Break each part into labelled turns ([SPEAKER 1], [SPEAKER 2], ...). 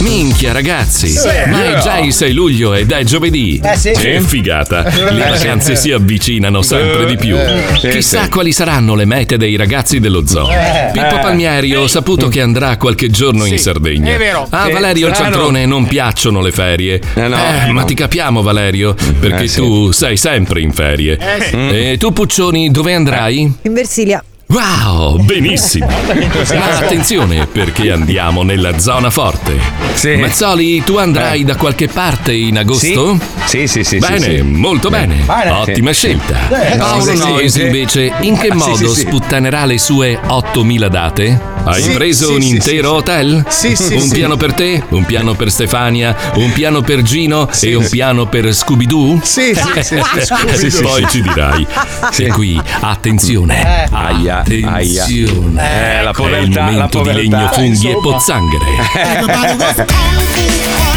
[SPEAKER 1] Minchia, ragazzi, ma è già il 6 luglio ed è giovedì.
[SPEAKER 2] Eh, sì.
[SPEAKER 1] Che figata! Le vacanze si avvicinano sempre di più.
[SPEAKER 3] Eh, sì,
[SPEAKER 1] Chissà
[SPEAKER 3] sì.
[SPEAKER 1] quali saranno le mete dei ragazzi dello zoo.
[SPEAKER 3] Eh.
[SPEAKER 1] Pippo
[SPEAKER 3] Eh.
[SPEAKER 1] Palmieri ho saputo che andrà qualche giorno in
[SPEAKER 3] Sì,
[SPEAKER 1] Sardegna.
[SPEAKER 3] è vero.
[SPEAKER 1] A
[SPEAKER 3] Sì.
[SPEAKER 1] Valerio il
[SPEAKER 3] Ah, no.
[SPEAKER 1] Cialtrone non piacciono le ferie. Eh,
[SPEAKER 3] no. Eh,
[SPEAKER 1] ma ti capiamo, Valerio, perché tu sei sempre in ferie.
[SPEAKER 4] Eh, sì.
[SPEAKER 1] E tu, Puccioni, dove andrai?
[SPEAKER 4] In Versilia.
[SPEAKER 1] Wow, benissimo. Ma
[SPEAKER 4] entusiasmo.
[SPEAKER 1] attenzione perché andiamo nella zona forte. Mazzoli, tu andrai da qualche parte in agosto?
[SPEAKER 3] Sì, sì, sì.
[SPEAKER 1] Bene,
[SPEAKER 3] sì, sì.
[SPEAKER 1] molto bene.
[SPEAKER 3] Bene.
[SPEAKER 1] Ottima
[SPEAKER 3] Sì.
[SPEAKER 1] scelta.
[SPEAKER 3] Eh,
[SPEAKER 1] Paolo
[SPEAKER 3] sì, sì,
[SPEAKER 1] Nois
[SPEAKER 3] sì.
[SPEAKER 1] invece in che
[SPEAKER 3] Ah, sì,
[SPEAKER 1] modo
[SPEAKER 3] sì, sì.
[SPEAKER 1] sputtanerà le sue 8000 date? Hai
[SPEAKER 3] Sì,
[SPEAKER 1] preso
[SPEAKER 3] sì,
[SPEAKER 1] un
[SPEAKER 3] sì,
[SPEAKER 1] intero
[SPEAKER 3] sì.
[SPEAKER 1] hotel?
[SPEAKER 3] Sì, sì,
[SPEAKER 1] Un
[SPEAKER 3] sì.
[SPEAKER 1] piano per te, un piano per Stefania, un piano per Gino e un piano per Scooby-Doo? Sì,
[SPEAKER 3] sì, sì, sì, Scooby-Doo. Sì, sì,
[SPEAKER 1] Poi
[SPEAKER 3] sì.
[SPEAKER 1] ci dirai.
[SPEAKER 3] Sì.
[SPEAKER 1] E qui,
[SPEAKER 5] Eh.
[SPEAKER 1] attenzione.
[SPEAKER 3] Aia, aia.
[SPEAKER 1] Attenzione.
[SPEAKER 3] Eh,
[SPEAKER 1] Ecco
[SPEAKER 3] la
[SPEAKER 1] il
[SPEAKER 3] povertà, la
[SPEAKER 1] momento di
[SPEAKER 3] povertà.
[SPEAKER 1] legno, funghi e
[SPEAKER 3] Insomma.
[SPEAKER 1] pozzanghere.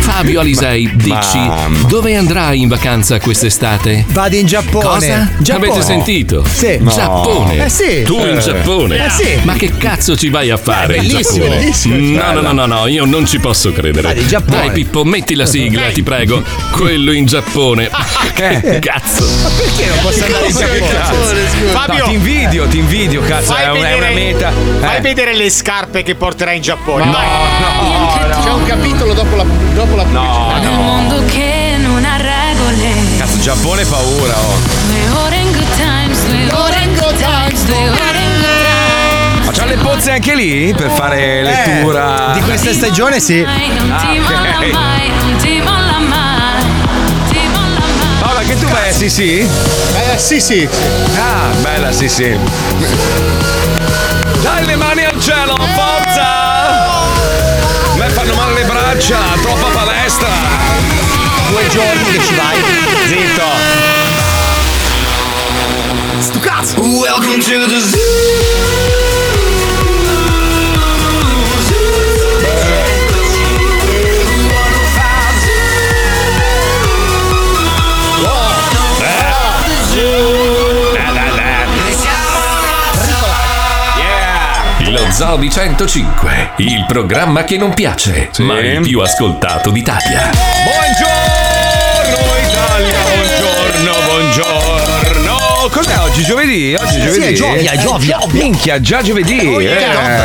[SPEAKER 1] Fabio Alisei, dici
[SPEAKER 3] Mamma.
[SPEAKER 1] dove andrai in vacanza quest'estate?
[SPEAKER 5] Vado in Giappone.
[SPEAKER 1] Cosa?
[SPEAKER 5] Giappone.
[SPEAKER 1] Avete sentito?
[SPEAKER 5] Sì.
[SPEAKER 1] No. Giappone.
[SPEAKER 5] Eh sì.
[SPEAKER 1] Tu in
[SPEAKER 5] Eh.
[SPEAKER 1] Giappone.
[SPEAKER 5] Eh sì.
[SPEAKER 1] Ma che cazzo ci vai a fare
[SPEAKER 5] Beh,
[SPEAKER 1] in
[SPEAKER 5] bellissimo,
[SPEAKER 1] Giappone?
[SPEAKER 5] bellissimo.
[SPEAKER 1] No, no, no, no, no, io non ci posso credere.
[SPEAKER 5] Vai in Giappone.
[SPEAKER 1] Dai Pippo, metti la sigla, ti prego. Quello in Giappone.
[SPEAKER 5] Eh.
[SPEAKER 1] Che cazzo.
[SPEAKER 5] Ma perché non posso andare in Giappone? scusa?
[SPEAKER 3] Fabio, ti invidio, ti invidio, cazzo,
[SPEAKER 6] Fai
[SPEAKER 3] Cioè, è, un- è una meta.
[SPEAKER 6] Fai
[SPEAKER 3] Eh.
[SPEAKER 6] vedere le scarpe che porterai in Giappone.
[SPEAKER 3] No,
[SPEAKER 6] no,
[SPEAKER 7] C'è un capitolo dopo la, dopo la pubblicità.
[SPEAKER 3] no.
[SPEAKER 7] Nel mondo che non ha regole.
[SPEAKER 3] Cazzo, Giappone paura, oh.
[SPEAKER 7] Le ore in good times, le ore in good times, le ore in good times.
[SPEAKER 3] Ma c'hanno le pozze anche lì per fare lettura? Ah.
[SPEAKER 5] Di questa stagione sì.
[SPEAKER 7] Mai, non ti molla
[SPEAKER 3] ok.
[SPEAKER 7] mai, non ti molla mai, non ti molla mai.
[SPEAKER 3] Paola, che tu vai a sì sì?
[SPEAKER 7] Eh,
[SPEAKER 3] sì sì. Ah, bella sì sì. Dai le mani al cielo, forza! A me fanno male le braccia, troppa palestra! Due giorni che ci vai. Zitto!
[SPEAKER 8] Sto cazzo! Welcome to the zoo!
[SPEAKER 1] Lo Zoo di 105, il programma che non piace, ma il più ascoltato d'Italia.
[SPEAKER 3] Buongiorno Italia, buongiorno, buongiorno! Cos'è oggi? Giovedì? Oggi è
[SPEAKER 5] Sì,
[SPEAKER 3] giovedì.
[SPEAKER 5] è gioia, è gioia.
[SPEAKER 3] Minchia, già giovedì.
[SPEAKER 5] Oh, yeah.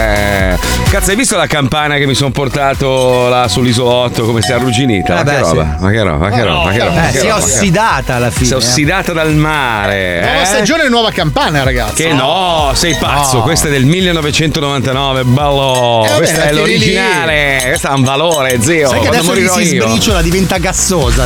[SPEAKER 3] Eh. Cazzo, hai visto la campana che mi sono portato là sull'isolotto come si è arrugginita? ma,
[SPEAKER 5] Eh, beh,
[SPEAKER 3] che roba,
[SPEAKER 5] sì.
[SPEAKER 3] ma che roba, ma che roba, ma che roba, ma
[SPEAKER 5] Eh,
[SPEAKER 3] che
[SPEAKER 5] si è
[SPEAKER 3] roba, ma che
[SPEAKER 5] ossidata alla
[SPEAKER 3] roba. Si è
[SPEAKER 5] fine. eh.
[SPEAKER 3] ossidata dal mare.
[SPEAKER 5] Nuova
[SPEAKER 3] eh?
[SPEAKER 5] stagione,
[SPEAKER 7] nuova campana, ragazzi.
[SPEAKER 3] Che no, sei pazzo,
[SPEAKER 5] No.
[SPEAKER 3] questa è del 1999, bello.
[SPEAKER 5] Eh, vabbè,
[SPEAKER 3] questa
[SPEAKER 5] la
[SPEAKER 3] è
[SPEAKER 5] tieni
[SPEAKER 3] l'originale, questa ha un valore, Eh, zio.
[SPEAKER 5] Sai
[SPEAKER 3] quando
[SPEAKER 5] che adesso gli
[SPEAKER 3] morirò
[SPEAKER 5] si
[SPEAKER 3] io.
[SPEAKER 5] sbriciola, diventa gassosa.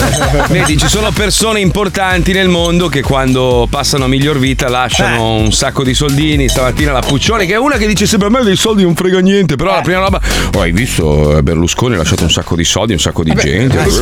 [SPEAKER 3] Vedi, ci sono persone importanti nel mondo che quando passano a miglior vita
[SPEAKER 8] Eh.
[SPEAKER 3] lasciano un sacco di soldini. Stamattina la Puccioni, che è una che dice sempre a me dei soldi non frega niente,
[SPEAKER 8] Eh.
[SPEAKER 3] però la prima roba... "Oh, hai visto eh, Berlusconi ha lasciato un sacco di soldi, un sacco di gente.
[SPEAKER 8] eh, sì.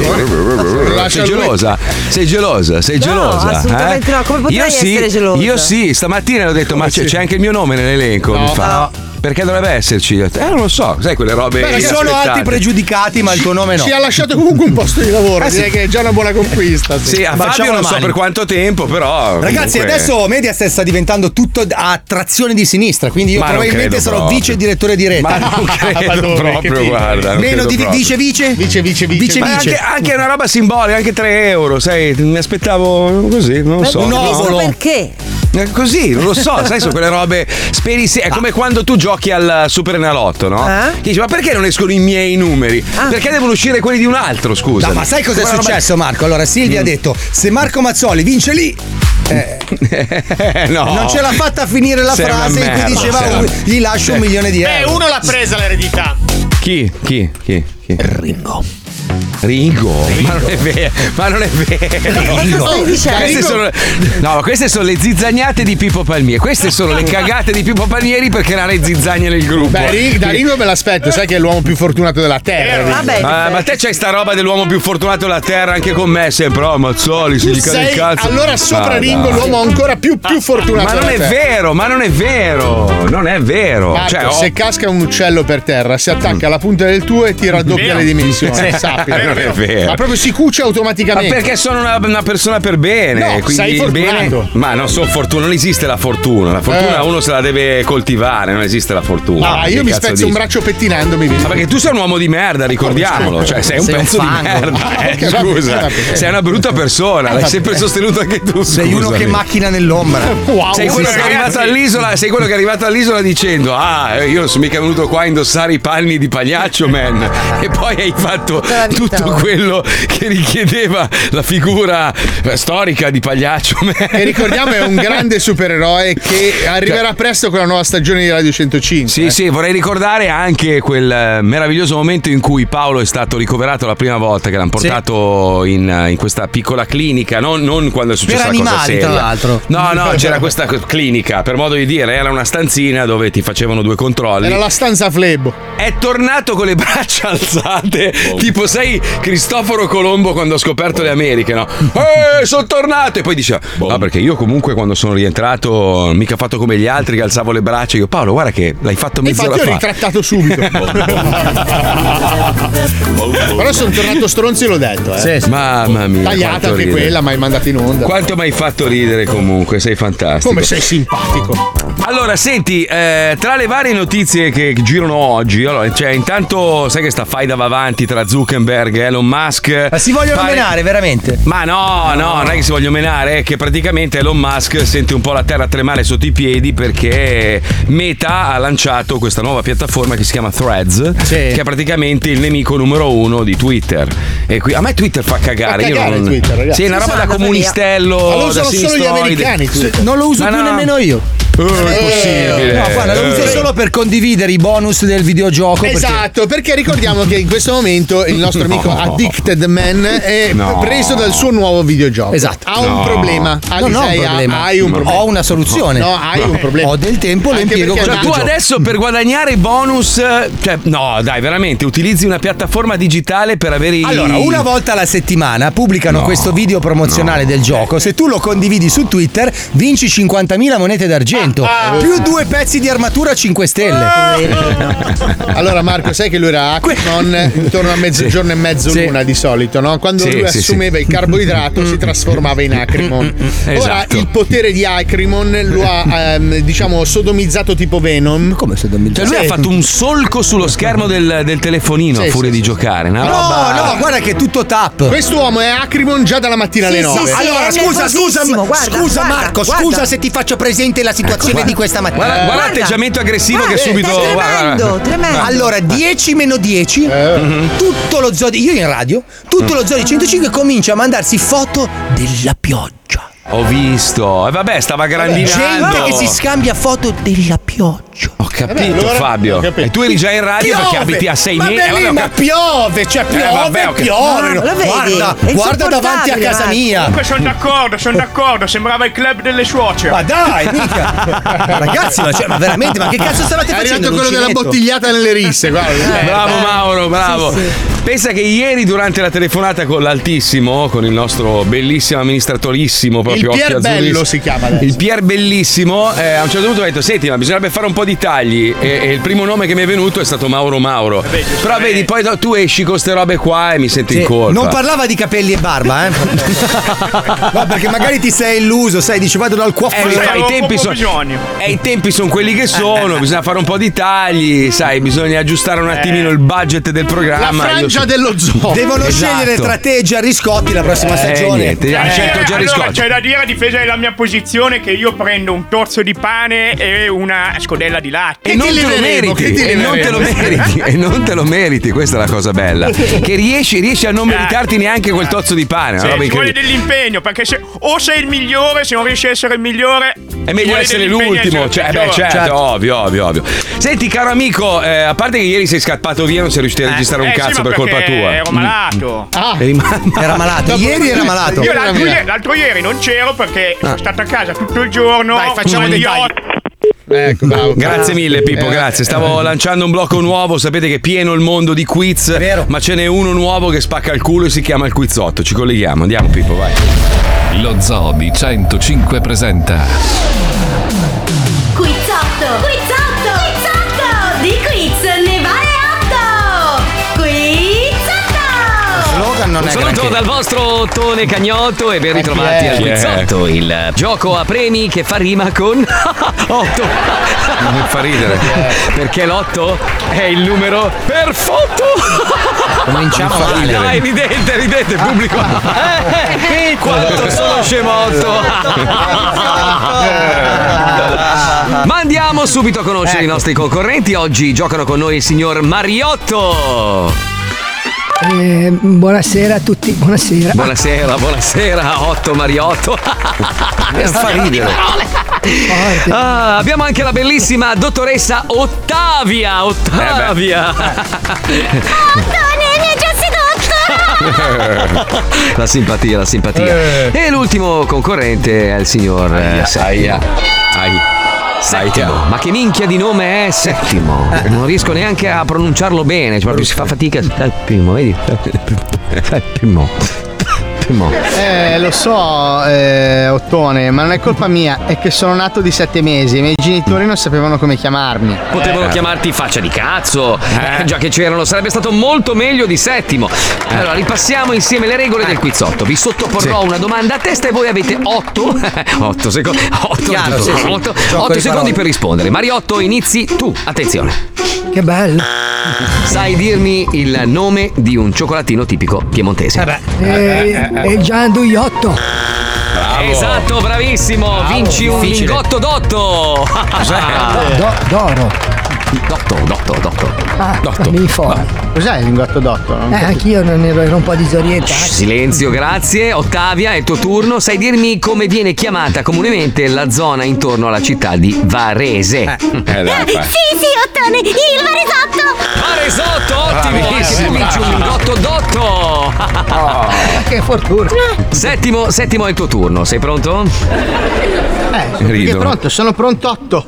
[SPEAKER 8] Lascia
[SPEAKER 3] Sei
[SPEAKER 8] lui.
[SPEAKER 3] gelosa, sei gelosa, sei
[SPEAKER 8] No,
[SPEAKER 3] gelosa.
[SPEAKER 8] assolutamente
[SPEAKER 3] eh?
[SPEAKER 8] no, come potrei
[SPEAKER 3] Io sì,
[SPEAKER 8] essere gelosa?
[SPEAKER 3] Io sì, stamattina le ho detto, ma c'è, c'è anche il mio nome nell'elenco.
[SPEAKER 8] No.
[SPEAKER 3] mi fa. Perché dovrebbe esserci? Io ho detto, Eh, non lo so, sai quelle robe.
[SPEAKER 5] Beh, ci sono
[SPEAKER 3] inaspettate.
[SPEAKER 5] altri pregiudicati, ma il tuo nome no.
[SPEAKER 3] Ci
[SPEAKER 7] ha
[SPEAKER 5] lasciato
[SPEAKER 7] comunque un posto di lavoro.
[SPEAKER 5] Eh, sì.
[SPEAKER 7] direi che è già una buona conquista.
[SPEAKER 3] Sì, a
[SPEAKER 5] Facciamo
[SPEAKER 3] Fabio non
[SPEAKER 5] la
[SPEAKER 3] so
[SPEAKER 5] mano.
[SPEAKER 3] per quanto tempo, però.
[SPEAKER 5] Ragazzi,
[SPEAKER 3] comunque-
[SPEAKER 5] adesso Mediaset sta diventando tutto a trazione di sinistra, quindi io
[SPEAKER 3] Ma non
[SPEAKER 5] probabilmente
[SPEAKER 3] credo
[SPEAKER 5] sarò
[SPEAKER 3] proprio.
[SPEAKER 5] vice direttore di rete. Ah,
[SPEAKER 3] Ma non credo proprio, guarda. non
[SPEAKER 5] Meno
[SPEAKER 3] credo
[SPEAKER 5] di
[SPEAKER 3] proprio.
[SPEAKER 5] vice vice?
[SPEAKER 7] Vice vice vice.
[SPEAKER 3] Ma Anche, anche una roba simbolica, anche 3 euro, sai, mi aspettavo così, non lo so.
[SPEAKER 8] Un
[SPEAKER 3] no?
[SPEAKER 8] ovolo. Perché?
[SPEAKER 3] Eh, Così, non lo so, sai, sono quelle robe. Speri
[SPEAKER 5] Ah.
[SPEAKER 3] se. È come quando tu giochi al Super Enalotto, no? Che dici, ma perché non escono i miei numeri? Perché devono uscire quelli di un altro, scusa.
[SPEAKER 5] Ah. No, ma sai cos'è successo, Marco? Allora, Silvia
[SPEAKER 3] Mm.
[SPEAKER 5] ha detto: se Marco Mazzoli vince lì. eh,
[SPEAKER 3] no.
[SPEAKER 5] Non ce l'ha fatta a finire la
[SPEAKER 3] Oh. Sei una
[SPEAKER 5] frase in cui
[SPEAKER 3] merda,
[SPEAKER 5] diceva
[SPEAKER 3] sei una-
[SPEAKER 5] "Oh, gli lascio un
[SPEAKER 3] Sì.
[SPEAKER 5] milione di
[SPEAKER 6] Beh,
[SPEAKER 5] euro.
[SPEAKER 6] uno l'ha presa l'eredità.
[SPEAKER 3] Chi? Chi? Chi? Chi? Ringo. Ringo? Ma non è vero, ma non è vero.
[SPEAKER 8] Ma cosa stai dicendo?
[SPEAKER 3] Queste sono, no, ma queste sono le zizzagnate di Pippo Palmieri. Queste sono le cagate di Pippo Palmieri perché era le zizzagne nel gruppo.
[SPEAKER 7] Beh, Ri- da Ringo me l'aspetto, sai che è l'uomo più fortunato della terra. Ringo.
[SPEAKER 3] Ah, ma te c'hai sta roba dell'uomo più fortunato della terra anche con me sempre oh, Mazzoli si
[SPEAKER 7] Tu
[SPEAKER 3] dica del
[SPEAKER 7] sei
[SPEAKER 3] cazzo
[SPEAKER 7] allora
[SPEAKER 3] Ma
[SPEAKER 7] sopra Ringo
[SPEAKER 3] dai. Ah,
[SPEAKER 7] l'uomo ancora più, più fortunato
[SPEAKER 3] ma non
[SPEAKER 7] della
[SPEAKER 3] è
[SPEAKER 7] terra.
[SPEAKER 3] vero ma non è vero non è vero
[SPEAKER 7] Marco,
[SPEAKER 3] cioè, ho-
[SPEAKER 7] se casca un uccello per terra, si attacca alla punta del tuo e ti raddoppia
[SPEAKER 3] Vero.
[SPEAKER 7] le dimensioni.
[SPEAKER 3] Sì.
[SPEAKER 7] capita.
[SPEAKER 3] Non è vero.
[SPEAKER 7] Ma proprio si cuce
[SPEAKER 3] Ma
[SPEAKER 7] automaticamente.
[SPEAKER 3] perché sono una, una persona per bene?
[SPEAKER 7] No,
[SPEAKER 3] quindi
[SPEAKER 7] sei fortunato.
[SPEAKER 3] bene- Ma non sono fortuna, non esiste la fortuna. La fortuna
[SPEAKER 7] Eh.
[SPEAKER 3] uno se la deve coltivare, non esiste la fortuna.
[SPEAKER 7] Ah,
[SPEAKER 3] Che
[SPEAKER 7] io mi
[SPEAKER 3] cazzo
[SPEAKER 7] spezzo un
[SPEAKER 3] dici?
[SPEAKER 7] braccio pettinandomi.
[SPEAKER 3] Ma perché tu sei un uomo di merda, ricordiamolo. Cioè, sei un
[SPEAKER 7] Sei un
[SPEAKER 3] pezzo di
[SPEAKER 7] fango.
[SPEAKER 3] merda.
[SPEAKER 7] Ah,
[SPEAKER 3] eh,
[SPEAKER 7] ok, va bene,
[SPEAKER 3] scusa,
[SPEAKER 7] va bene.
[SPEAKER 3] sei una brutta persona.
[SPEAKER 9] va
[SPEAKER 3] L'hai sempre
[SPEAKER 9] bene.
[SPEAKER 3] sostenuto anche tu.
[SPEAKER 9] Sei uno
[SPEAKER 3] scusami.
[SPEAKER 9] che macchina nell'ombra.
[SPEAKER 3] Sei quello, che è arrivato all'isola, sei quello che è arrivato all'isola dicendo: Ah, eh, io non sono mica venuto qua a indossare i panni di pagliaccio, man. E poi hai fatto tutto quello che richiedeva la figura eh, storica di pagliaccio, man.
[SPEAKER 7] E ricordiamo è un grande supereroe che arriverà presto con la nuova stagione di Radio eh. 105.
[SPEAKER 3] Cioè, Sì, sì, vorrei ricordare anche quel eh, meraviglioso momento in cui Paolo è stato ricoverato la prima volta che l'hanno portato in, eh, in questa piccola clinica, non, non quando è successa
[SPEAKER 5] Per
[SPEAKER 3] la cosa
[SPEAKER 5] animali,
[SPEAKER 3] seria.
[SPEAKER 5] tra l'altro.
[SPEAKER 3] No, no, c'era questa co- clinica, per modo di dire, era una stanzina dove ti facevano due controlli.
[SPEAKER 7] Era la stanza Flebo.
[SPEAKER 3] È tornato con le braccia alzate, tipo sai Cristoforo Colombo quando ha scoperto le Americhe, no? Eh, sono tornato! E poi diceva, no perché io comunque quando sono rientrato, mica fatto come gli altri che alzavo le braccia, io Paolo guarda che l'hai fatto mezz'ora
[SPEAKER 7] Infatti ho
[SPEAKER 3] fa.
[SPEAKER 7] ritrattato subito. Però sono tornato stronzo e l'ho detto, eh.
[SPEAKER 3] Mamma mia. quanto
[SPEAKER 7] Tagliata anche
[SPEAKER 3] ridere.
[SPEAKER 7] quella, ma hai mandato in onda.
[SPEAKER 3] Quanto mi hai fatto ridere comunque, sei fantastico.
[SPEAKER 7] Come sei simpatico.
[SPEAKER 3] Allora, senti, eh, tra le varie notizie che girano oggi, allora, cioè, intanto sai che sta faida va avanti tra Zuckerberg e Elon Musk.
[SPEAKER 5] Ma si vogliono
[SPEAKER 3] Pare-
[SPEAKER 5] menare, veramente?
[SPEAKER 3] Ma no, Ah, no, non è che si voglio menare, è che praticamente Elon Musk sente un po' la terra tremare sotto i piedi perché Meta ha lanciato questa nuova piattaforma che si chiama Threads, che è praticamente il nemico numero uno di Twitter. E qui, a me Twitter fa cagare,
[SPEAKER 7] Fa
[SPEAKER 3] io
[SPEAKER 7] cagare
[SPEAKER 3] non...
[SPEAKER 7] Twitter, ragazzi.
[SPEAKER 3] Sì, è una
[SPEAKER 7] Io
[SPEAKER 3] roba da
[SPEAKER 7] sono andato
[SPEAKER 3] comunistello.
[SPEAKER 7] Ma lo
[SPEAKER 3] da
[SPEAKER 7] usano solo gli
[SPEAKER 3] sinistroide.
[SPEAKER 7] americani, Twitter.
[SPEAKER 5] Non lo uso
[SPEAKER 3] Ma
[SPEAKER 5] più
[SPEAKER 3] no.
[SPEAKER 5] nemmeno io.
[SPEAKER 3] Eh, impossibile.
[SPEAKER 5] No, guarda, lo uso
[SPEAKER 3] Eh.
[SPEAKER 5] solo per condividere i bonus del videogioco. Perché...
[SPEAKER 7] Esatto, perché ricordiamo che in questo momento il nostro amico
[SPEAKER 3] No.
[SPEAKER 7] Addicted Man è
[SPEAKER 3] No.
[SPEAKER 7] preso dal suo nuovo videogioco.
[SPEAKER 5] Esatto.
[SPEAKER 7] Ha un
[SPEAKER 3] No.
[SPEAKER 7] problema.
[SPEAKER 5] No,
[SPEAKER 7] Ali,
[SPEAKER 5] no, ho un
[SPEAKER 7] Ah, sei- ha-
[SPEAKER 5] problema.
[SPEAKER 7] Hai un problema.
[SPEAKER 5] Ho una soluzione.
[SPEAKER 7] No, hai un problema.
[SPEAKER 5] Ho del tempo, lo
[SPEAKER 7] Anche
[SPEAKER 5] impiego
[SPEAKER 7] perché
[SPEAKER 3] Cioè,
[SPEAKER 5] con il
[SPEAKER 3] tu
[SPEAKER 5] videogioco.
[SPEAKER 3] adesso per guadagnare i bonus, cioè, no, dai, veramente utilizzi una piattaforma digitale per avere i.
[SPEAKER 5] Allora, una volta alla settimana pubblicano
[SPEAKER 3] No,
[SPEAKER 5] questo video promozionale del gioco. Se tu lo condividi su Twitter, vinci 50.000 monete d'argento,
[SPEAKER 1] Ah,
[SPEAKER 5] più due pezzi di armatura 5 stelle.
[SPEAKER 7] Allora Marco, sai che lui era Aquaman intorno a mezzogiorno e mezzo
[SPEAKER 5] Sì.
[SPEAKER 7] luna di solito, no? Quando
[SPEAKER 3] Sì,
[SPEAKER 7] lui
[SPEAKER 3] sì,
[SPEAKER 7] assumeva il carboidrato si trasformava in Acrimon. Ora
[SPEAKER 3] Esatto.
[SPEAKER 7] il potere di Acrimon lo ha ehm, diciamo sodomizzato tipo Venom.
[SPEAKER 5] Come se dormi-
[SPEAKER 3] Cioè, lui ha fatto un solco sullo schermo del, del telefonino
[SPEAKER 7] Sì,
[SPEAKER 3] a furia
[SPEAKER 7] sì,
[SPEAKER 3] di
[SPEAKER 7] sì.
[SPEAKER 3] giocare. Una roba.
[SPEAKER 5] No, no, guarda che è tutto tap.
[SPEAKER 7] Quest'uomo è Acrimon già dalla mattina
[SPEAKER 1] Sì,
[SPEAKER 7] alle
[SPEAKER 1] sì,
[SPEAKER 7] 9.
[SPEAKER 1] sì.
[SPEAKER 5] Allora,
[SPEAKER 1] è
[SPEAKER 5] scusa, scusa,
[SPEAKER 1] nervosissimo, guarda,
[SPEAKER 5] scusa
[SPEAKER 1] guarda,
[SPEAKER 5] Marco,
[SPEAKER 1] guarda.
[SPEAKER 5] scusa se ti faccio presente la situazione di questa mattina.
[SPEAKER 3] Guarda, guarda l'atteggiamento aggressivo che subito.
[SPEAKER 1] Tremendo,
[SPEAKER 3] guarda, guarda.
[SPEAKER 1] tremendo. Eh. Mhm.
[SPEAKER 5] Allora, 10 meno 10, tutto lo zoo di, io in radio, tutto lo zoo di
[SPEAKER 1] Mm.
[SPEAKER 5] 105 comincia a mandarsi foto della pioggia.
[SPEAKER 3] Ho visto. E vabbè, stava grandinando.
[SPEAKER 5] Gente che si scambia foto della pioggia.
[SPEAKER 3] Ho capito,
[SPEAKER 7] Vabbè, allora-
[SPEAKER 3] Fabio.
[SPEAKER 7] ho capito.
[SPEAKER 3] E tu eri già in radio perché abiti a 6
[SPEAKER 9] ma
[SPEAKER 3] metri.
[SPEAKER 9] belli,
[SPEAKER 3] Vabbè, ho
[SPEAKER 9] ma
[SPEAKER 3] capito.
[SPEAKER 9] piove, cioè piove,
[SPEAKER 3] vabbè, ok.
[SPEAKER 9] piove.
[SPEAKER 1] Ah, la vedi?
[SPEAKER 9] guarda,
[SPEAKER 1] È
[SPEAKER 9] guarda davanti a
[SPEAKER 1] insopportabile,
[SPEAKER 9] casa
[SPEAKER 1] Marco.
[SPEAKER 9] mia.
[SPEAKER 6] Comunque sono d'accordo, sono d'accordo, sembrava il club delle suocere.
[SPEAKER 9] Ma dai, mica.
[SPEAKER 5] Ragazzi, ma, cioè, ma veramente, ma che cazzo stavate
[SPEAKER 7] È
[SPEAKER 5] facendo?
[SPEAKER 7] arrivato quello della
[SPEAKER 5] l'uncinetto?
[SPEAKER 7] bottigliata nelle risse, guarda.
[SPEAKER 3] Bravo Mauro, bravo. Pensa che ieri durante la telefonata con l'Altissimo, con il nostro bellissimo amministratorissimo, proprio
[SPEAKER 7] Il Pier
[SPEAKER 3] occhi azzurri-
[SPEAKER 7] Bello si chiama adesso.
[SPEAKER 3] Il Pier Bellissimo, eh, a un certo punto ha detto: Senti, ma bisognerebbe fare un po' di tagli. E, e il primo nome che mi è venuto è stato Mauro Mauro. Però vedi, poi do- tu esci con ste robe qua e mi senti in colpa.
[SPEAKER 5] Non parlava di capelli e barba, eh? no, perché magari ti sei illuso, sai, dici vado dal
[SPEAKER 3] Eh,
[SPEAKER 5] cuoffo.
[SPEAKER 3] lo sai,
[SPEAKER 6] Avevo
[SPEAKER 3] i tempi
[SPEAKER 6] proprio
[SPEAKER 3] sono
[SPEAKER 6] bisogno.
[SPEAKER 3] eh, i tempi son quelli che sono, bisogna fare un po' di tagli, sai, bisogna aggiustare un attimino il budget del
[SPEAKER 7] La
[SPEAKER 3] programma. Io
[SPEAKER 7] frangia
[SPEAKER 3] so-
[SPEAKER 7] dello zoo.
[SPEAKER 5] Devono
[SPEAKER 3] Esatto.
[SPEAKER 5] scegliere tra te e Gerry Scotti la prossima
[SPEAKER 3] eh,
[SPEAKER 5] stagione.
[SPEAKER 3] niente, ha
[SPEAKER 6] Eh,
[SPEAKER 3] scelto Jerry
[SPEAKER 6] allora
[SPEAKER 3] Scotti.
[SPEAKER 6] c'è da dire a difesa della mia posizione che io prendo un torso di pane e una scodella di latte.
[SPEAKER 3] E non
[SPEAKER 7] ti
[SPEAKER 3] te lo
[SPEAKER 7] leveremo,
[SPEAKER 3] meriti,
[SPEAKER 7] che ti
[SPEAKER 3] e non te lo meriti, e non te lo meriti, questa è la cosa bella. Che riesci, riesci a non meritarti neanche quel tozzo di pane, una
[SPEAKER 6] Sì,
[SPEAKER 3] roba
[SPEAKER 6] ci vuole
[SPEAKER 3] incredibile.
[SPEAKER 6] dell'impegno, perché se o sei il migliore, se non riesci a essere il migliore,
[SPEAKER 3] È
[SPEAKER 6] ci
[SPEAKER 3] meglio
[SPEAKER 6] vuole
[SPEAKER 3] essere
[SPEAKER 6] dell'impegno a
[SPEAKER 3] l'ultimo,
[SPEAKER 6] essere
[SPEAKER 3] cioè,
[SPEAKER 6] il
[SPEAKER 3] beh,
[SPEAKER 6] migliore.
[SPEAKER 3] certo, ovvio, ovvio, ovvio. Senti, caro amico, eh, a parte che ieri sei scappato via, non sei riuscito a registrare un
[SPEAKER 6] Eh, sì,
[SPEAKER 3] cazzo
[SPEAKER 6] ma
[SPEAKER 3] per colpa
[SPEAKER 6] perché
[SPEAKER 3] tua.
[SPEAKER 6] Ero malato.
[SPEAKER 7] Ah,
[SPEAKER 3] Eri ma-
[SPEAKER 5] Era malato, ieri era malato. Ah.
[SPEAKER 6] Io l'altro, ieri- l'altro ieri non c'ero perché sono stato a casa tutto il giorno.
[SPEAKER 7] Dai, facciamo dei
[SPEAKER 6] idiota.
[SPEAKER 7] ecco, bravo.
[SPEAKER 3] Grazie mille
[SPEAKER 10] Eh.
[SPEAKER 3] Pippo, grazie. Stavo lanciando un blocco nuovo, sapete che è pieno il mondo di quiz,
[SPEAKER 5] vero.
[SPEAKER 3] ma ce n'è uno nuovo che spacca il culo e si chiama il quizotto. Ci colleghiamo, andiamo Pippo, vai.
[SPEAKER 11] Lo Zoo di 105 presenta
[SPEAKER 10] Quizzotto! Quizzotto! Quizzotto! Di quiz ne vale 8! Quizzotto! Saluto dal vostro Ottone Cagnotto e ben
[SPEAKER 6] chi
[SPEAKER 10] ritrovati
[SPEAKER 6] è?
[SPEAKER 10] al
[SPEAKER 6] Chi è?
[SPEAKER 10] Quizzotto, il gioco a premi che fa rima con Otto.
[SPEAKER 3] fa ridere.
[SPEAKER 10] Perché l'otto è il numero perfetto.
[SPEAKER 3] Cominciamo
[SPEAKER 10] Ma
[SPEAKER 3] male.
[SPEAKER 10] Dai, ridete, ridete, pubblico. Eh, quanto sono scemotto. Ma andiamo subito a conoscere i nostri concorrenti. Oggi giocano con noi il signor Mariotto.
[SPEAKER 8] Eh, buonasera a tutti, buonasera.
[SPEAKER 10] Buonasera, buonasera, Otto Mariotto.
[SPEAKER 8] Eh,
[SPEAKER 10] Fa ridere. Ah, abbiamo anche la bellissima dottoressa Ottavia. Ottavia.
[SPEAKER 8] Eh
[SPEAKER 4] Ottone, mi ha già sedotto!
[SPEAKER 10] la simpatia, la simpatia. E l'ultimo concorrente è il signor eh, Settimo. Settimo. Ma che minchia di nome è Settimo? Non riesco neanche a pronunciarlo bene, cioè, proprio si fa fatica. Settimo, vedi? Settimo. Settimo.
[SPEAKER 6] Eh, lo so, eh, Ottone, ma non è colpa mia, è che sono nato di sette mesi e i miei genitori non sapevano come chiamarmi.
[SPEAKER 8] Eh.
[SPEAKER 6] Eh,
[SPEAKER 10] Potevano chiamarti faccia di cazzo, eh, già che c'erano, sarebbe stato molto meglio di settimo.
[SPEAKER 8] Eh.
[SPEAKER 10] Allora, ripassiamo insieme le regole del quizzotto. Vi sottoporrò una domanda a testa e voi avete 8 8 secondi, otto-
[SPEAKER 8] Chiaro, sì, sì.
[SPEAKER 10] otto-
[SPEAKER 8] Gioco
[SPEAKER 10] otto
[SPEAKER 8] di
[SPEAKER 10] secondi
[SPEAKER 8] parole.
[SPEAKER 10] per rispondere. Mariotto, inizi tu. Attenzione.
[SPEAKER 8] Che bello.
[SPEAKER 10] Sai dirmi il nome di un cioccolatino tipico piemontese?
[SPEAKER 8] Eh, è Gian Duiotto.
[SPEAKER 10] Esatto, bravissimo. Vinci un
[SPEAKER 8] Difficile. Esatto.
[SPEAKER 10] lingotto d'otto.
[SPEAKER 8] Do- d'oro.
[SPEAKER 10] Dotto, dotto, dotto.
[SPEAKER 8] Ah, mi fa.
[SPEAKER 6] Cos'è il lingotto d'otto? Non
[SPEAKER 8] Eh,
[SPEAKER 6] capisco.
[SPEAKER 8] anch'io non ero, ero un po' disorientato.
[SPEAKER 10] Silenzio, grazie. Ottavia, è il tuo turno. Sai dirmi come viene chiamata comunemente la zona intorno alla città di Varese?
[SPEAKER 4] Eh, sì, sì, Ottone, il varesotto!
[SPEAKER 10] Varesotto, ottimo! Anche tu vinci un lingotto d'otto!
[SPEAKER 8] Che fortuna!
[SPEAKER 10] Oh. Settimo, settimo è il tuo turno. Sei pronto?
[SPEAKER 6] Eh,
[SPEAKER 10] Ridono.
[SPEAKER 6] sono pronto, sono prontotto.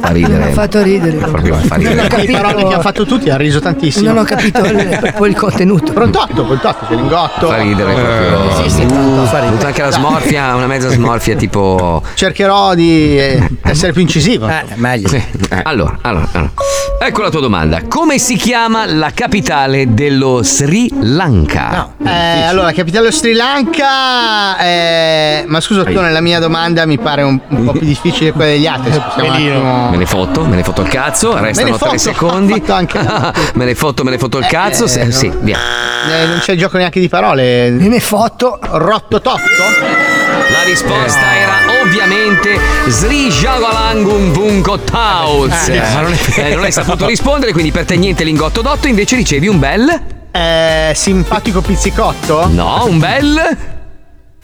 [SPEAKER 10] Fa ridere.
[SPEAKER 8] Ha fatto ridere.
[SPEAKER 10] Proprio fa
[SPEAKER 6] Non
[SPEAKER 10] ridere.
[SPEAKER 6] ho capito. Le parole che ha fatto tutti ha riso tantissimo.
[SPEAKER 8] Non ho capito il- proprio il contenuto.
[SPEAKER 6] Prontotto, prontotto, che lingotto.
[SPEAKER 10] Fa ridere
[SPEAKER 3] Eh,
[SPEAKER 10] proprio.
[SPEAKER 6] Eh,
[SPEAKER 10] Uh,
[SPEAKER 6] Sì, sì, tanto fa ridere.
[SPEAKER 10] Ho avuto anche la smorfia, una mezza smorfia tipo.
[SPEAKER 6] Cercherò di eh, essere più incisivo.
[SPEAKER 10] meglio. Eh. Allora, allora, allora. Ecco la tua domanda. Come si chiama la capitale dello Sri Lanka?
[SPEAKER 6] Eh, allora, capitale Sri Lanka. eh, ma scusa, Ottone, la mia domanda mi pare un, un po' più difficile di quella degli altri. se possiamo un attimo-
[SPEAKER 10] Me ne fotto, me ne fotto il cazzo, restano
[SPEAKER 6] ne fotto,
[SPEAKER 10] 3 secondi. me ne fotto, me ne fotto il cazzo. se-
[SPEAKER 6] Eh, no.
[SPEAKER 10] Sì, via.
[SPEAKER 6] Eh, non c'è gioco neanche di parole. Me
[SPEAKER 8] ne fotto.
[SPEAKER 6] Rotto totto?
[SPEAKER 10] La risposta
[SPEAKER 6] Eh.
[SPEAKER 10] era ovviamente Sri Jagalangum Vunkotauz.
[SPEAKER 6] Eh, eh, non è vero.
[SPEAKER 10] non hai saputo rispondere, quindi per te niente lingotto d'otto, invece ricevi un bel.
[SPEAKER 6] Eh, simpatico pizzicotto?
[SPEAKER 10] No, un bel.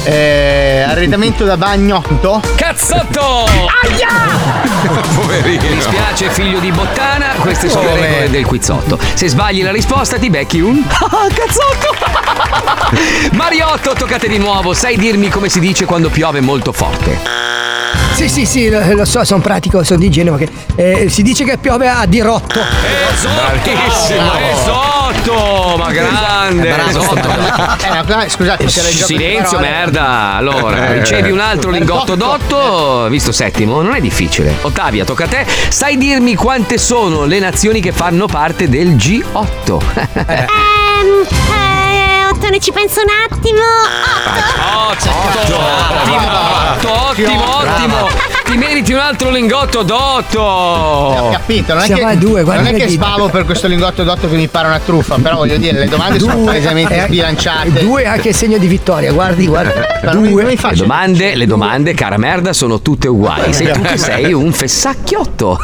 [SPEAKER 6] Eh, arredamento da bagnotto?
[SPEAKER 10] Cazzotto!
[SPEAKER 3] Poverino.
[SPEAKER 10] Mi spiace, figlio di bottana, queste sono le
[SPEAKER 6] Come?
[SPEAKER 10] regole del quizzotto. Se sbagli la risposta, ti becchi un. Ah, Cazzotto! Mariotto, toccate di nuovo. Sai dirmi come si dice quando piove molto forte?
[SPEAKER 8] Sì, sì, sì, lo, lo so, sono pratico, sono di Genova. Che, eh, si dice che piove a dirotto.
[SPEAKER 10] Bravissimo! Esotto! Ma grande! Esotto!
[SPEAKER 6] Eh, ma qua- scusate, c'era il gioco di
[SPEAKER 10] Silenzio,
[SPEAKER 6] parole.
[SPEAKER 10] merda! Allora,
[SPEAKER 6] Eh.
[SPEAKER 10] ricevi un altro lingotto d'otto, visto settimo, non è difficile. Ottavia, tocca a te. Sai dirmi quante sono le nazioni che fanno parte del G8?
[SPEAKER 4] Ehm, eh, Ottone, ci penso un attimo!
[SPEAKER 8] Ah,
[SPEAKER 10] Ottimo, ottimo, ottimo, ottimo. Ti meriti un altro lingotto
[SPEAKER 6] Ho
[SPEAKER 10] d'otto.
[SPEAKER 6] capito, non è
[SPEAKER 8] Siamo
[SPEAKER 6] che,
[SPEAKER 8] a due, guarda
[SPEAKER 6] non è
[SPEAKER 8] che
[SPEAKER 6] che
[SPEAKER 8] dita.
[SPEAKER 6] sbavo per questo lingotto d'otto che mi pare una truffa, però voglio dire, le domande sono
[SPEAKER 8] Due.
[SPEAKER 6] palesemente
[SPEAKER 8] Eh,
[SPEAKER 6] sbilanciate.
[SPEAKER 8] Due è anche segno di vittoria, guardi, guarda.
[SPEAKER 6] Ma non mi- non mi
[SPEAKER 10] Le
[SPEAKER 6] faccio.
[SPEAKER 10] domande, le domande, cara merda, sono tutte uguali. Sei tu che sei un fessacchiotto.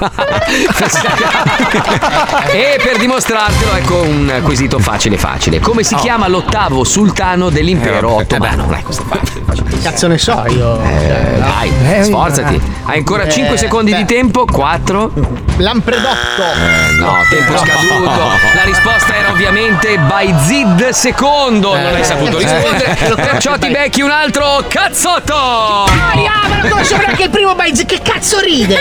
[SPEAKER 10] Fessacchiotto. e per dimostrartelo, ecco un quesito facile facile. Come
[SPEAKER 6] Oh.
[SPEAKER 3] Oh.
[SPEAKER 10] si chiama l'ottavo sultano
[SPEAKER 6] Eh,
[SPEAKER 10] dell'impero ottomano? Dai, questo è facile. facile.
[SPEAKER 6] Cazzo ne so io. Cioè,
[SPEAKER 10] Eh, Dai, sforzati. Hai ancora
[SPEAKER 6] Eh,
[SPEAKER 10] 5 secondi di
[SPEAKER 6] beh.
[SPEAKER 10] tempo. 4.
[SPEAKER 6] Lampredotto.
[SPEAKER 10] No, tempo scaduto. La risposta era ovviamente Baizid secondo. Non hai saputo rispondere.
[SPEAKER 6] Eh.
[SPEAKER 10] Perciò ti becchi un altro cazzotto.
[SPEAKER 12] ma non conosce neanche il primo Baiz, che cazzo ride?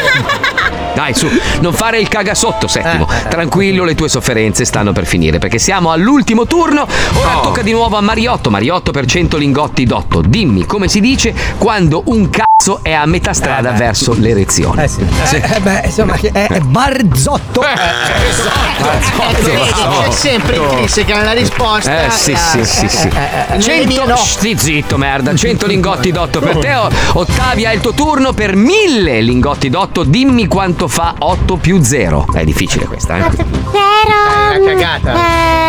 [SPEAKER 10] Dai, su, non fare il cagasotto, settimo.
[SPEAKER 8] Eh,
[SPEAKER 10] Tranquillo, le tue sofferenze stanno per finire perché siamo all'ultimo turno. Ora
[SPEAKER 8] Oh.
[SPEAKER 10] tocca di nuovo a Mariotto. Mariotto per 100 lingotti d'otto. Dimmi come si dice quando un cazzo cazzo è a metà strada verso l'erezione. Eh,
[SPEAKER 8] Eh, eh, beh, insomma, che è, Eh, è barzotto.
[SPEAKER 10] Barzotto.
[SPEAKER 6] Eh,
[SPEAKER 8] eh,
[SPEAKER 6] Vedi, c'è sempre
[SPEAKER 10] Oh.
[SPEAKER 6] intrinseca nella risposta.
[SPEAKER 10] Eh sì, sì, sì, sì.
[SPEAKER 6] Nelle mie
[SPEAKER 10] 100
[SPEAKER 6] eh, no.
[SPEAKER 10] Sti zitto, merda. 100 lingotti d'otto per te. O- Ottavia, è il tuo turno per 1000 lingotti d'otto. Dimmi quanto fa 8 più 0. È difficile questa, eh?
[SPEAKER 6] Zero. È una cagata.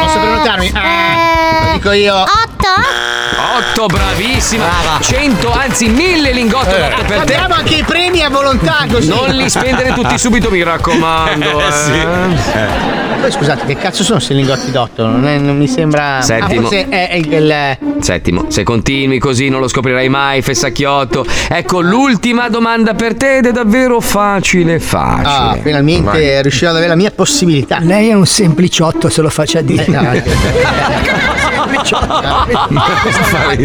[SPEAKER 6] Posso prenotarmi?
[SPEAKER 13] Eh,
[SPEAKER 6] Ah, lo dico io.
[SPEAKER 10] 8, bravissima. 100, anzi 1000 lingotti d'otto per te.
[SPEAKER 6] Eh. Abbiamo anche i premi a volontà così.
[SPEAKER 10] Non li spendere tutti subito, mi raccomando.
[SPEAKER 6] Eh, sì.
[SPEAKER 10] eh.
[SPEAKER 6] Poi scusate, che cazzo sono questi lingotti d'otto? Non, è- non mi sembra.
[SPEAKER 10] Settimo.
[SPEAKER 6] Ah, forse è, è il.
[SPEAKER 10] Settimo, se continui così non lo scoprirai mai, fessacchiotto. Ecco, l'ultima domanda per te ed è davvero facile, facile.
[SPEAKER 6] Ah, finalmente
[SPEAKER 10] Vai.
[SPEAKER 6] riuscirò ad avere la mia possibilità. Eh,
[SPEAKER 8] Lei è un sempliciotto, se lo faccia dire.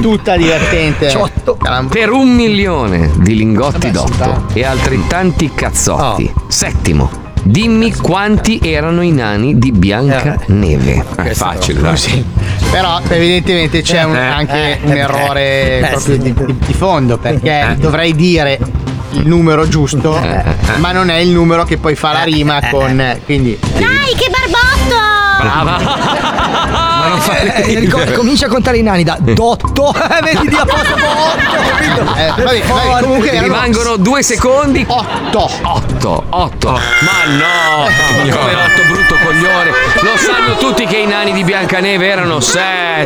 [SPEAKER 6] Tutta divertente.
[SPEAKER 10] Per un milione di lingotti d'otto e altrettanti cazzotti.
[SPEAKER 6] Oh.
[SPEAKER 10] Settimo, dimmi quanti erano i nani di
[SPEAKER 6] Eh,
[SPEAKER 10] Biancaneve. È facile,
[SPEAKER 6] Però evidentemente c'è un- anche un errore
[SPEAKER 10] eh,
[SPEAKER 6] proprio di, di- di fondo perché dovrei dire il numero giusto, ma non è il numero che poi fa la rima con. Quindi.
[SPEAKER 14] Dai, che barbotto!
[SPEAKER 10] Brava!
[SPEAKER 8] Ma
[SPEAKER 10] non
[SPEAKER 6] fare
[SPEAKER 8] eh,
[SPEAKER 6] ridere.
[SPEAKER 8] com- comincia a contare i nani da dotto. Eh, Vedi di apposta dotto, capito?
[SPEAKER 6] Eh, vabbè,
[SPEAKER 8] Per
[SPEAKER 6] vabbè,
[SPEAKER 8] forza.
[SPEAKER 6] comunque erano-
[SPEAKER 10] Rimangono due secondi.
[SPEAKER 6] 8
[SPEAKER 10] 8 8 Ma no!
[SPEAKER 3] Eh,
[SPEAKER 10] Come
[SPEAKER 3] no.
[SPEAKER 10] l'otto brutto coglione! Lo sanno tutti che i nani di Biancaneve erano
[SPEAKER 6] Eh,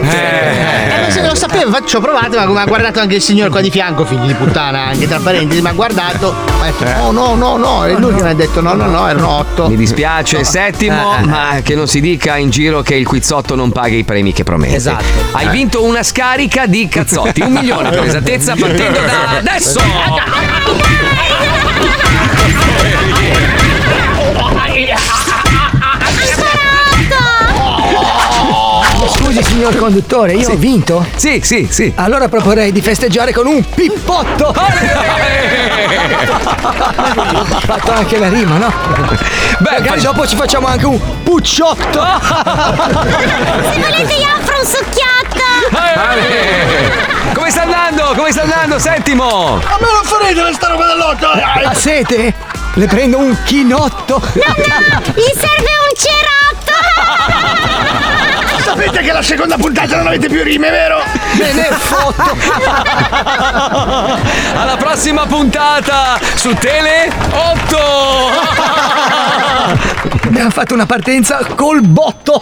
[SPEAKER 6] ma se non lo
[SPEAKER 10] sette!
[SPEAKER 6] sapevo, infatti ci ho provato, ma come ha guardato anche il signor qua di fianco, figli di puttana, anche tra parentesi, ma ha guardato, ha detto no, no, no, no, e lui che mi ha detto no, no, no, erano otto.
[SPEAKER 10] Mi dispiace, settimo,
[SPEAKER 6] Eh, eh, eh.
[SPEAKER 10] ma che non si dica in giro che il quizzotto non paga i premi che promette.
[SPEAKER 6] Esatto.
[SPEAKER 10] Hai
[SPEAKER 6] Eh.
[SPEAKER 10] vinto una scarica di cazzotti, un milione per esattezza, partendo da adesso.
[SPEAKER 8] Scusi signor conduttore, io ho vinto?
[SPEAKER 10] Sì, sì, sì.
[SPEAKER 8] Allora proporrei di festeggiare con un pippotto. Ho fatto anche la rima, no? Beh, Magari dopo ci facciamo anche un pucciotto.
[SPEAKER 14] Se volete io offro un
[SPEAKER 10] succhiotto! Come sta andando? Come sta andando? Settimo!
[SPEAKER 14] A me non farete questa roba Eh. dell'otto!
[SPEAKER 8] A sete? Le prendo un chinotto.
[SPEAKER 14] Mi serve un cerotto! Sapete che la seconda puntata non avete più rime, vero?
[SPEAKER 10] Me ne fotto! Alla prossima puntata su Tele 8!
[SPEAKER 8] Abbiamo fatto una partenza col botto.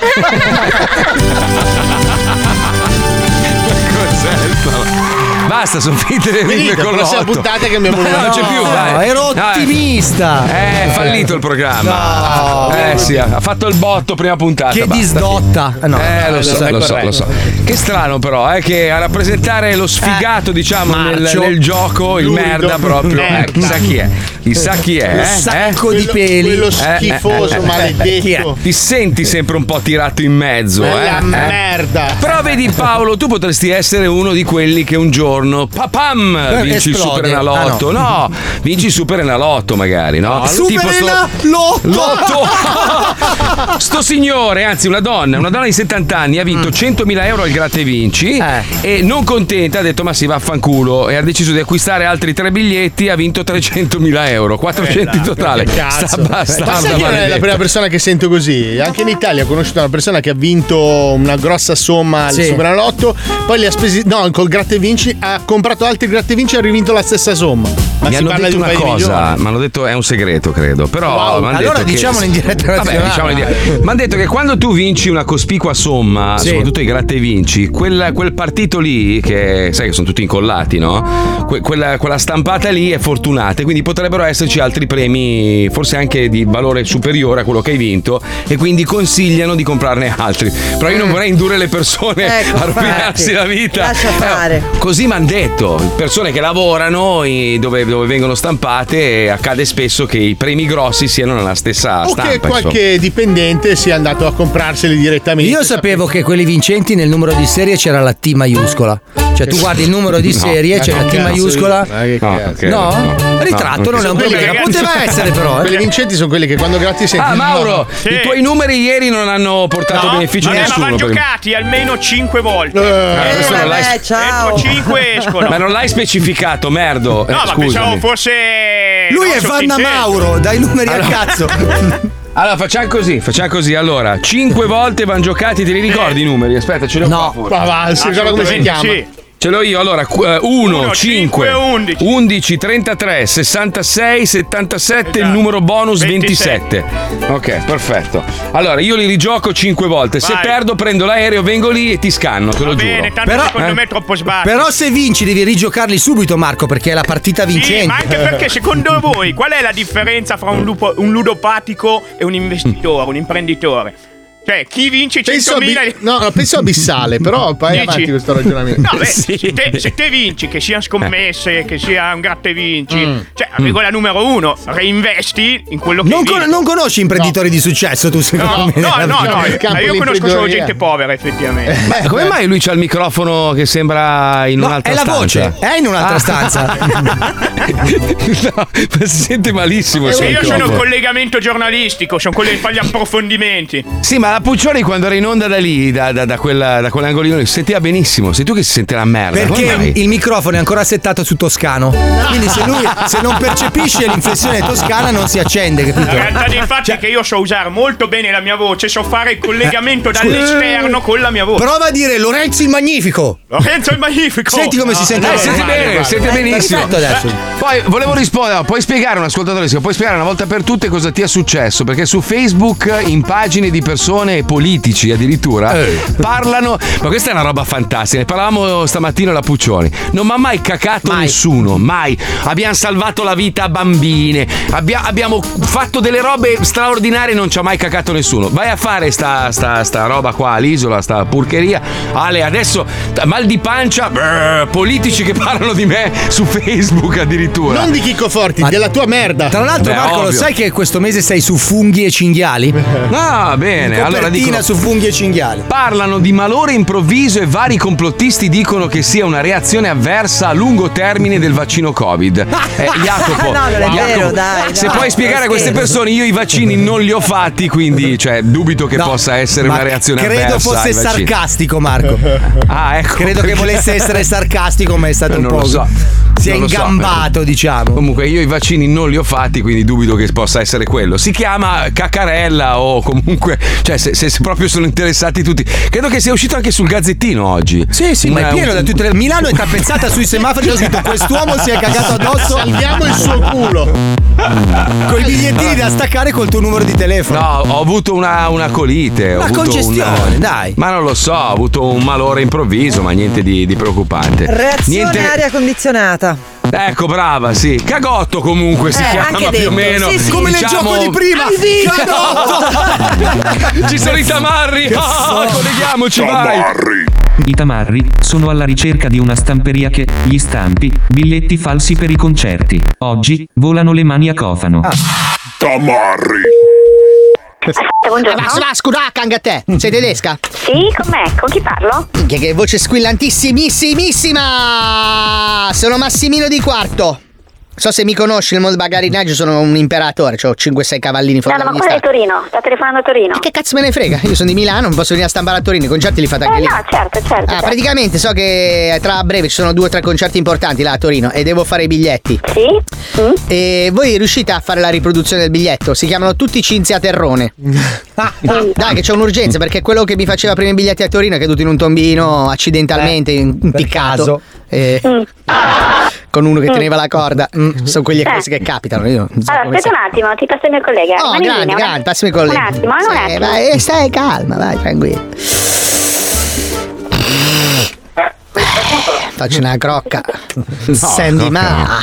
[SPEAKER 10] Basta, sono finite le rime
[SPEAKER 7] Finito,
[SPEAKER 10] con
[SPEAKER 7] prossima
[SPEAKER 10] l'otto.
[SPEAKER 7] puntata che mi è
[SPEAKER 10] Ma
[SPEAKER 7] voluto-
[SPEAKER 10] Non c'è
[SPEAKER 7] No,
[SPEAKER 10] più, vai.
[SPEAKER 7] ero
[SPEAKER 10] Dai.
[SPEAKER 7] ottimista.
[SPEAKER 10] Eh, è fallito il programma.
[SPEAKER 3] No.
[SPEAKER 10] Eh sì,
[SPEAKER 3] ha fatto il botto prima puntata.
[SPEAKER 10] Che
[SPEAKER 3] basta.
[SPEAKER 10] disdotta.
[SPEAKER 3] Eh,
[SPEAKER 10] No,
[SPEAKER 3] eh,
[SPEAKER 10] no,
[SPEAKER 3] lo so,
[SPEAKER 10] è
[SPEAKER 3] lo so,
[SPEAKER 10] corretto.
[SPEAKER 3] lo so. Che strano però, eh, che a rappresentare lo sfigato, diciamo, nel,
[SPEAKER 10] Marcio.
[SPEAKER 3] nel gioco, il
[SPEAKER 10] Ludo.
[SPEAKER 3] merda proprio. Eh,
[SPEAKER 10] Merda.
[SPEAKER 3] chissà chi è. Chissà chi è.
[SPEAKER 10] Lo
[SPEAKER 3] eh,
[SPEAKER 10] sacco
[SPEAKER 3] eh?
[SPEAKER 10] di Quello- peli. quello schifoso, maledetto.
[SPEAKER 3] Chi è? Ti senti sempre un po' tirato in mezzo,
[SPEAKER 7] Bella
[SPEAKER 3] eh?
[SPEAKER 7] merda.
[SPEAKER 3] Eh? Però vedi Paolo, tu potresti essere uno di quelli che un giorno papam
[SPEAKER 7] Eh,
[SPEAKER 3] vinci il
[SPEAKER 7] esplode.
[SPEAKER 3] Super Enalotto.
[SPEAKER 7] Ah,
[SPEAKER 3] no.
[SPEAKER 7] no.
[SPEAKER 3] vinci il Super Enalotto magari, no? Tipo sto-
[SPEAKER 7] Lotto.
[SPEAKER 3] Sto signore, anzi una donna, una donna di 70 anni ha
[SPEAKER 7] Mm.
[SPEAKER 3] vinto 100.000 euro al gratta e vinci
[SPEAKER 7] Eh.
[SPEAKER 3] e non contenta ha detto ma si vaffanculo e ha deciso di acquistare altri tre biglietti ha vinto 300.000
[SPEAKER 7] Eh,
[SPEAKER 3] euro, 400 in totale. Sta bastarda
[SPEAKER 7] Ma sai che non è la
[SPEAKER 3] maledetta.
[SPEAKER 7] prima persona che sento così. Anche in Italia ho conosciuto una persona che ha vinto una grossa somma al
[SPEAKER 3] Sì.
[SPEAKER 7] Superalotto, poi li ha spesi. No, col gratta e vinci, ha comprato altri gratta e vinci e ha rivinto la stessa somma. Ma
[SPEAKER 3] mi
[SPEAKER 7] si
[SPEAKER 3] hanno
[SPEAKER 7] parla
[SPEAKER 3] detto
[SPEAKER 7] di un
[SPEAKER 3] una
[SPEAKER 7] paio di
[SPEAKER 3] cosa,
[SPEAKER 7] milioni.
[SPEAKER 3] mi hanno detto è un segreto, credo. Però
[SPEAKER 7] Wow,
[SPEAKER 3] m'han
[SPEAKER 7] allora
[SPEAKER 3] detto che-
[SPEAKER 7] diciamolo in diretta
[SPEAKER 3] Vabbè,
[SPEAKER 7] nazionale.
[SPEAKER 3] diciamolo in diretta. Mi hanno detto che quando tu vinci una cospicua somma,
[SPEAKER 7] Sì.
[SPEAKER 3] soprattutto i gratta e vinci, quella- quel partito lì, che sai che sono tutti incollati, no? Que- quella, quella stampata lì è fortunata, e quindi potrebbero esserci altri premi, forse anche di valore superiore a quello che hai vinto, e quindi consigliano di comprarne altri. Però
[SPEAKER 7] Mm.
[SPEAKER 3] io non vorrei indurre le persone
[SPEAKER 15] Ecco,
[SPEAKER 3] a rovinarsi
[SPEAKER 15] infatti.
[SPEAKER 3] la vita.
[SPEAKER 15] Lascia
[SPEAKER 3] Eh,
[SPEAKER 15] fare.
[SPEAKER 3] Così mi hanno detto, persone che lavorano i- dove, dove vengono stampate e accade spesso che i premi grossi siano nella stessa
[SPEAKER 7] O
[SPEAKER 3] stampa.
[SPEAKER 7] che qualche dipendente sia andato a comprarseli direttamente.
[SPEAKER 5] Io sapevo che quelli vincenti nel numero di serie c'era la T maiuscola. Cioè, tu guardi il numero di
[SPEAKER 11] No.
[SPEAKER 5] serie, c'è
[SPEAKER 11] Ma
[SPEAKER 5] la
[SPEAKER 11] che
[SPEAKER 5] T
[SPEAKER 11] cazzo
[SPEAKER 5] maiuscola.
[SPEAKER 11] di- ma Ah, che
[SPEAKER 5] No,
[SPEAKER 11] cazzo.
[SPEAKER 5] no?
[SPEAKER 11] No.
[SPEAKER 5] Ritratto non è un
[SPEAKER 11] Quelli
[SPEAKER 5] problema.
[SPEAKER 11] che-
[SPEAKER 5] Poteva essere, però.
[SPEAKER 7] Quelli
[SPEAKER 5] Eh.
[SPEAKER 7] vincenti sono quelli che quando gratti senti.
[SPEAKER 3] Ah, Mauro,
[SPEAKER 7] Sì.
[SPEAKER 3] i tuoi numeri ieri non hanno portato beneficio a
[SPEAKER 16] Oh, vabbè, ma
[SPEAKER 3] nessuno.
[SPEAKER 16] vanno
[SPEAKER 3] per-
[SPEAKER 16] giocati almeno 5 volte.
[SPEAKER 3] Eh, questo non l'hai- vabbè,
[SPEAKER 16] ciao. 5 escono.
[SPEAKER 3] Ma non l'hai specificato, merdo. Eh,
[SPEAKER 16] No, ma pensavo fosse.
[SPEAKER 5] Lui
[SPEAKER 16] no,
[SPEAKER 5] è Vanna
[SPEAKER 16] sottinteso.
[SPEAKER 5] Mauro, dai numeri a cazzo.
[SPEAKER 3] Allora, facciamo così, facciamo così. Allora, 5 volte vanno giocati, te li ricordi i numeri? Aspetta, ce l'ho no. qua.
[SPEAKER 7] Ma va, si ricorda come si chiama?
[SPEAKER 3] Assolutamente sì. Ce l'ho io, allora eh, 1, 5, 11. 33, 66, 77,
[SPEAKER 16] Esatto.
[SPEAKER 3] il numero bonus 27. Ok, perfetto. Allora, io li rigioco 5 volte. Se
[SPEAKER 16] Vai.
[SPEAKER 3] perdo, prendo l'aereo, vengo lì e ti scanno, te lo giuro.
[SPEAKER 16] Bene, tanto secondo
[SPEAKER 3] Eh?
[SPEAKER 16] me è troppo sbatti.
[SPEAKER 5] Però se vinci devi rigiocarli subito, Marco, perché è la partita vincente.
[SPEAKER 16] Sì, ma anche perché secondo voi qual è la differenza fra un, lupo- un ludopatico e un investitore, un imprenditore? Cioè, chi vince 100.000
[SPEAKER 7] Penso, a bi- no, no, penso abissale, però vai
[SPEAKER 16] Dici?
[SPEAKER 7] avanti con questo ragionamento.
[SPEAKER 16] No, beh, se, te, se te vinci, che siano
[SPEAKER 3] Eh.
[SPEAKER 16] scommesse, che sia un gratta e vinci,
[SPEAKER 7] Mm.
[SPEAKER 16] cioè, regola numero uno, reinvesti in quello che
[SPEAKER 5] Non,
[SPEAKER 16] vinci.
[SPEAKER 5] con- non conosci imprenditori di successo, tu secondo me.
[SPEAKER 16] No, no, no,
[SPEAKER 5] nella vita.
[SPEAKER 16] ma io conosco solo gente povera,
[SPEAKER 7] Eh.
[SPEAKER 16] effettivamente.
[SPEAKER 3] Ma come mai lui c'ha il microfono che sembra in un'altra
[SPEAKER 5] è la
[SPEAKER 3] stanza?
[SPEAKER 5] voce, è in un'altra
[SPEAKER 3] Ah.
[SPEAKER 5] stanza.
[SPEAKER 3] no, ma si sente
[SPEAKER 7] Eh,
[SPEAKER 3] malissimo. il suo
[SPEAKER 16] Eh, Io, sono un
[SPEAKER 3] microfono.
[SPEAKER 16] collegamento giornalistico, sono quello che fa gli approfondimenti.
[SPEAKER 3] Sì, ma la Puccioni quando era in onda da lì, da, da- da quella- da quell'angolino, lì, si sentiva benissimo. Sei tu che si sente la merda. come
[SPEAKER 5] Perché
[SPEAKER 3] mai?
[SPEAKER 5] il microfono è ancora settato su toscano. Quindi se lui se non percepisce l'inflessione toscana non si accende,
[SPEAKER 16] La realtà
[SPEAKER 5] capito? Cioè
[SPEAKER 16] dei fatti è che io so usare molto bene la mia voce, so fare il collegamento
[SPEAKER 5] Eh,
[SPEAKER 16] dall'esterno
[SPEAKER 5] scusa.
[SPEAKER 16] con la mia voce.
[SPEAKER 5] Prova a dire Lorenzo il Magnifico.
[SPEAKER 16] Lorenzo il Magnifico. Ah,
[SPEAKER 5] Senti come si sente.
[SPEAKER 3] Eh, senti bene, senti benissimo.
[SPEAKER 5] Perfetto adesso.
[SPEAKER 3] Poi volevo rispondere, no, puoi spiegare un ascoltatore, se puoi spiegare una volta per tutte cosa ti è successo, perché su Facebook in pagine di persone e politici addirittura parlano, ma questa è una roba fantastica, ne parlavamo stamattina alla Puccioni, non mi ha mai cacato nessuno, mai. Abbiamo salvato la vita a bambine, abbia- abbiamo fatto delle robe straordinarie e non ci ha mai cacato nessuno. Vai a fare sta, sta- sta roba qua all'isola, sta porcheria. Ale, adesso t- mal di pancia, brr, politici che parlano di me su Facebook addirittura.
[SPEAKER 7] Non di Chicco Forti, della tua merda.
[SPEAKER 5] Tra l'altro,
[SPEAKER 3] Beh,
[SPEAKER 5] Marco, lo
[SPEAKER 3] ovvio.
[SPEAKER 5] sai che questo mese sei su funghi e cinghiali?
[SPEAKER 3] Ah, bene.
[SPEAKER 5] In
[SPEAKER 3] Allora
[SPEAKER 5] copertina
[SPEAKER 3] dicono,
[SPEAKER 5] su funghi e cinghiali.
[SPEAKER 3] parlano di malore improvviso e vari complottisti dicono che sia una reazione avversa a lungo termine del vaccino Covid. Eh, Jacopo,
[SPEAKER 10] No, non è
[SPEAKER 3] Jacopo,
[SPEAKER 10] vero, dai,
[SPEAKER 3] se
[SPEAKER 10] dai,
[SPEAKER 3] puoi spiegare a queste
[SPEAKER 10] scherzo.
[SPEAKER 3] persone, io i vaccini non li ho fatti, quindi cioè, dubito che
[SPEAKER 5] No,
[SPEAKER 3] possa essere
[SPEAKER 5] ma
[SPEAKER 3] una reazione
[SPEAKER 5] Credo
[SPEAKER 3] avversa.
[SPEAKER 5] fosse
[SPEAKER 3] ai vaccini.
[SPEAKER 5] sarcastico, Marco.
[SPEAKER 3] Ah, ecco.
[SPEAKER 5] Credo che
[SPEAKER 3] perché-
[SPEAKER 5] volesse essere sarcastico, ma è stato
[SPEAKER 3] Eh,
[SPEAKER 5] un
[SPEAKER 3] non
[SPEAKER 5] po'.
[SPEAKER 3] lo so.
[SPEAKER 5] Si è
[SPEAKER 3] Non lo so, eh.
[SPEAKER 5] ingambato, diciamo.
[SPEAKER 3] Comunque io i vaccini non li ho fatti, quindi dubito che possa essere quello. Si chiama Cacarella o comunque, cioè se, se- se proprio sono interessati tutti. Credo che sia uscito anche sul Gazzettino oggi.
[SPEAKER 5] Sì, sì, ma è pieno da tutte le. Milano è tappezzata sui semafori. Ho scritto: Quest'uomo si è cagato addosso.
[SPEAKER 7] Salviamo il suo culo.
[SPEAKER 5] Con i bigliettini da staccare col tuo numero di telefono.
[SPEAKER 3] No, ho avuto una, una colite. ho
[SPEAKER 5] Una
[SPEAKER 3] avuto
[SPEAKER 5] congestione,
[SPEAKER 3] una-
[SPEAKER 5] dai.
[SPEAKER 3] Ma non lo so, ho avuto un malore improvviso, ma niente di, di preoccupante.
[SPEAKER 17] Reazione
[SPEAKER 3] Niente-
[SPEAKER 17] aria condizionata.
[SPEAKER 3] Ecco, brava, sì. Cagotto comunque si
[SPEAKER 17] Eh,
[SPEAKER 3] chiama
[SPEAKER 17] anche
[SPEAKER 3] più
[SPEAKER 17] detto,
[SPEAKER 3] o meno. Diciamo
[SPEAKER 17] sì, sì.
[SPEAKER 5] Come nel gioco di prima.
[SPEAKER 17] Hai vinto!
[SPEAKER 3] Cagotto! Ci sono i tamarri! Ah, colleghiamoci, vai!
[SPEAKER 8] I tamarri sono alla ricerca di una stamperia che gli stampi biglietti falsi per i concerti. Oggi volano le mani a cofano.
[SPEAKER 5] Ah.
[SPEAKER 18] Tamarri.
[SPEAKER 19] Ma va, scusa, canga te. Sei tedesca?
[SPEAKER 13] Sì, com'è? Con chi parlo?
[SPEAKER 19] Minchia, che voce squillantissimissima! Sono Massimino di Quarto. So se mi conosci il mondo bagarinaggio, sono un imperatore, ho 5-6 cavallini fuori
[SPEAKER 13] No, no, ma
[SPEAKER 19] dalla mia
[SPEAKER 13] quello è
[SPEAKER 19] stanza.
[SPEAKER 13] Torino. Sta telefonando a Torino.
[SPEAKER 19] Che cazzo me ne frega? Io sono di Milano, non posso venire a stampare a Torino, i concerti li fate anche
[SPEAKER 13] Eh,
[SPEAKER 19] lì.
[SPEAKER 13] no, certo, certo.
[SPEAKER 19] Ah, praticamente so che tra breve ci sono due o tre concerti importanti là a Torino e devo fare i biglietti.
[SPEAKER 13] Sì. Mm?
[SPEAKER 19] E voi riuscite a fare la riproduzione del biglietto? Si chiamano tutti Cinzia Terrone.
[SPEAKER 13] Ah, mm.
[SPEAKER 19] Dai, che c'è un'urgenza perché quello che mi faceva prima i biglietti a Torino è caduto in un tombino accidentalmente, in- impiccato. Eh,
[SPEAKER 13] Mm.
[SPEAKER 19] Con uno che teneva la corda. Mm, sono quelle
[SPEAKER 13] Eh.
[SPEAKER 19] cose che capitano. Io non so
[SPEAKER 13] Allora,
[SPEAKER 19] come
[SPEAKER 13] aspetta
[SPEAKER 19] sia.
[SPEAKER 13] un attimo, ti passo il mio collega.
[SPEAKER 19] Oh,
[SPEAKER 13] Rimani in
[SPEAKER 19] grande,
[SPEAKER 13] linea, un
[SPEAKER 19] grande,
[SPEAKER 13] attimo. eh.
[SPEAKER 19] passami con
[SPEAKER 13] Un attimo, no, un
[SPEAKER 19] Sì,
[SPEAKER 13] attimo.
[SPEAKER 19] vai, eh, stai calma, vai, tranquillo.
[SPEAKER 13] Eh.
[SPEAKER 19] Faccio una crocca. Sandy Ma.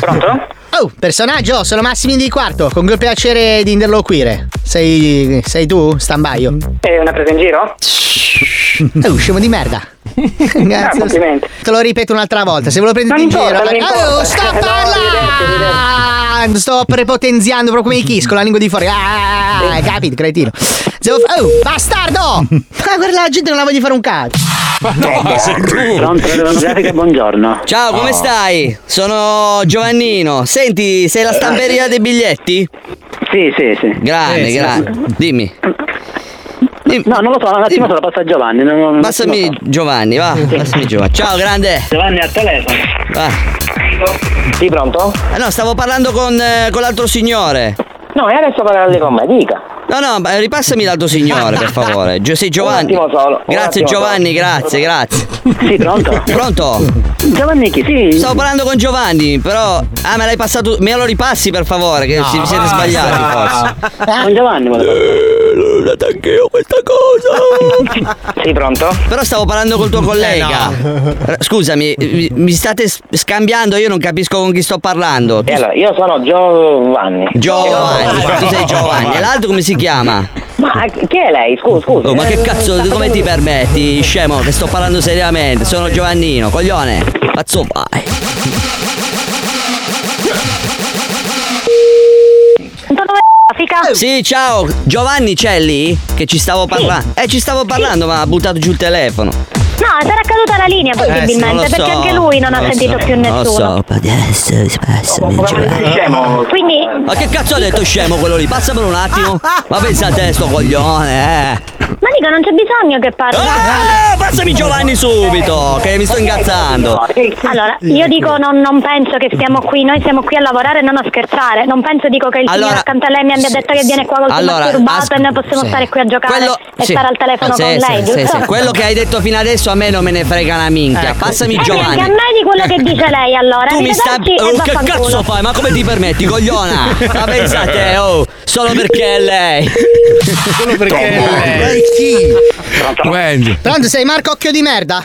[SPEAKER 19] Pronto? Oh, personaggio, sono Massimino di Quarto, con quel piacere di interloquire. Sei, sei tu, stambaio?
[SPEAKER 13] È una presa in giro?
[SPEAKER 19] Oh, scemo di merda. Grazie. Te lo ripeto un'altra volta, se ve lo prendete in giro.
[SPEAKER 13] non importa.
[SPEAKER 19] Oh, sta Eh,
[SPEAKER 13] No,
[SPEAKER 20] Eh,
[SPEAKER 19] parlando! Sto prepotenziando proprio come i kiss con la lingua di fuori. Ah, capito, cretino. Devo fa- oh, bastardo! Ma Ah, guarda la gente non la voglio fare un cazzo.
[SPEAKER 20] Pronto, radiografica, buongiorno.
[SPEAKER 13] Ciao, come
[SPEAKER 3] Ah.
[SPEAKER 20] Oh.
[SPEAKER 13] stai? Sono Giovannino. Senti, sei la stamperia dei biglietti?
[SPEAKER 20] Sì, sì, sì.
[SPEAKER 13] Grande,
[SPEAKER 20] Eh, sì.
[SPEAKER 13] grande. Dimmi.
[SPEAKER 20] No, non lo so, un attimo se la passa a Giovanni. non- non-
[SPEAKER 13] Passami
[SPEAKER 20] non lo so.
[SPEAKER 13] Giovanni, va. Passami Giovanni. Ciao, grande.
[SPEAKER 20] Giovanni al telefono.
[SPEAKER 13] Va.
[SPEAKER 20] Sì, pronto?
[SPEAKER 13] Ah, no, stavo parlando con, eh, con l'altro signore.
[SPEAKER 20] No, e adesso parlarle con me, dica.
[SPEAKER 13] No, no, ma ripassami l'altro signore, per favore. Gio- sei Giovanni.
[SPEAKER 20] Un attimo solo, un
[SPEAKER 13] Grazie
[SPEAKER 20] attimo
[SPEAKER 13] Giovanni,
[SPEAKER 20] solo.
[SPEAKER 13] grazie, grazie.
[SPEAKER 20] Sì, pronto?
[SPEAKER 13] Pronto?
[SPEAKER 20] Giovanni chi? Sì.
[SPEAKER 13] Stavo parlando con Giovanni, però. Ah, me l'hai passato. Me lo ripassi per favore, che si- vi siete sbagliati forse.
[SPEAKER 20] Con Giovanni volevo.
[SPEAKER 13] anch'io
[SPEAKER 21] Eh,
[SPEAKER 13] questa cosa.
[SPEAKER 20] Sei pronto?
[SPEAKER 13] Però stavo parlando col tuo collega. R- Scusami, mi, mi state s- scambiando, io non capisco con chi sto parlando. Tu-
[SPEAKER 20] E Eh, allora, io sono Giovanni.
[SPEAKER 13] Giovanni, tu sei Giovanni. E l'altro come si chiama?
[SPEAKER 20] Ma chi è lei? Scusa, scusa.
[SPEAKER 13] Oh,
[SPEAKER 8] Eh,
[SPEAKER 13] ma che cazzo, come ti permetti, scemo, che sto parlando seriamente? Sono Giovannino, coglione. Pazzo vai. Sì, ciao, Giovanni c'è lì? Che ci stavo parlando. Eh, ci stavo parlando, ma ha buttato giù il telefono.
[SPEAKER 4] No, sarà caduta la linea
[SPEAKER 13] Eh, sì, non
[SPEAKER 4] possibilmente,
[SPEAKER 13] lo
[SPEAKER 4] perché
[SPEAKER 13] so,
[SPEAKER 4] anche lui non ha
[SPEAKER 13] non lo
[SPEAKER 4] sentito
[SPEAKER 13] so,
[SPEAKER 4] più
[SPEAKER 13] non lo
[SPEAKER 4] nessuno.
[SPEAKER 13] so, adesso, adesso,
[SPEAKER 4] Quindi
[SPEAKER 13] Ma che cazzo ha detto scemo quello lì? Passa per un attimo. Ma pensa a te, sto coglione, eh.
[SPEAKER 4] Ma dico, non c'è bisogno che parli.
[SPEAKER 13] Ah, Passami Giovanni subito, che mi sto ingazzando.
[SPEAKER 4] Allora, io dico non, non penso che stiamo qui, noi siamo qui a lavorare non a scherzare. Non penso dico che il signor
[SPEAKER 13] Allora,
[SPEAKER 4] accanto a lei mi abbia detto che viene qua col suo
[SPEAKER 13] allora,
[SPEAKER 4] masturbato
[SPEAKER 13] as-
[SPEAKER 4] e noi possiamo
[SPEAKER 13] sì.
[SPEAKER 4] stare qui a giocare
[SPEAKER 13] Quello-
[SPEAKER 4] e
[SPEAKER 13] sì.
[SPEAKER 4] stare al telefono
[SPEAKER 13] Sì,
[SPEAKER 4] con
[SPEAKER 13] sì,
[SPEAKER 4] lei,
[SPEAKER 13] sì,
[SPEAKER 4] giusto?
[SPEAKER 13] sì. Quello che hai detto fino adesso a me non me ne frega una minchia. Passami
[SPEAKER 4] Eh,
[SPEAKER 13] Giovanni.
[SPEAKER 4] neanche a me di quello che dice lei allora.
[SPEAKER 13] Tu mi sta.
[SPEAKER 4] Arrivederci
[SPEAKER 13] Oh,
[SPEAKER 4] e
[SPEAKER 13] che
[SPEAKER 4] vaffanculo.
[SPEAKER 13] cazzo fai? Ma come ti permetti, cogliona? Ma pensate, oh, solo perché è lei. Solo perché è lei.
[SPEAKER 22] Wendy.
[SPEAKER 19] Pronto, sei Marco Occhio di Merda?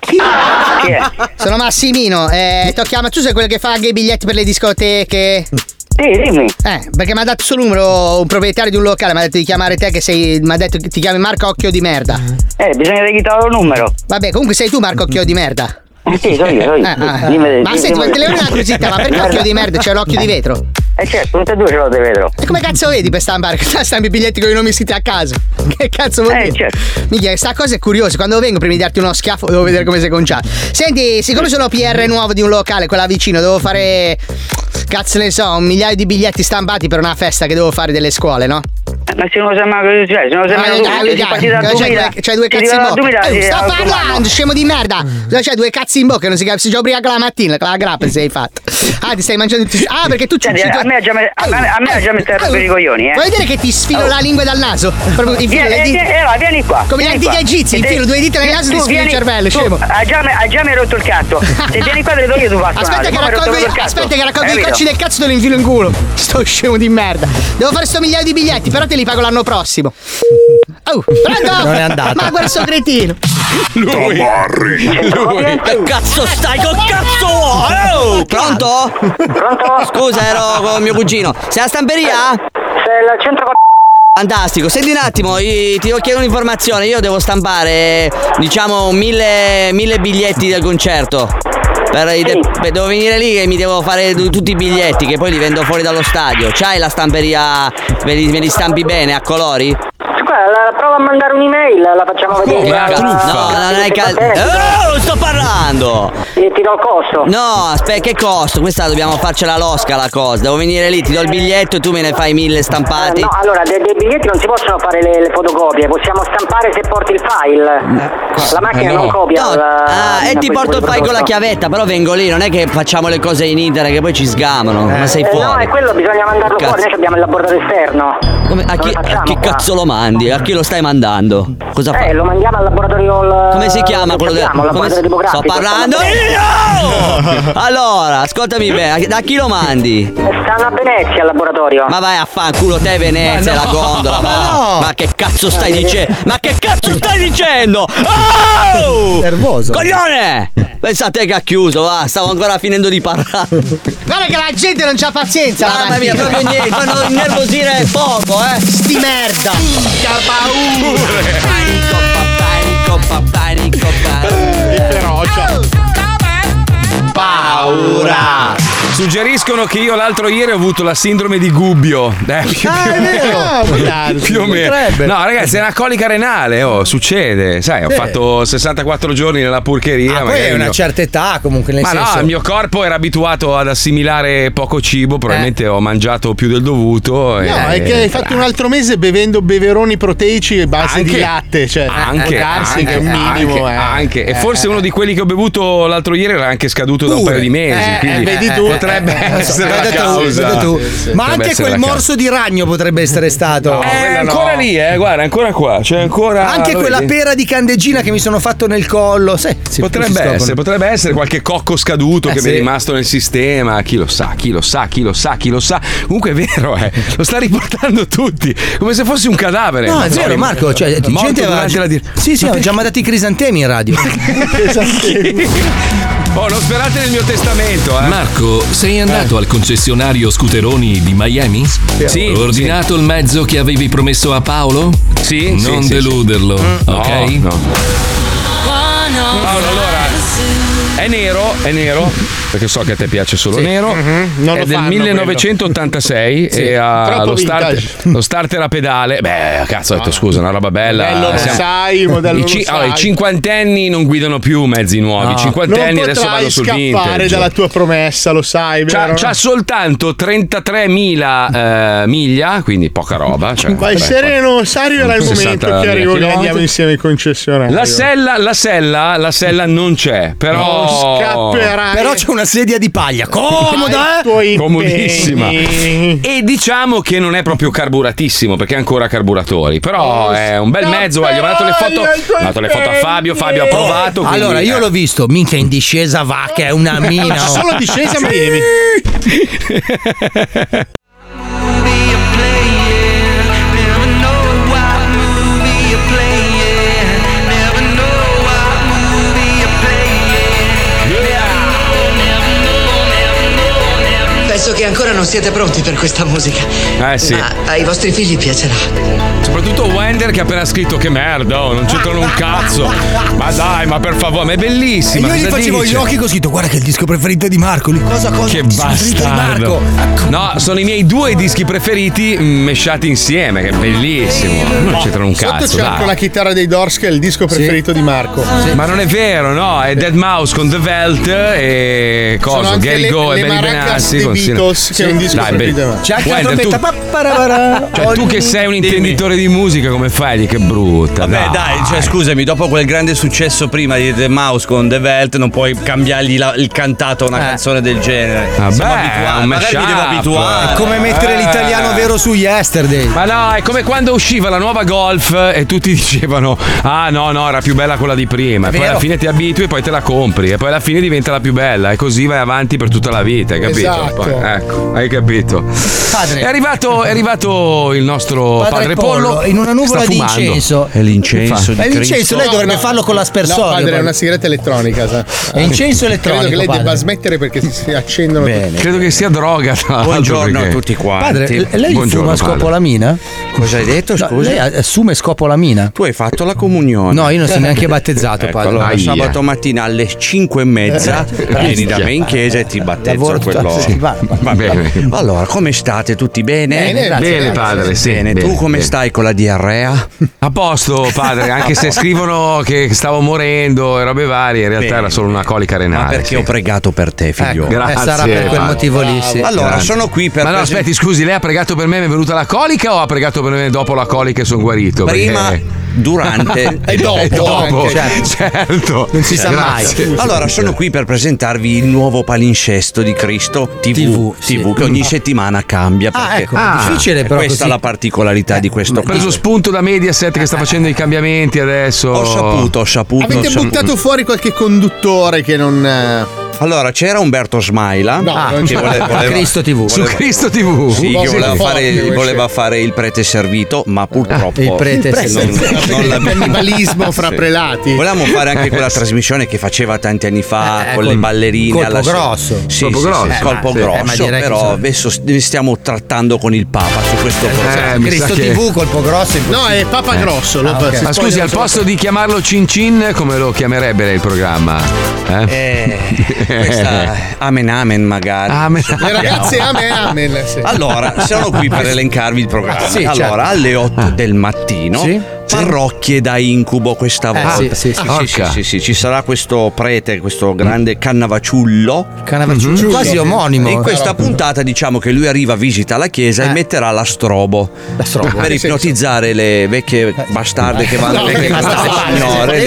[SPEAKER 20] Chi è?
[SPEAKER 19] Sono Massimino, eh, ti ho chiamato, tu sei quello che fa anche i biglietti per le discoteche?
[SPEAKER 20] Sì, dimmi.
[SPEAKER 19] Eh, perché mi ha dato il suo numero un proprietario di un locale, mi ha detto di chiamare te che sei, mi ha detto che ti chiami Marco Occhio di Merda.
[SPEAKER 20] Eh, bisogna registrare un numero.
[SPEAKER 19] Vabbè, comunque sei tu Marco Occhio di Merda.
[SPEAKER 20] Sì, sono io, sono io.
[SPEAKER 19] Eh, ah,
[SPEAKER 20] Dimmi- dimmi-
[SPEAKER 19] ma senti, ma
[SPEAKER 20] dimmi-
[SPEAKER 19] te levo una curiosità, ma perché occhio di merda? C'è l'occhio di vetro?
[SPEAKER 20] Eh certo, tutte e due ce l'ho di vetro.
[SPEAKER 19] E come cazzo vedi per stampare? Cosa stampi i biglietti con i nomi scritti a caso? Che cazzo vuol dire? Minchia, sta cosa è curiosa. Quando vengo prima di darti uno schiaffo devo vedere come sei conciato. Senti, siccome sono PR nuovo di un locale, quella vicino, devo fare. Cazzo ne so, un migliaio di biglietti stampati per una festa che devo fare delle scuole, no?
[SPEAKER 20] Eh, Ma se non lo sembra così, cioè, se non lo sembra
[SPEAKER 19] Dai, Ah, dai,
[SPEAKER 20] così,
[SPEAKER 19] dai,
[SPEAKER 20] si partiti da
[SPEAKER 19] cosa c'hai,
[SPEAKER 20] 2000.
[SPEAKER 19] due- c'hai due
[SPEAKER 20] si
[SPEAKER 19] cazzi in
[SPEAKER 20] arriva da
[SPEAKER 19] bocca.
[SPEAKER 20] 2000,
[SPEAKER 19] Eh,
[SPEAKER 20] si
[SPEAKER 19] sto
[SPEAKER 20] arriva da
[SPEAKER 19] parlando, scemo di merda. Cosa C'hai due cazzi in bocca, non si capisce. Già ubriaca la mattina, la grappa ti sei fatta. Ah, ti stai mangiando. ti- Ah, perché tu ciucci.
[SPEAKER 20] Senti,
[SPEAKER 19] tu-
[SPEAKER 20] a me ha già me- a me- a me ha già messo per i coglioni, eh.
[SPEAKER 19] Vuoi vedere che ti sfilo
[SPEAKER 20] Oh.
[SPEAKER 19] la lingua dal naso? Proprio ti infilo
[SPEAKER 20] Vieni,
[SPEAKER 19] le dita.
[SPEAKER 20] eh, eh, allora, vieni qua.
[SPEAKER 19] Come gli
[SPEAKER 20] vieni
[SPEAKER 19] antichi
[SPEAKER 20] qua.
[SPEAKER 19] egizi,
[SPEAKER 20] Se te-
[SPEAKER 19] infilo due dita nel
[SPEAKER 20] tu
[SPEAKER 19] naso e ti sfilo il
[SPEAKER 20] vieni-
[SPEAKER 19] cervello,
[SPEAKER 20] tu-
[SPEAKER 19] scemo.
[SPEAKER 20] Ah, già, mi- ah, già mi hai rotto il cazzo. Se vieni qua te le do io tu faccio
[SPEAKER 19] Aspetta che raccolgo, i- aspetta che raccolgo i cocci del cazzo e te li infilo in culo. Sto scemo di merda. Devo fare sto migliaio di biglietti, però te li pago l'anno prossimo. Oh, pronto?
[SPEAKER 3] Non è andata.
[SPEAKER 19] Ma guarda sto cretino.
[SPEAKER 3] Lui.
[SPEAKER 13] Che cazzo stai? Che cazzo vuoi? Oh, pronto? Scusa, ero con mio cugino. Sei alla stamperia? Sei al centro Fantastico, senti un attimo, i- ti chiedo un'informazione, io devo stampare diciamo mille, mille biglietti del concerto. Per i de- beh, devo venire lì e mi devo fare du- tutti i biglietti che poi li vendo fuori dallo stadio. C'hai la stamperia, me li, me li stampi bene a colori?
[SPEAKER 8] Guarda, prova a mandare un'email, la facciamo vedere.
[SPEAKER 13] Ma
[SPEAKER 8] alla-
[SPEAKER 13] ca- No, non è caldo. Oh, non sto parlando!
[SPEAKER 8] Ti do il costo.
[SPEAKER 13] No, aspetta, che costo? Questa dobbiamo farcela losca la cosa. Devo venire lì, ti do il biglietto e tu me ne fai mille stampati.
[SPEAKER 8] Eh, No, allora, de- dei biglietti non si possono fare le, le fotocopie, possiamo stampare se porti il file. La macchina
[SPEAKER 13] Eh, no.
[SPEAKER 8] non copia.
[SPEAKER 13] No,
[SPEAKER 8] la-
[SPEAKER 13] ah, e
[SPEAKER 8] da
[SPEAKER 13] ti
[SPEAKER 8] quel-
[SPEAKER 13] porto il
[SPEAKER 8] quel
[SPEAKER 13] file con
[SPEAKER 8] prodotto.
[SPEAKER 13] la chiavetta, però vengo lì, non è che facciamo le cose in internet che poi ci sgamano. Ma sei
[SPEAKER 8] Eh,
[SPEAKER 13] fuori.
[SPEAKER 8] No, è quello, bisogna mandarlo
[SPEAKER 13] Cazzo.
[SPEAKER 8] fuori, noi abbiamo il laboratorio esterno.
[SPEAKER 13] Come- a chi, a chi cazzo lo mandi? A chi lo stai mandando? Cosa fai?
[SPEAKER 8] Eh, lo mandiamo al laboratorio... al-
[SPEAKER 13] Come si chiama
[SPEAKER 8] lo
[SPEAKER 13] quello del
[SPEAKER 8] sappiamo, al laboratorio
[SPEAKER 13] come si- Sto
[SPEAKER 8] tipografico,
[SPEAKER 13] parlando io! Allora, ascoltami bene, da chi lo mandi?
[SPEAKER 8] Stanno a Venezia al laboratorio.
[SPEAKER 13] Ma vai a fanculo te Venezia,
[SPEAKER 8] Ma
[SPEAKER 13] la
[SPEAKER 8] no.
[SPEAKER 13] gondola,
[SPEAKER 8] Ma
[SPEAKER 13] va.
[SPEAKER 8] no.
[SPEAKER 13] Ma che cazzo stai dicendo? Ma che cazzo stai dicendo? Oh!
[SPEAKER 23] Nervoso.
[SPEAKER 13] Coglione! Pensate che ha chiuso, va, stavo ancora finendo di parlare.
[SPEAKER 19] Guarda che la gente non c'ha pazienza. la
[SPEAKER 13] Mamma mia,
[SPEAKER 19] mattina.
[SPEAKER 13] proprio niente, fanno innervosire poco, eh!
[SPEAKER 19] Sti merda!
[SPEAKER 13] Minchia paura! Panico, pa- panico,
[SPEAKER 3] Eh.
[SPEAKER 13] pa- panico, pa-
[SPEAKER 3] Paura. Suggeriscono che io l'altro ieri ho avuto la sindrome di Gubbio. Eh, più,
[SPEAKER 24] Ah, è vero. Ah, può darsi,
[SPEAKER 3] più o meno.
[SPEAKER 24] potrebbe.
[SPEAKER 3] No, ragazzi, è una colica renale, oh, succede. Sai, ho
[SPEAKER 5] Sì.
[SPEAKER 3] fatto 64 giorni nella porcheria.
[SPEAKER 5] Ah, poi
[SPEAKER 3] magari
[SPEAKER 5] è
[SPEAKER 3] il
[SPEAKER 5] una
[SPEAKER 3] mio-
[SPEAKER 5] certa età, comunque, nel
[SPEAKER 3] Ma
[SPEAKER 5] senso.
[SPEAKER 3] no, il mio corpo era abituato ad assimilare poco cibo, probabilmente ho mangiato più del dovuto. e-
[SPEAKER 7] No, è che hai fatto un altro mese bevendo beveroni proteici e base di
[SPEAKER 3] Anche-
[SPEAKER 7] latte.
[SPEAKER 5] Eh,
[SPEAKER 7] Cioè,
[SPEAKER 3] anche,
[SPEAKER 7] può darsi
[SPEAKER 3] anche,
[SPEAKER 7] che è un minimo.
[SPEAKER 3] anche,
[SPEAKER 7] eh.
[SPEAKER 3] anche. e
[SPEAKER 7] Eh.
[SPEAKER 3] forse uno di quelli che ho bevuto l'altro ieri era anche scaduto da un
[SPEAKER 5] Pure.
[SPEAKER 3] paio di mesi
[SPEAKER 5] Eh,
[SPEAKER 3] quindi
[SPEAKER 5] eh, vedi tu.
[SPEAKER 3] potrebbe
[SPEAKER 5] Eh, non so,
[SPEAKER 3] essere la
[SPEAKER 5] vedi tu,
[SPEAKER 3] causa
[SPEAKER 5] vedi tu. Ma
[SPEAKER 3] Potrebbe
[SPEAKER 5] anche
[SPEAKER 3] essere
[SPEAKER 5] quel
[SPEAKER 3] la causa.
[SPEAKER 5] morso di ragno potrebbe essere stato.
[SPEAKER 3] è ancora lì eh guarda è ancora qua c'è ancora
[SPEAKER 5] Anche
[SPEAKER 3] lo
[SPEAKER 5] quella
[SPEAKER 3] Ah, vedi?
[SPEAKER 5] pera di candeggina che mi sono fatto nel collo. Sai, si- si
[SPEAKER 3] Potrebbe
[SPEAKER 5] scoprono.
[SPEAKER 3] essere, potrebbe essere qualche cocco scaduto
[SPEAKER 5] Eh,
[SPEAKER 3] che mi è
[SPEAKER 5] sì.
[SPEAKER 3] rimasto nel sistema, chi lo sa, chi lo sa, chi lo sa, chi lo sa. Comunque è vero, eh, lo sta riportando tutti, come se fossi un cadavere.
[SPEAKER 5] No, è
[SPEAKER 3] Madonna,
[SPEAKER 5] vero, Marco. Cioè,
[SPEAKER 3] morto
[SPEAKER 5] gente aveva-
[SPEAKER 3] durante la dir-
[SPEAKER 5] Sì, sì, aveva già mandato i crisantemi in radio. Esatto.
[SPEAKER 3] Oh, non sperate nel mio testamento, eh.
[SPEAKER 11] Marco, sei andato al concessionario Scuteroni di Miami?
[SPEAKER 3] Sì,
[SPEAKER 11] Ordinato il mezzo che avevi promesso a Paolo?
[SPEAKER 3] Sì.
[SPEAKER 11] Non
[SPEAKER 3] sì, sì.
[SPEAKER 11] deluderlo,
[SPEAKER 3] Mm.
[SPEAKER 11] ok?
[SPEAKER 3] No, Paolo, allora è nero, è nero, perché so che a te piace solo nero.
[SPEAKER 7] Mm-hmm. Mm, Non
[SPEAKER 3] è
[SPEAKER 7] lo
[SPEAKER 3] del
[SPEAKER 7] fanno,
[SPEAKER 3] 1986
[SPEAKER 7] Sì.
[SPEAKER 3] e ha
[SPEAKER 7] Troppo
[SPEAKER 3] lo starter,
[SPEAKER 7] vintage.
[SPEAKER 3] lo starter a pedale. Beh, cazzo, ho detto scusa, una roba bella.
[SPEAKER 7] Modello lo
[SPEAKER 3] Siamo-
[SPEAKER 7] sai, modello
[SPEAKER 3] I,
[SPEAKER 7] lo
[SPEAKER 3] cin-
[SPEAKER 7] sai.
[SPEAKER 3] allora, i cinquantenni non guidano più mezzi nuovi. I cinquantenni
[SPEAKER 7] non
[SPEAKER 3] adesso
[SPEAKER 7] potrai
[SPEAKER 3] vanno sul
[SPEAKER 7] scappare
[SPEAKER 3] vintage.
[SPEAKER 7] dalla tua promessa, lo sai.
[SPEAKER 3] C'ha,
[SPEAKER 7] vero?
[SPEAKER 3] c'ha soltanto 33.000 eh, miglia, quindi poca roba. Cioè,
[SPEAKER 7] Vai
[SPEAKER 3] beh,
[SPEAKER 7] sereno, sa arriverà il
[SPEAKER 3] 60
[SPEAKER 7] momento che arrivo che
[SPEAKER 3] chilometri.
[SPEAKER 7] andiamo insieme in concessionario.
[SPEAKER 3] La sella, la sella, la sella non c'è, però
[SPEAKER 7] Non scapperai.
[SPEAKER 5] Però c'è una sedia di paglia. Comoda,
[SPEAKER 7] eh?
[SPEAKER 3] comodissima. E diciamo che non è proprio carburatissimo perché ha ancora carburatori,
[SPEAKER 7] Oh,
[SPEAKER 3] però è un bel mezzo, guarda, gli ho mandato le foto, ho mandato le foto a Fabio, Fabio ha provato. quindi-
[SPEAKER 5] Allora, io
[SPEAKER 3] eh.
[SPEAKER 5] l'ho visto, minchia in discesa va che è una mina. oh.
[SPEAKER 7] Solo discesa ma bevi.
[SPEAKER 25] Penso che ancora non siete pronti per questa musica.
[SPEAKER 3] Eh sì.
[SPEAKER 25] Ma ai vostri figli piacerà.
[SPEAKER 3] Soprattutto Wender che ha appena scritto che merda, oh, non c'entrano un cazzo. Ma dai, ma per favore, ma è
[SPEAKER 5] E
[SPEAKER 3] bellissima.
[SPEAKER 5] io gli
[SPEAKER 3] cosa
[SPEAKER 5] facevo
[SPEAKER 3] dice?
[SPEAKER 5] gli occhi così, guarda che è il disco preferito di Marco. Lui, cosa cosa?
[SPEAKER 3] Che
[SPEAKER 5] il disco preferito di
[SPEAKER 3] bastardo.
[SPEAKER 5] Marco.
[SPEAKER 3] No, sono i miei due dischi preferiti mm, mesciati insieme, che è bellissimo. Non c'entrano un
[SPEAKER 7] Sotto
[SPEAKER 3] cazzo,
[SPEAKER 7] c'è anche
[SPEAKER 3] Ah, dai.
[SPEAKER 7] la chitarra dei Dors che è il disco preferito di Marco.
[SPEAKER 3] Ma non è vero, no? È Dead Mouse con The Velt e
[SPEAKER 7] Sono
[SPEAKER 3] cosa?
[SPEAKER 7] anche
[SPEAKER 3] Gary
[SPEAKER 7] le-
[SPEAKER 3] Go e
[SPEAKER 7] le
[SPEAKER 3] Benny
[SPEAKER 7] maracas
[SPEAKER 3] Benassi
[SPEAKER 7] dei
[SPEAKER 3] con Sina-
[SPEAKER 7] Beatles, che è un disco
[SPEAKER 3] Dai,
[SPEAKER 7] preferito.
[SPEAKER 3] beh,
[SPEAKER 5] C'è anche la
[SPEAKER 3] Wender, tu-
[SPEAKER 5] trombetta. pa- pararara.
[SPEAKER 3] Cioè, tu che sei un intenditore di musica, come fai? Di Che brutta.
[SPEAKER 21] Vabbè, dai, cioè, scusami, dopo quel grande successo prima di The Mouse con The Welt, non puoi cambiargli la- il cantato a una canzone del genere.
[SPEAKER 3] Vabbè,
[SPEAKER 21] Siamo
[SPEAKER 3] è
[SPEAKER 21] abituati,
[SPEAKER 3] un
[SPEAKER 21] magari mi
[SPEAKER 5] eh.
[SPEAKER 21] devo
[SPEAKER 3] mashup.
[SPEAKER 21] abituare. Eh.
[SPEAKER 3] È come
[SPEAKER 5] Mettere l'italiano vero su yesterday.
[SPEAKER 3] Ma no, è come quando usciva la nuova Golf e tutti dicevano: Ah, no, no, era più bella quella di prima. E poi
[SPEAKER 5] Vero.
[SPEAKER 3] alla fine ti abitui e poi te la compri. E poi alla fine diventa la più bella. E così vai avanti per tutta la vita, hai capito?
[SPEAKER 5] Esatto.
[SPEAKER 3] Poi, ecco, hai capito. È, arrivato, è arrivato il
[SPEAKER 7] Oh,
[SPEAKER 3] nostro padre,
[SPEAKER 5] Padre
[SPEAKER 3] Pollo,
[SPEAKER 5] Pollo, in una nuvola
[SPEAKER 3] sta
[SPEAKER 5] di
[SPEAKER 3] fumando.
[SPEAKER 5] incenso.
[SPEAKER 21] È l'incenso
[SPEAKER 5] È l'incenso, lei dovrebbe farlo con l'aspersorio.
[SPEAKER 7] No, padre, è
[SPEAKER 5] poi.
[SPEAKER 7] una sigaretta elettronica. sa.
[SPEAKER 5] È incenso elettronico,
[SPEAKER 7] Credo che lei debba
[SPEAKER 5] padre.
[SPEAKER 7] smettere perché si- si accendono.
[SPEAKER 3] Credo che sia droga. tra l'altro,
[SPEAKER 21] Buongiorno
[SPEAKER 3] perché-
[SPEAKER 21] a tutti quanti.
[SPEAKER 5] Padre, lei
[SPEAKER 21] Buongiorno,
[SPEAKER 5] fuma
[SPEAKER 21] padre.
[SPEAKER 5] scopolamina?
[SPEAKER 21] Cosa hai detto?
[SPEAKER 5] No,
[SPEAKER 21] Scusa.
[SPEAKER 5] lei assume scopolamina.
[SPEAKER 21] Tu hai fatto la comunione.
[SPEAKER 5] No, io non sono neanche battezzato,
[SPEAKER 21] Ecco,
[SPEAKER 5] padre.
[SPEAKER 21] allora
[SPEAKER 5] Aia.
[SPEAKER 21] sabato mattina alle 5 e mezza
[SPEAKER 5] Eh,
[SPEAKER 21] vieni da
[SPEAKER 5] minchia.
[SPEAKER 21] me in chiesa e ti battezzo
[SPEAKER 5] Lavoro
[SPEAKER 21] a
[SPEAKER 5] tutta
[SPEAKER 21] quell'ora.
[SPEAKER 5] la settimana.
[SPEAKER 21] Va bene. Allora, come state? Tutti bene?
[SPEAKER 5] Bene, grazie, Bene, grazie.
[SPEAKER 21] Bene,
[SPEAKER 5] padre, sì, bene,
[SPEAKER 21] tu come
[SPEAKER 5] bene.
[SPEAKER 21] stai con la diarrea?
[SPEAKER 3] A posto, padre, anche se scrivono che stavo morendo e robe varie, in realtà
[SPEAKER 21] Bene.
[SPEAKER 3] era solo una colica renale.
[SPEAKER 21] Ma perché
[SPEAKER 3] sì.
[SPEAKER 21] ho pregato per te, figliolo?
[SPEAKER 3] Ecco, eh, sarà per quel motivo
[SPEAKER 5] lì, sì.
[SPEAKER 21] Allora,
[SPEAKER 3] Grazie.
[SPEAKER 21] sono qui per
[SPEAKER 3] Ma no,
[SPEAKER 21] present-
[SPEAKER 3] aspetti, scusi, lei ha pregato per me, mi è venuta la colica o ha pregato per me dopo la colica e sono guarito?
[SPEAKER 21] Prima,
[SPEAKER 3] Perché-
[SPEAKER 21] durante
[SPEAKER 3] E dopo.
[SPEAKER 21] Anche,
[SPEAKER 3] certo. Non si sa
[SPEAKER 21] Grazie.
[SPEAKER 3] mai.
[SPEAKER 21] Allora, sono qui per presentarvi il nuovo palinsesto di Cristo TV, TV, che ogni settimana cambia.
[SPEAKER 5] Ah,
[SPEAKER 21] perché
[SPEAKER 5] ecco, difficile però
[SPEAKER 21] Questa è
[SPEAKER 5] così.
[SPEAKER 21] la particolarità di questo.
[SPEAKER 3] Ho preso spunto da Mediaset che sta facendo i cambiamenti adesso.
[SPEAKER 21] Ho saputo, ho saputo.
[SPEAKER 7] Avete
[SPEAKER 21] ho saputo.
[SPEAKER 7] buttato fuori qualche conduttore che non. eh,
[SPEAKER 21] Allora, c'era Umberto Smaila
[SPEAKER 7] No, non
[SPEAKER 21] che
[SPEAKER 7] c'era.
[SPEAKER 21] vole- voleva,
[SPEAKER 7] Su Cristo
[SPEAKER 5] TV.
[SPEAKER 21] voleva-
[SPEAKER 3] Su Cristo TV.
[SPEAKER 21] Sì, che
[SPEAKER 3] Cose
[SPEAKER 21] voleva
[SPEAKER 3] forti
[SPEAKER 21] fare, il,
[SPEAKER 3] queste.
[SPEAKER 21] voleva fare il prete servito, ma
[SPEAKER 7] Ah,
[SPEAKER 21] purtroppo
[SPEAKER 5] il prete
[SPEAKER 21] non,
[SPEAKER 5] servito.
[SPEAKER 21] non l'abbiamo-
[SPEAKER 7] Cannibalismo fra
[SPEAKER 21] Sì.
[SPEAKER 7] prelati.
[SPEAKER 21] Volevamo fare anche quella trasmissione che faceva tanti anni fa
[SPEAKER 7] Eh,
[SPEAKER 21] con le
[SPEAKER 7] col-
[SPEAKER 21] ballerine.
[SPEAKER 7] colpo
[SPEAKER 21] alla-
[SPEAKER 7] grosso.
[SPEAKER 21] Sì,
[SPEAKER 7] Colpo
[SPEAKER 21] sì, sì,
[SPEAKER 7] grosso. Eh,
[SPEAKER 21] colpo
[SPEAKER 7] ma- sì, eh, ma
[SPEAKER 21] grosso.
[SPEAKER 7] direi che
[SPEAKER 21] però
[SPEAKER 7] sono- Eh,
[SPEAKER 21] adesso st- stiamo trattando con il Papa su questo progetto.
[SPEAKER 5] Cristo TV, colpo grosso.
[SPEAKER 7] No, è Papa
[SPEAKER 10] Eh.
[SPEAKER 7] Grosso. lo-
[SPEAKER 5] Ah, ok.
[SPEAKER 7] si
[SPEAKER 3] Ma
[SPEAKER 7] spoglia
[SPEAKER 3] scusi, al
[SPEAKER 7] solo-
[SPEAKER 3] posto di chiamarlo Cin Cin, come lo chiamerebbe lei il programma? Eh?
[SPEAKER 21] Questa amen amen magari.
[SPEAKER 10] Amen.
[SPEAKER 7] Le ragazze amen amen. sì. Ah,
[SPEAKER 21] Allora, sono qui per elencarvi il programma.
[SPEAKER 7] Sì, certo.
[SPEAKER 21] allora, alle 8 del mattino. Parrocchie da incubo questa
[SPEAKER 10] Eh,
[SPEAKER 21] volta.
[SPEAKER 10] sì, sì, sì.
[SPEAKER 21] Ah, sì,
[SPEAKER 10] Porca.
[SPEAKER 21] sì, sì, sì. Ci sarà questo prete, questo grande cannavaciullo.
[SPEAKER 5] Cannavacciullo. Mhm. Quasi omonimo.
[SPEAKER 21] In questa puntata diciamo che lui arriva, visita la chiesa
[SPEAKER 5] Eh.
[SPEAKER 21] e metterà la strobo. Per ipnotizzare le vecchie bastarde che vanno
[SPEAKER 5] Eh. No,
[SPEAKER 21] le vecchie
[SPEAKER 5] no,
[SPEAKER 21] bastarde
[SPEAKER 5] no,
[SPEAKER 21] signore
[SPEAKER 5] no, no,
[SPEAKER 21] lì,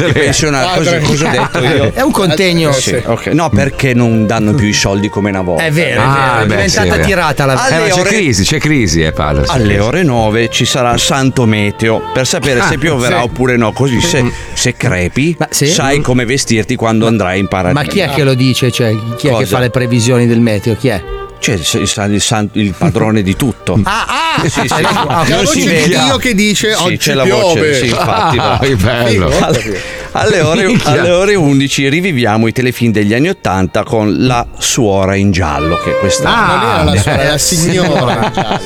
[SPEAKER 5] no,
[SPEAKER 21] i pensionati,
[SPEAKER 5] no,
[SPEAKER 21] così,
[SPEAKER 5] no,
[SPEAKER 21] così ho detto io. Eh,
[SPEAKER 5] È un contegno.
[SPEAKER 21] Sì, ok. No, perché non danno più i soldi come una volta. Eh,
[SPEAKER 5] È vero, è vero, è diventata tirata la-
[SPEAKER 21] Alle
[SPEAKER 5] Eh, ma c'è
[SPEAKER 21] ore-
[SPEAKER 10] Crisi, c'è crisi, eh, Paolo. c'è
[SPEAKER 21] alle
[SPEAKER 10] crisi.
[SPEAKER 21] ore 9 ci sarà Santo Meteo per sapere
[SPEAKER 10] Ah,
[SPEAKER 21] se pioverà
[SPEAKER 10] sì.
[SPEAKER 21] oppure no. Così
[SPEAKER 5] Mm.
[SPEAKER 21] se, se crepi, sai come vestirti quando andrai in paradiso.
[SPEAKER 5] Ma chi è che lo dice? Cioè, chi è
[SPEAKER 21] Cosa?
[SPEAKER 5] che fa le previsioni del meteo? Chi è?
[SPEAKER 21] C'è Cioè, il, il- il san- il padrone di tutto.
[SPEAKER 5] Ah, ah!
[SPEAKER 21] Sì, sì.
[SPEAKER 5] Ah,
[SPEAKER 7] la
[SPEAKER 21] Non
[SPEAKER 7] voce
[SPEAKER 21] si
[SPEAKER 7] di
[SPEAKER 21] vede.
[SPEAKER 7] Dio che dice,
[SPEAKER 21] Sì,
[SPEAKER 7] "Oggi
[SPEAKER 21] c'è la voce,
[SPEAKER 7] piove".
[SPEAKER 21] sì, infatti,
[SPEAKER 7] Ah,
[SPEAKER 21] va.
[SPEAKER 7] che bello.
[SPEAKER 21] Figo. Alle, alle ore,
[SPEAKER 7] Minchia.
[SPEAKER 21] alle ore 11 riviviamo i telefilm degli anni 80 con la suora in giallo che questa
[SPEAKER 5] Ah, non era la suora, era la signora.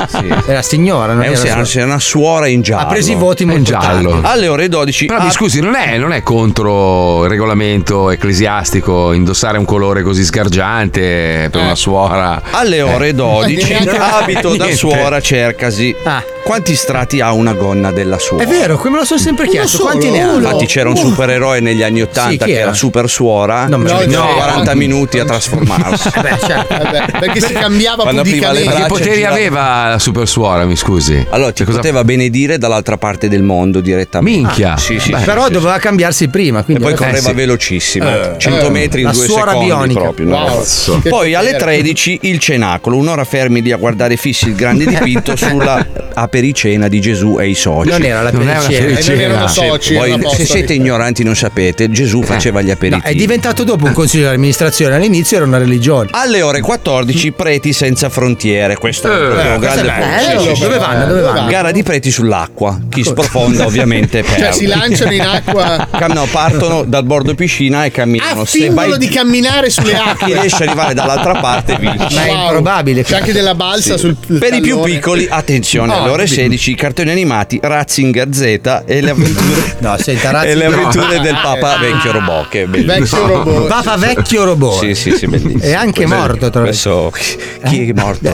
[SPEAKER 21] È la signora,
[SPEAKER 5] non
[SPEAKER 21] è,
[SPEAKER 5] era
[SPEAKER 21] un-
[SPEAKER 5] la suora.
[SPEAKER 21] è una suora in giallo.
[SPEAKER 10] Ha preso i voti molto
[SPEAKER 21] in giallo.
[SPEAKER 5] Ah,
[SPEAKER 10] tardi.
[SPEAKER 21] Alle ore 12
[SPEAKER 10] Però mi
[SPEAKER 21] ah,
[SPEAKER 10] scusi, non è, non è contro il regolamento ecclesiastico indossare un colore così sgargiante per una suora.
[SPEAKER 21] Eh. Alle ore
[SPEAKER 10] Eh.
[SPEAKER 21] 12,
[SPEAKER 10] Niente.
[SPEAKER 21] abito da
[SPEAKER 10] Niente.
[SPEAKER 21] suora cercasi.
[SPEAKER 7] Ah.
[SPEAKER 21] Quanti strati ha una gonna della suora?
[SPEAKER 5] È vero, come me lo sono sempre chiesto. Quanti ne ha?
[SPEAKER 21] Infatti c'era un
[SPEAKER 5] Uno.
[SPEAKER 21] supereroe negli anni 80
[SPEAKER 5] Sì, chi
[SPEAKER 21] che era
[SPEAKER 5] era?
[SPEAKER 21] super suora,
[SPEAKER 5] Non me lo
[SPEAKER 21] ci metteva
[SPEAKER 5] ricordo.
[SPEAKER 21] 40 minuti a trasformarsi.
[SPEAKER 5] Ah,
[SPEAKER 7] perché si cambiava
[SPEAKER 21] Quando apriva le
[SPEAKER 7] pubblicamente.
[SPEAKER 21] braccia, girava-
[SPEAKER 10] aveva la super suora, mi scusi?
[SPEAKER 21] Allora ti poteva benedire dall'altra parte del mondo direttamente. Ah,
[SPEAKER 10] Minchia.
[SPEAKER 21] Sì, sì, sì,
[SPEAKER 5] Però
[SPEAKER 21] sì,
[SPEAKER 5] doveva cambiarsi prima.
[SPEAKER 21] E
[SPEAKER 5] Quindi
[SPEAKER 21] poi
[SPEAKER 5] alla fine-
[SPEAKER 21] correva
[SPEAKER 5] Eh, sì.
[SPEAKER 21] velocissimo,
[SPEAKER 5] Eh.
[SPEAKER 21] 100 metri in
[SPEAKER 5] La
[SPEAKER 21] due
[SPEAKER 5] suora
[SPEAKER 21] secondi
[SPEAKER 5] bionica.
[SPEAKER 21] proprio. no?
[SPEAKER 5] Wow.
[SPEAKER 21] Cazzo.
[SPEAKER 5] Che
[SPEAKER 21] Poi alle
[SPEAKER 5] bello.
[SPEAKER 21] 13 il cenacolo, un'ora fermi lì a guardare fissi il grande dipinto sulla apericena di Gesù e i soci.
[SPEAKER 5] Non era la
[SPEAKER 21] Non era
[SPEAKER 5] apericena.
[SPEAKER 21] l'apericena.
[SPEAKER 5] Eh, non erano soci,
[SPEAKER 21] Voi,
[SPEAKER 5] erano
[SPEAKER 21] se
[SPEAKER 5] apostoli.
[SPEAKER 21] siete ignoranti non sapete, Gesù faceva gli
[SPEAKER 5] No, è
[SPEAKER 21] aperitivi.
[SPEAKER 5] diventato dopo un consiglio di amministrazione. All'inizio era una religione.
[SPEAKER 21] alle ore
[SPEAKER 7] Mm.
[SPEAKER 21] 14 Preti senza frontiere, questo
[SPEAKER 5] Eh,
[SPEAKER 21] è proprio un
[SPEAKER 5] questo
[SPEAKER 21] grande
[SPEAKER 5] è bello,
[SPEAKER 21] punto.
[SPEAKER 5] dove vanno, dove vanno?
[SPEAKER 21] Gara di preti sull'acqua, chi sprofonda ovviamente
[SPEAKER 7] Ecco. Cioè,
[SPEAKER 21] perde.
[SPEAKER 7] si lanciano in acqua.
[SPEAKER 21] Cam- No, partono dal bordo piscina e camminano.
[SPEAKER 7] Ah,
[SPEAKER 21] Se
[SPEAKER 7] fingono
[SPEAKER 21] vai-
[SPEAKER 7] di camminare sulle
[SPEAKER 21] Chi
[SPEAKER 7] acque.
[SPEAKER 21] riesce ad arrivare dall'altra parte vince.
[SPEAKER 7] Ma è Wow. improbabile. C'è anche della balsa sul
[SPEAKER 21] Per i più
[SPEAKER 7] tallone.
[SPEAKER 21] piccoli, attenzione,
[SPEAKER 7] No,
[SPEAKER 21] alle ore
[SPEAKER 7] dimmi.
[SPEAKER 21] 16 i cartoni animati, Ratzinger Z e le avventure, e le
[SPEAKER 5] no.
[SPEAKER 21] avventure del Papa Vecchio Robot. Che è bellissimo.
[SPEAKER 5] Vecchio Robot. Papa Vecchio Robot.
[SPEAKER 21] Sì, sì, sì, bellissimo.
[SPEAKER 5] È anche
[SPEAKER 21] Questo-
[SPEAKER 5] morto, tra Eh?
[SPEAKER 21] questo- Chi è morto?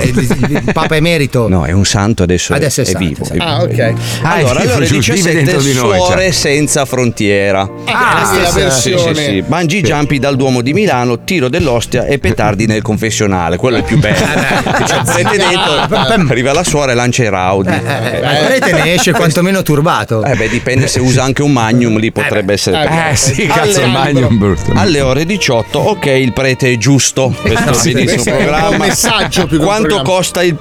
[SPEAKER 5] Papa emerito.
[SPEAKER 21] No, è un santo adesso.
[SPEAKER 5] Adesso è,
[SPEAKER 21] è
[SPEAKER 5] santo,
[SPEAKER 21] vivo,
[SPEAKER 5] esatto.
[SPEAKER 21] è vivo, è vivo.
[SPEAKER 5] Ah,
[SPEAKER 21] Allora,
[SPEAKER 5] è vivo,
[SPEAKER 21] all'ora
[SPEAKER 5] giusto, vive
[SPEAKER 21] 17
[SPEAKER 5] dentro di noi, cioè.
[SPEAKER 21] Suore senza frontiera.
[SPEAKER 5] Ah,
[SPEAKER 7] questa è la versione.
[SPEAKER 21] Sì, sì, sì. Bungee jumping dal Duomo di Milano, tiro dell'ostia e petardi nel confessionale. Quello è il più bello.
[SPEAKER 5] Eh,
[SPEAKER 21] Cioè, prete dentro, arriva la suora e lancia i raudi.
[SPEAKER 5] Eh,
[SPEAKER 21] Eh,
[SPEAKER 5] ma il prete ne esce quantomeno turbato.
[SPEAKER 21] eh, beh, dipende se usa anche un magnum, lì potrebbe essere.
[SPEAKER 5] eh,
[SPEAKER 21] peggio.
[SPEAKER 5] eh, sì, cazzo,
[SPEAKER 21] Alle-
[SPEAKER 5] il magnum
[SPEAKER 10] brutto.
[SPEAKER 21] Alle ore 18, ok, il prete è giusto. Questo
[SPEAKER 7] sì,
[SPEAKER 21] è benissimo
[SPEAKER 7] questo è un po' un
[SPEAKER 21] programma.
[SPEAKER 7] messaggio più che un
[SPEAKER 21] Quanto
[SPEAKER 7] programma.
[SPEAKER 21] costa il.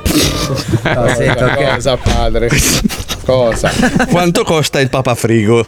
[SPEAKER 7] Cosa, cosa, padre? Cosa?
[SPEAKER 21] Quanto costa il papafrigo?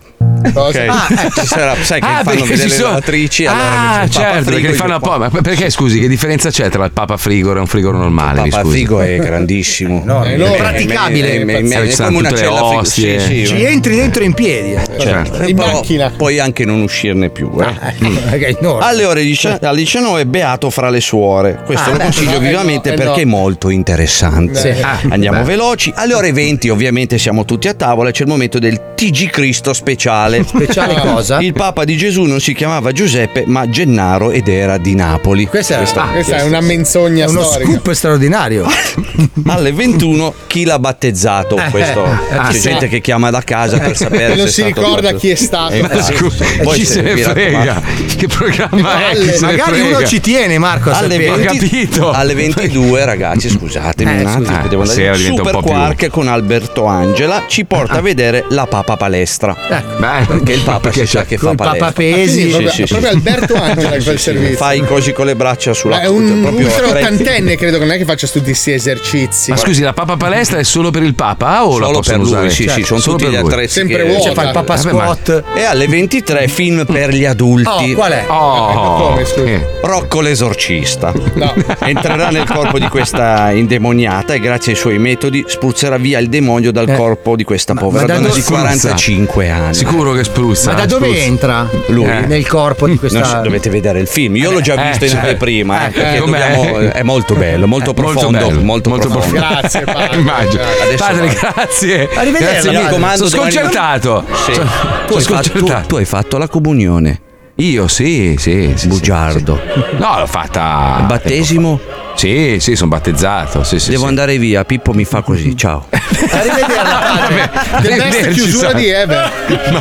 [SPEAKER 21] Ok. Ci sarà- sai che
[SPEAKER 10] Ah,
[SPEAKER 21] fanno
[SPEAKER 10] perché
[SPEAKER 21] vedere
[SPEAKER 10] ci
[SPEAKER 21] le
[SPEAKER 10] sono-
[SPEAKER 21] lavatrici, allora
[SPEAKER 10] ah,
[SPEAKER 21] mettono il
[SPEAKER 10] certo,
[SPEAKER 21] papafrigo
[SPEAKER 10] perché li
[SPEAKER 21] e
[SPEAKER 10] fanno
[SPEAKER 21] gli
[SPEAKER 10] apposta. Ma perché scusi, che differenza c'è tra il Papa Frigor e un Frigor normale?
[SPEAKER 21] Papa Frigo è grandissimo. No,
[SPEAKER 10] è
[SPEAKER 21] enorme.
[SPEAKER 10] praticabile.
[SPEAKER 21] È- è- è- è- è come una cella fri-
[SPEAKER 10] ostie.
[SPEAKER 21] sì, sì.
[SPEAKER 5] Ci entri dentro in piedi. eh.
[SPEAKER 21] Certo.
[SPEAKER 5] In
[SPEAKER 21] Però
[SPEAKER 5] macchina. Ah,
[SPEAKER 21] Puoi anche non uscirne più. eh. Mm.
[SPEAKER 5] Ok, no.
[SPEAKER 21] Alle ore 10 alle 19 Beato fra le suore. Questo
[SPEAKER 5] Ah,
[SPEAKER 21] lo
[SPEAKER 5] beh,
[SPEAKER 21] consiglio
[SPEAKER 5] no, eh,
[SPEAKER 21] vivamente
[SPEAKER 5] no, eh,
[SPEAKER 21] perché
[SPEAKER 5] no.
[SPEAKER 21] è molto interessante.
[SPEAKER 5] Sì. Ah,
[SPEAKER 21] Andiamo
[SPEAKER 5] beh.
[SPEAKER 21] veloci. Alle ore 20 ovviamente siamo tutti a tavola e c'è il momento del TG Cristo speciale.
[SPEAKER 5] Speciale
[SPEAKER 21] Ah.
[SPEAKER 5] cosa?
[SPEAKER 21] Il Papa di Gesù non si chiamava Giuseppe ma Gennaro ed era di Napoli. Questa,
[SPEAKER 7] Questa è una menzogna
[SPEAKER 5] Uno
[SPEAKER 7] storica.
[SPEAKER 5] scoop straordinario.
[SPEAKER 21] alle 21 chi l'ha battezzato
[SPEAKER 5] Eh,
[SPEAKER 21] questo
[SPEAKER 5] eh,
[SPEAKER 21] c'è
[SPEAKER 5] chissà.
[SPEAKER 21] gente che chiama da casa per sapere
[SPEAKER 7] E non
[SPEAKER 21] se
[SPEAKER 7] si
[SPEAKER 21] è stato
[SPEAKER 7] ricorda
[SPEAKER 21] battezzato.
[SPEAKER 7] chi è stato.
[SPEAKER 21] Eh,
[SPEAKER 7] Ma
[SPEAKER 21] infatti.
[SPEAKER 7] scusa,
[SPEAKER 21] Poi
[SPEAKER 7] chi se ne
[SPEAKER 21] vi raccomando.
[SPEAKER 10] Frega. Che programma
[SPEAKER 21] eh,
[SPEAKER 10] è? Chi se ne
[SPEAKER 5] Magari
[SPEAKER 10] frega?
[SPEAKER 5] uno ci tiene, Marco. a
[SPEAKER 21] alle,
[SPEAKER 5] sapere.
[SPEAKER 21] 20 alle 22 ragazzi scusatemi
[SPEAKER 5] Eh,
[SPEAKER 21] un attimo
[SPEAKER 5] scusa.
[SPEAKER 21] che devo andare
[SPEAKER 10] sera diventa un
[SPEAKER 21] Super
[SPEAKER 10] po' più-
[SPEAKER 21] Quark con Alberto Angela ci porta a vedere la Papa Palestra perché il Papa
[SPEAKER 10] Perché
[SPEAKER 21] si sa
[SPEAKER 10] c'è-
[SPEAKER 21] che fa
[SPEAKER 10] col
[SPEAKER 21] palestra
[SPEAKER 5] papapesi.
[SPEAKER 21] Sì, sì,
[SPEAKER 7] Proprio-
[SPEAKER 21] sì, sì.
[SPEAKER 7] proprio Alberto Angela che fa il servizio.
[SPEAKER 21] fai così con le braccia sulla
[SPEAKER 7] Ma è un ultraottantenne, credo che non è che faccia tutti questi esercizi.
[SPEAKER 10] Ma scusi, la Papa Palestra è solo per il Papa
[SPEAKER 3] Oh,
[SPEAKER 10] o la
[SPEAKER 21] Solo
[SPEAKER 10] possono
[SPEAKER 21] per lui,
[SPEAKER 10] usare?
[SPEAKER 21] sì, sì,
[SPEAKER 3] Certo.
[SPEAKER 21] sono
[SPEAKER 10] Solo
[SPEAKER 21] tutti
[SPEAKER 10] per
[SPEAKER 21] gli
[SPEAKER 10] lui?
[SPEAKER 21] attrezzi Sempre che- vuota. Cioè, fa il Papa
[SPEAKER 10] Vabbè, ma-
[SPEAKER 21] e alle 23 film per gli adulti
[SPEAKER 5] Oh, qual è?
[SPEAKER 10] Oh,
[SPEAKER 7] Come, scusi?
[SPEAKER 10] eh.
[SPEAKER 21] Rocco l'esorcista entrerà nel corpo di questa indemoniata e grazie ai suoi metodi spruzzerà via il demonio dal corpo di questa povera
[SPEAKER 5] ma da
[SPEAKER 21] donna
[SPEAKER 5] dove
[SPEAKER 21] di
[SPEAKER 5] spruzza?
[SPEAKER 21] 45 anni.
[SPEAKER 10] Sicuro che spruzza.
[SPEAKER 5] Ma da dove
[SPEAKER 10] spruzza.
[SPEAKER 5] entra
[SPEAKER 21] Lui?
[SPEAKER 5] nel corpo di questa.
[SPEAKER 21] Eh. Non so, dovete vedere il film, io l'ho già
[SPEAKER 5] eh,
[SPEAKER 21] visto
[SPEAKER 5] sì.
[SPEAKER 21] in anteprima, eh,
[SPEAKER 5] Eh,
[SPEAKER 21] perché
[SPEAKER 5] eh, com'è?
[SPEAKER 21] dobbiamo- è molto bello, molto
[SPEAKER 10] Eh,
[SPEAKER 21] profondo, molto,
[SPEAKER 10] bello,
[SPEAKER 21] profondo.
[SPEAKER 7] Grazie, padre.
[SPEAKER 10] Immagino.
[SPEAKER 21] Adesso
[SPEAKER 10] padre,
[SPEAKER 21] va.
[SPEAKER 10] grazie.
[SPEAKER 5] Arrivederci,
[SPEAKER 10] Grazie mille.
[SPEAKER 21] raccomando,
[SPEAKER 10] Sono
[SPEAKER 21] domani-
[SPEAKER 10] sconcertato.
[SPEAKER 21] Sì.
[SPEAKER 10] Sono-
[SPEAKER 21] Tu,
[SPEAKER 10] sono
[SPEAKER 21] hai fatto,
[SPEAKER 10] sconcertato.
[SPEAKER 21] tu- tu hai fatto la comunione.
[SPEAKER 10] Io sì, sì. Bugiardo.
[SPEAKER 21] No, l'ho fatta. Battesimo? Sì, sì, sono battezzato. Devo andare via, Pippo mi fa così. Ciao.
[SPEAKER 7] The best chiusura di Ever.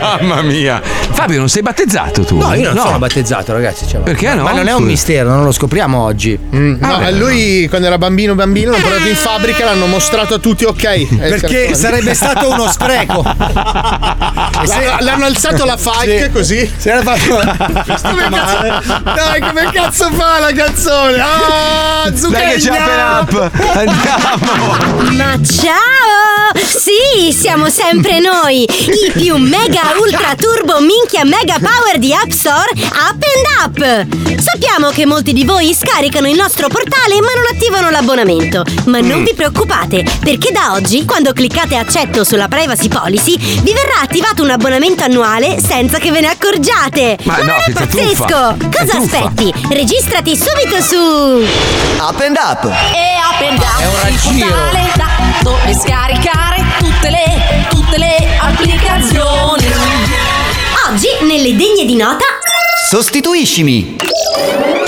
[SPEAKER 21] Mamma mia. Fabio, non sei battezzato tu?
[SPEAKER 5] No, io non sono battezzato, ragazzi. cioè,
[SPEAKER 10] Perché no?
[SPEAKER 5] Ma non è un
[SPEAKER 10] Scusa.
[SPEAKER 5] mistero, non lo scopriamo oggi. Mm.
[SPEAKER 7] Ah,
[SPEAKER 5] Ah,
[SPEAKER 7] No, a lui quando era bambino bambino l'hanno portato in fabbrica, l'hanno mostrato a tutti, ok. Eh,
[SPEAKER 5] Perché
[SPEAKER 7] scherzo.
[SPEAKER 5] sarebbe stato uno spreco.
[SPEAKER 7] E se- L'hanno, alzato la fike
[SPEAKER 5] Sì.
[SPEAKER 7] così.
[SPEAKER 5] Se era fatto.
[SPEAKER 7] Come cazzo- Dai, come cazzo fa la canzone? Ah,
[SPEAKER 1] Dai che c'è
[SPEAKER 7] Zucchero!
[SPEAKER 1] Open Up. Andiamo.
[SPEAKER 4] Ma ciao! Sì, siamo sempre noi, i più mega ultra turbo minchia mega power di App Store Up and Up. Sappiamo che molti di voi scaricano il nostro portale ma non attivano l'abbonamento. Ma non
[SPEAKER 26] Mm.
[SPEAKER 4] vi preoccupate, perché da oggi, quando cliccate accetto sulla privacy policy, vi verrà attivato un abbonamento annuale senza che ve ne accorgiate.
[SPEAKER 10] Ma no,
[SPEAKER 4] non è
[SPEAKER 10] che
[SPEAKER 4] pazzesco!
[SPEAKER 10] truffa. Che
[SPEAKER 4] Cosa
[SPEAKER 10] truffa.
[SPEAKER 4] aspetti? Registrati subito su Up and Up.
[SPEAKER 26] E open up
[SPEAKER 4] È un
[SPEAKER 26] il
[SPEAKER 4] raggiro.
[SPEAKER 26] portale da dove scaricare tutte le, tutte le applicazioni.
[SPEAKER 4] Oggi nelle degne di nota
[SPEAKER 26] Sostituiscimi.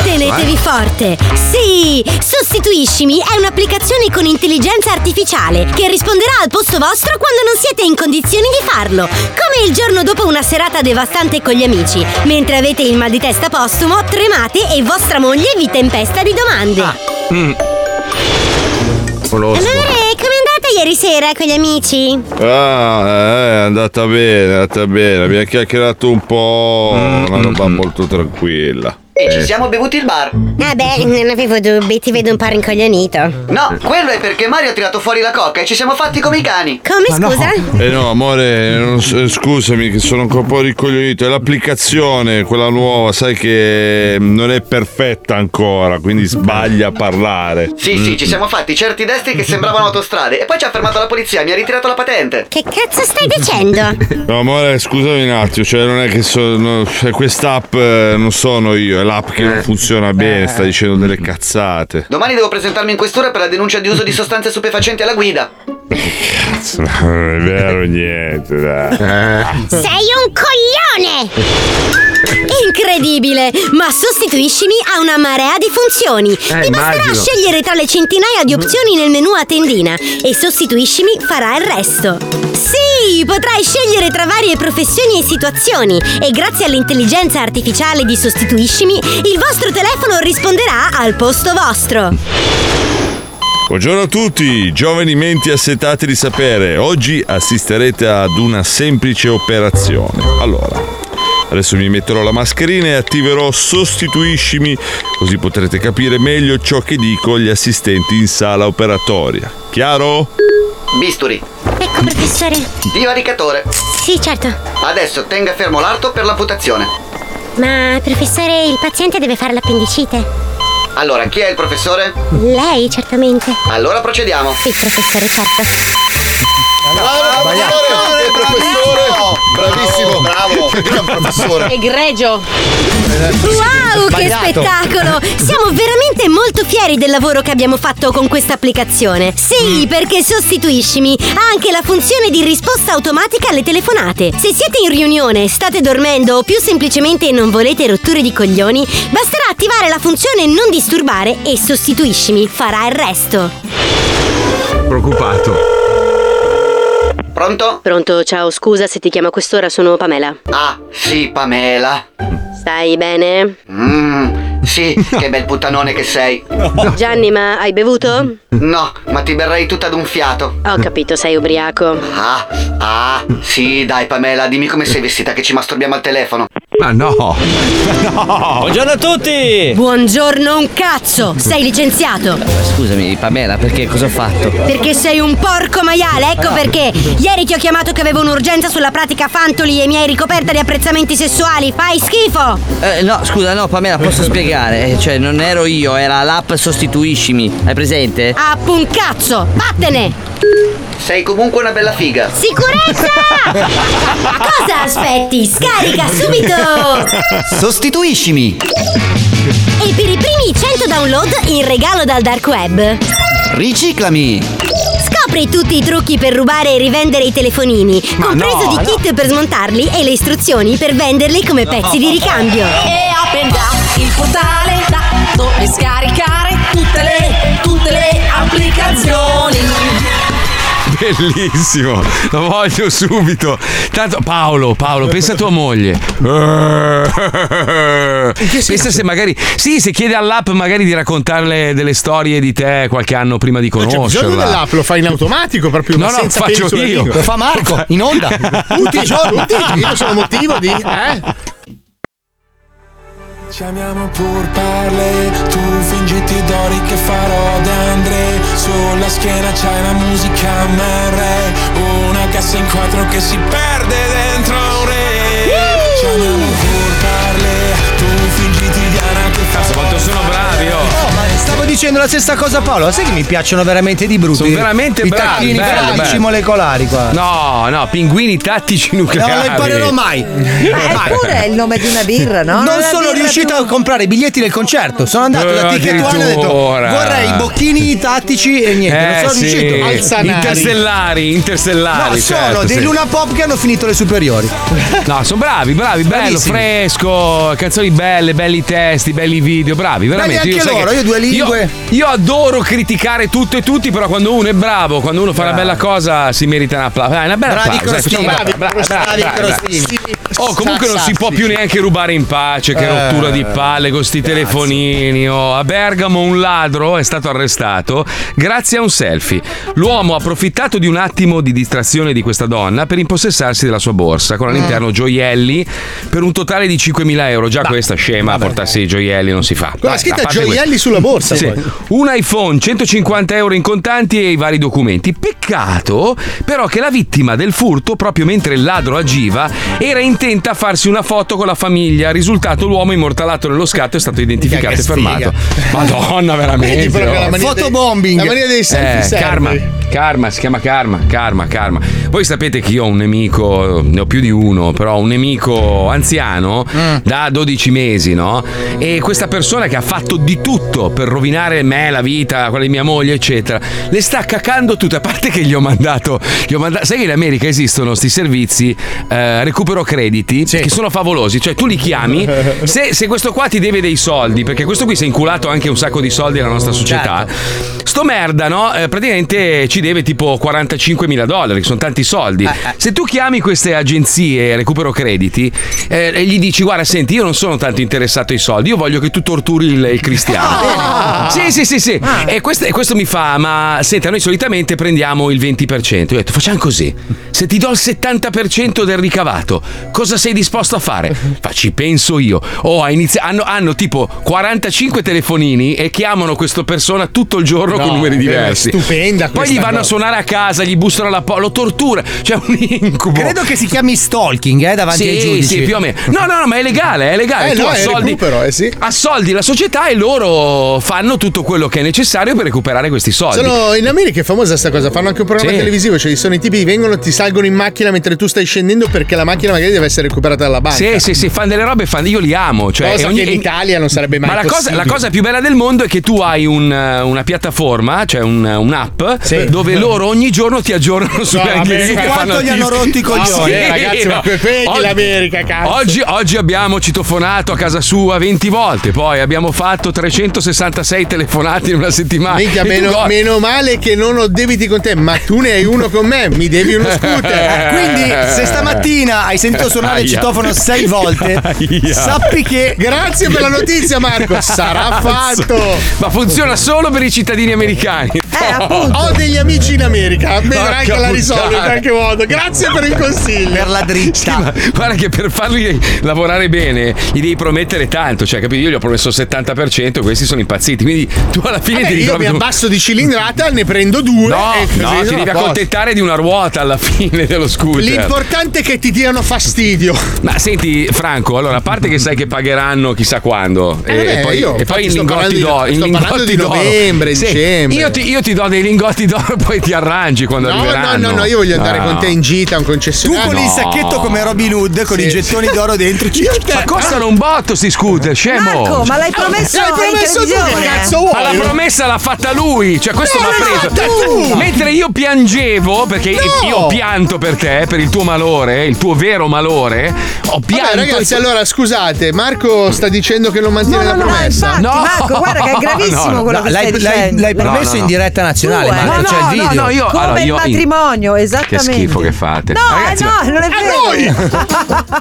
[SPEAKER 4] Tenetevi forte! Sì! Sostituiscimi è un'applicazione con intelligenza artificiale che risponderà al posto vostro quando non siete in condizioni di farlo, come il giorno dopo una serata devastante con gli amici, mentre avete il mal di testa postumo, tremate e vostra moglie vi tempesta di domande.
[SPEAKER 1] Mm,
[SPEAKER 4] Amore, come è Eh, andata ieri sera con gli amici?
[SPEAKER 27] Ah, eh, è andata bene, è andata bene. Abbiamo chiacchierato un po'. Una roba molto tranquilla. Eh.
[SPEAKER 4] bevuti il bar. Vabbè, non avevo dubbi, ti vedo un po' rincoglionito.
[SPEAKER 26] No, quello è perché Mario ha tirato fuori la coca e ci siamo fatti come i cani.
[SPEAKER 4] Come scusa?
[SPEAKER 27] Eh no, amore, non s- eh, scusami che sono ancora un po' ricoglionito. È l'applicazione, quella nuova, sai che mm, non è perfetta ancora, quindi sbaglia a parlare. Mm.
[SPEAKER 26] Sì, sì, ci siamo fatti certi destri che sembravano autostrade. E poi ci ha fermato la polizia, mi ha ritirato la patente.
[SPEAKER 4] Che cazzo stai dicendo?
[SPEAKER 27] No, amore, scusami un attimo, cioè non è che sono. Cioè, quest'app eh, non sono io, è l'app che
[SPEAKER 26] Eh.
[SPEAKER 27] non funziona bene, sta dicendo delle cazzate.
[SPEAKER 26] Domani devo presentarmi in questura per la denuncia di uso di sostanze stupefacenti alla guida.
[SPEAKER 27] Cazzo, non è vero niente, dai.
[SPEAKER 4] Sei un coglione! Incredibile! Ma sostituiscimi a una marea di funzioni. Ti basterà
[SPEAKER 26] immagino.
[SPEAKER 4] scegliere tra le centinaia di opzioni nel menu a tendina e sostituiscimi farà il resto. Sì, potrai scegliere tra varie professioni e situazioni e grazie all'intelligenza artificiale di sostituiscimi il vostro telefono risponderà al posto vostro.
[SPEAKER 27] Buongiorno a tutti, giovani menti assetate di sapere. Oggi assisterete ad una semplice operazione. Allora, adesso mi metterò la mascherina e attiverò sostituiscimi, così potrete capire meglio ciò che dico agli assistenti in sala operatoria. Chiaro?
[SPEAKER 26] Bisturi.
[SPEAKER 4] Ecco, professore.
[SPEAKER 26] Divaricatore.
[SPEAKER 4] Sì, certo.
[SPEAKER 26] Adesso tenga fermo l'arto per l'amputazione.
[SPEAKER 4] Ma professore, il paziente deve fare l'appendicite.
[SPEAKER 26] Allora, chi è il professore?
[SPEAKER 4] Lei, certamente.
[SPEAKER 26] Allora procediamo.
[SPEAKER 4] Il professore, certo.
[SPEAKER 7] Professore, professore! Bravissimo! Bravo!
[SPEAKER 4] Egregio! Wow, che
[SPEAKER 7] Sbagliato.
[SPEAKER 4] spettacolo! Siamo veramente molto fieri del lavoro che abbiamo fatto con questa applicazione. Sì, perché Sostituiscimi ha anche la funzione di risposta automatica alle telefonate. Se siete in riunione, state dormendo o più semplicemente non volete rotture di coglioni, basterà attivare la funzione non disturbare e Sostituiscimi farà il resto.
[SPEAKER 3] Preoccupato.
[SPEAKER 26] Pronto?
[SPEAKER 28] Pronto, ciao, scusa se ti chiamo a quest'ora, sono Pamela.
[SPEAKER 26] Ah, sì, Pamela.
[SPEAKER 28] Stai bene?
[SPEAKER 26] Mmm, sì, che bel puttanone che sei.
[SPEAKER 28] Gianni, ma hai bevuto?
[SPEAKER 26] No, ma ti berrei tutta ad un fiato.
[SPEAKER 28] Ho capito, sei ubriaco.
[SPEAKER 26] Ah, ah, sì, dai Pamela, dimmi come sei vestita che ci masturbiamo al telefono.
[SPEAKER 21] Ma no! Buongiorno a tutti!
[SPEAKER 4] Buongiorno un cazzo! Sei licenziato!
[SPEAKER 13] Eh, Scusami, Pamela, perché cosa ho fatto?
[SPEAKER 4] Perché sei un porco maiale, ecco perché. Ieri ti ho chiamato che avevo un'urgenza sulla pratica Fantoli e mi hai ricoperta di apprezzamenti sessuali. Fai schifo!
[SPEAKER 13] Eh, no, scusa, no, Pamela, posso spiegare? Eh, Cioè, non ero io, era l'app Sostituiscimi. Hai presente?
[SPEAKER 4] App un cazzo! Vattene!
[SPEAKER 26] Sei comunque una bella figa.
[SPEAKER 4] Sicurezza! Cosa aspetti? Scarica subito!
[SPEAKER 13] Sostituiscimi!
[SPEAKER 4] E per i primi 100 download in regalo dal dark web.
[SPEAKER 13] Riciclami!
[SPEAKER 4] Scopri Scopri tutti i trucchi per rubare e rivendere i telefonini,
[SPEAKER 26] Ma
[SPEAKER 4] compreso
[SPEAKER 26] no,
[SPEAKER 4] di kit per smontarli e le istruzioni per venderli come pezzi di ricambio.
[SPEAKER 26] E apri già il portale da dove scaricare tutte le, tutte le applicazioni.
[SPEAKER 3] Bellissimo, lo voglio subito. Tanto Paolo, Paolo, pensa a tua moglie. Pensa se magari. Sì, se chiede all'app magari di raccontarle delle storie di te qualche anno prima di
[SPEAKER 7] Non c'è bisogno
[SPEAKER 3] conoscerla.
[SPEAKER 7] Cioè, dell'app, lo fai in automatico proprio,
[SPEAKER 3] Oh, No,
[SPEAKER 7] ma
[SPEAKER 3] no,
[SPEAKER 7] senza
[SPEAKER 3] faccio
[SPEAKER 7] peli sulla
[SPEAKER 3] io.
[SPEAKER 7] lingua.
[SPEAKER 3] Lo fa Marco, in onda.
[SPEAKER 7] tutti i giorni, tutti i giorni. Io sono motivo di... Eh?
[SPEAKER 6] Ci amiamo pur parle, tu fingiti d'ori che farò d'andre Sulla schiena c'hai la musica merre Una cassa in quattro che si perde dentro un re Ci amiamo pur parle, tu fingiti di Ana che farò Quanto sono bravi, oh!
[SPEAKER 5] Stavo dicendo la stessa cosa a Paolo, sai che mi piacciono veramente di brutto? Sono
[SPEAKER 3] veramente
[SPEAKER 5] I
[SPEAKER 3] bravi,
[SPEAKER 5] tacchini
[SPEAKER 3] bello,
[SPEAKER 5] tattici
[SPEAKER 3] bello.
[SPEAKER 5] molecolari qua.
[SPEAKER 3] No, no, pinguini tattici nucleari. Eh,
[SPEAKER 5] Non lo imparerò mai.
[SPEAKER 29] Ma eppure è il nome di una birra, no?
[SPEAKER 5] Non
[SPEAKER 29] La
[SPEAKER 5] sono
[SPEAKER 29] birra
[SPEAKER 5] riuscito a comprare i biglietti del concerto. Sono andato
[SPEAKER 3] Eh,
[SPEAKER 5] da Ticket One e ho detto
[SPEAKER 3] addirittura.
[SPEAKER 5] vorrei i bocchini tattici e niente.
[SPEAKER 3] Eh,
[SPEAKER 5] non sono
[SPEAKER 3] sì.
[SPEAKER 5] riuscito.
[SPEAKER 3] Interstellari, interstellari.
[SPEAKER 5] No, sono
[SPEAKER 3] certo,
[SPEAKER 5] dei
[SPEAKER 3] sì.
[SPEAKER 5] Luna Pop che hanno finito le superiori.
[SPEAKER 3] No, sono bravi, bravi, bello,
[SPEAKER 5] Bravissimi.
[SPEAKER 3] fresco, canzoni belle, belli testi, belli video, bravi, veramente.
[SPEAKER 5] Bravi anche
[SPEAKER 3] sai
[SPEAKER 5] loro,
[SPEAKER 3] che-
[SPEAKER 5] io due lingue.
[SPEAKER 3] Io, io adoro criticare tutto e tutti, però quando uno è bravo, quando uno fa una bella cosa, si merita un applauso. Dai, una bella
[SPEAKER 5] Bravi
[SPEAKER 3] applauso, dai,
[SPEAKER 5] crostini,
[SPEAKER 3] facciamo un bel- bra- bra- bra- bra- Oh, comunque non si può più neanche rubare in pace, che
[SPEAKER 16] Eh,
[SPEAKER 3] rottura di palle con sti telefonini. oh. A Bergamo un ladro è stato arrestato grazie a un selfie. L'uomo ha approfittato di un attimo di distrazione di questa donna per impossessarsi della sua borsa con
[SPEAKER 7] Eh.
[SPEAKER 3] all'interno gioielli per un totale di 5.000 euro. Già questa scema a portarsi i gioielli non si fa.
[SPEAKER 7] Con la
[SPEAKER 3] Basta,
[SPEAKER 7] scritta
[SPEAKER 3] a parte
[SPEAKER 7] gioielli
[SPEAKER 3] questo.
[SPEAKER 7] sulla borsa,
[SPEAKER 3] Sì.
[SPEAKER 7] poi.
[SPEAKER 3] Un iPhone, 150 euro in contanti e i vari documenti. Peccato però che la vittima del furto, proprio mentre il ladro agiva, era intenta a farsi una foto con la famiglia. Risultato l'uomo immortalato nello scatto è stato identificato
[SPEAKER 7] Che
[SPEAKER 3] e fermato.
[SPEAKER 7] sfiga.
[SPEAKER 3] Madonna, veramente.
[SPEAKER 7] Vedi proprio la mania dei-
[SPEAKER 3] Fotobombing.
[SPEAKER 7] la mania dei selfie serve.
[SPEAKER 3] karma, karma, si chiama karma, karma, karma. Voi sapete che io ho un nemico, ne ho più di uno, però un nemico anziano da 12 mesi, no? E questa persona che ha fatto di tutto per rovinare me, la vita, quella di mia moglie, eccetera, le sta cacando tutte, a parte che gli ho mandato, gli ho mandato sai che in America esistono questi servizi eh, recupero crediti che sono favolosi, cioè tu li chiami, se, se questo qua ti deve dei soldi, perché questo qui si è inculato anche un sacco di soldi alla nostra società, sto merda, no? Eh, praticamente ci deve tipo 45 mila dollari, che sono tanti
[SPEAKER 16] Eh,
[SPEAKER 3] soldi. Se tu chiami queste agenzie recupero crediti eh, e gli dici guarda senti io non sono tanto interessato ai soldi, io voglio che tu torturi il, il cristiano.
[SPEAKER 16] Ah.
[SPEAKER 3] Sì, sì, sì, sì.
[SPEAKER 16] Ah.
[SPEAKER 3] E questo, e questo mi fa, ma senta, noi solitamente prendiamo il 20%. Io ho detto, facciamo così. Se ti do il 70% del ricavato, cosa sei disposto a fare? Fa, ci penso io. Oh, ha inizi- hanno, hanno tipo 45 telefonini e chiamano questa persona tutto il giorno
[SPEAKER 7] No,
[SPEAKER 3] con numeri
[SPEAKER 7] è
[SPEAKER 3] diversi.
[SPEAKER 7] stupenda
[SPEAKER 3] Poi
[SPEAKER 7] questa
[SPEAKER 3] gli vanno a
[SPEAKER 7] cosa.
[SPEAKER 3] suonare a casa, gli bussano alla porta, lo tortura. Cioè un incubo.
[SPEAKER 5] Credo che si chiami stalking, eh, davanti
[SPEAKER 3] Sì,
[SPEAKER 5] ai giudici.
[SPEAKER 3] sì, più o meno. No, no, no, ma è legale, è legale.
[SPEAKER 7] Eh,
[SPEAKER 3] tu
[SPEAKER 7] no,
[SPEAKER 3] a
[SPEAKER 7] è
[SPEAKER 3] soldi,
[SPEAKER 7] recupero, eh, sì.
[SPEAKER 3] a soldi la società e loro fanno tutto quello che è necessario per recuperare questi soldi.
[SPEAKER 7] Sono in America è famosa sta cosa, fanno anche un programma
[SPEAKER 3] Sì.
[SPEAKER 7] televisivo, cioè ci sono i tipi che vengono, ti salgono in macchina mentre tu stai scendendo perché la macchina magari deve essere recuperata dalla banca.
[SPEAKER 3] Sì, sì, sì, fanno delle robe, fanno, io li amo. Cioè,
[SPEAKER 7] cosa
[SPEAKER 3] e ogni-
[SPEAKER 7] che in Italia non sarebbe mai
[SPEAKER 3] Ma la cosa,
[SPEAKER 7] possibile.
[SPEAKER 3] la cosa più bella del mondo è che tu hai un, eh, una piattaforma, cioè un- un'app, dove loro ogni giorno ti aggiornano su
[SPEAKER 7] No,
[SPEAKER 3] quelli
[SPEAKER 7] vabbè,
[SPEAKER 3] che
[SPEAKER 7] ragazzi,
[SPEAKER 3] fanno
[SPEAKER 7] quanto gli hanno
[SPEAKER 3] attivi.
[SPEAKER 7] rotto i
[SPEAKER 3] Sì,
[SPEAKER 7] coglioni, eh, ragazzi, ma que- quelli
[SPEAKER 3] Oggi-
[SPEAKER 7] l'America, cazzo.
[SPEAKER 3] Oggi, oggi abbiamo citofonato a casa sua 20 volte, poi abbiamo fatto 366 telefonate in una settimana.
[SPEAKER 7] Minchia,
[SPEAKER 3] E tu
[SPEAKER 7] meno,
[SPEAKER 3] godi.
[SPEAKER 7] meno male che non ho debiti con te, ma tu ne hai uno con me, mi devi uno scooter.
[SPEAKER 5] Quindi, se stamattina hai sentito suonare il
[SPEAKER 7] Aia.
[SPEAKER 5] citofono sei volte,
[SPEAKER 7] Aia.
[SPEAKER 5] sappi che.
[SPEAKER 7] Grazie per la notizia, Marco. Sarà
[SPEAKER 3] Cazzo.
[SPEAKER 7] fatto.
[SPEAKER 3] Ma funziona solo per i cittadini americani.
[SPEAKER 5] Eh,
[SPEAKER 7] Eh, Ho degli amici in America, vedrai
[SPEAKER 3] Porca
[SPEAKER 7] che la risolvo in
[SPEAKER 3] puttana.
[SPEAKER 7] qualche modo. Grazie per il consiglio. Per la
[SPEAKER 3] Sì, ma guarda che per farli lavorare bene gli devi promettere tanto, cioè capito? Io gli ho promesso il 70% e questi sono impazziti, quindi tu alla fine ti
[SPEAKER 7] io
[SPEAKER 3] ritrovi...
[SPEAKER 7] mi abbasso di cilindrata, ne prendo due.
[SPEAKER 3] No,
[SPEAKER 7] e così
[SPEAKER 3] no,
[SPEAKER 7] sono
[SPEAKER 3] ti
[SPEAKER 7] a
[SPEAKER 3] devi
[SPEAKER 7] posto.
[SPEAKER 3] accontentare di una ruota alla fine dello scooter.
[SPEAKER 7] L'importante è che ti diano fastidio.
[SPEAKER 3] Ma senti, Franco, allora, a parte che sai che pagheranno chissà quando,
[SPEAKER 7] Eh, vabbè, io
[SPEAKER 3] e
[SPEAKER 7] infatti
[SPEAKER 3] poi in
[SPEAKER 7] sto
[SPEAKER 3] lingotti
[SPEAKER 7] parlando di-
[SPEAKER 3] d'oro. in
[SPEAKER 7] sto
[SPEAKER 3] lingotti
[SPEAKER 7] parlando di
[SPEAKER 3] d'oro.
[SPEAKER 7] novembre,
[SPEAKER 3] Sì,
[SPEAKER 7] dicembre.
[SPEAKER 3] Io ti, io ti do dei lingotti d'oro, poi ti arrangi quando
[SPEAKER 7] No, no,
[SPEAKER 3] arriveranno.
[SPEAKER 7] no, no, io voglio andare
[SPEAKER 3] No,
[SPEAKER 7] con
[SPEAKER 3] no.
[SPEAKER 7] te in gita a un concessionario.
[SPEAKER 3] Tu con il sacchetto come
[SPEAKER 5] Robin Hood con i gettoni d'oro dentro.
[SPEAKER 7] Cioè,
[SPEAKER 3] Ma costano un botto sti scooter, scemo. Oh.
[SPEAKER 29] Marco, ma l'hai promesso
[SPEAKER 7] L'hai
[SPEAKER 29] in
[SPEAKER 7] promesso tu che
[SPEAKER 29] televisione,
[SPEAKER 7] cazzo
[SPEAKER 5] cazzo vuoi?
[SPEAKER 3] Ma la promessa l'ha fatta lui, cioè questo
[SPEAKER 5] No,
[SPEAKER 3] mi ha
[SPEAKER 5] l'hai
[SPEAKER 3] preso.
[SPEAKER 5] fatta tu!
[SPEAKER 3] Mentre io piangevo, perché
[SPEAKER 7] No!
[SPEAKER 3] io pianto per te, per il tuo malore, il tuo vero malore, ho pianto.
[SPEAKER 7] Vabbè, ragazzi, allora scusate, Marco sta dicendo che non mantiene la promessa.
[SPEAKER 3] No, Marco, guarda che è gravissimo
[SPEAKER 7] no,
[SPEAKER 5] quello
[SPEAKER 7] no.
[SPEAKER 5] che stai
[SPEAKER 7] L'hai-
[SPEAKER 5] dicendo.
[SPEAKER 7] l'hai- l'hai
[SPEAKER 5] No,
[SPEAKER 7] promesso
[SPEAKER 5] no,
[SPEAKER 7] in
[SPEAKER 5] no.
[SPEAKER 7] diretta
[SPEAKER 5] nazionale,
[SPEAKER 3] Tu, eh?
[SPEAKER 5] Marco,
[SPEAKER 3] No, no,
[SPEAKER 5] c'è il video.
[SPEAKER 3] no, no, io-
[SPEAKER 29] Come
[SPEAKER 3] allora,
[SPEAKER 29] il
[SPEAKER 3] io-
[SPEAKER 29] matrimonio, esatto.
[SPEAKER 3] Che
[SPEAKER 29] esattamente.
[SPEAKER 3] schifo che fate.
[SPEAKER 29] No,
[SPEAKER 3] Ragazzi,
[SPEAKER 29] eh, no,
[SPEAKER 3] ma-
[SPEAKER 29] non è vero.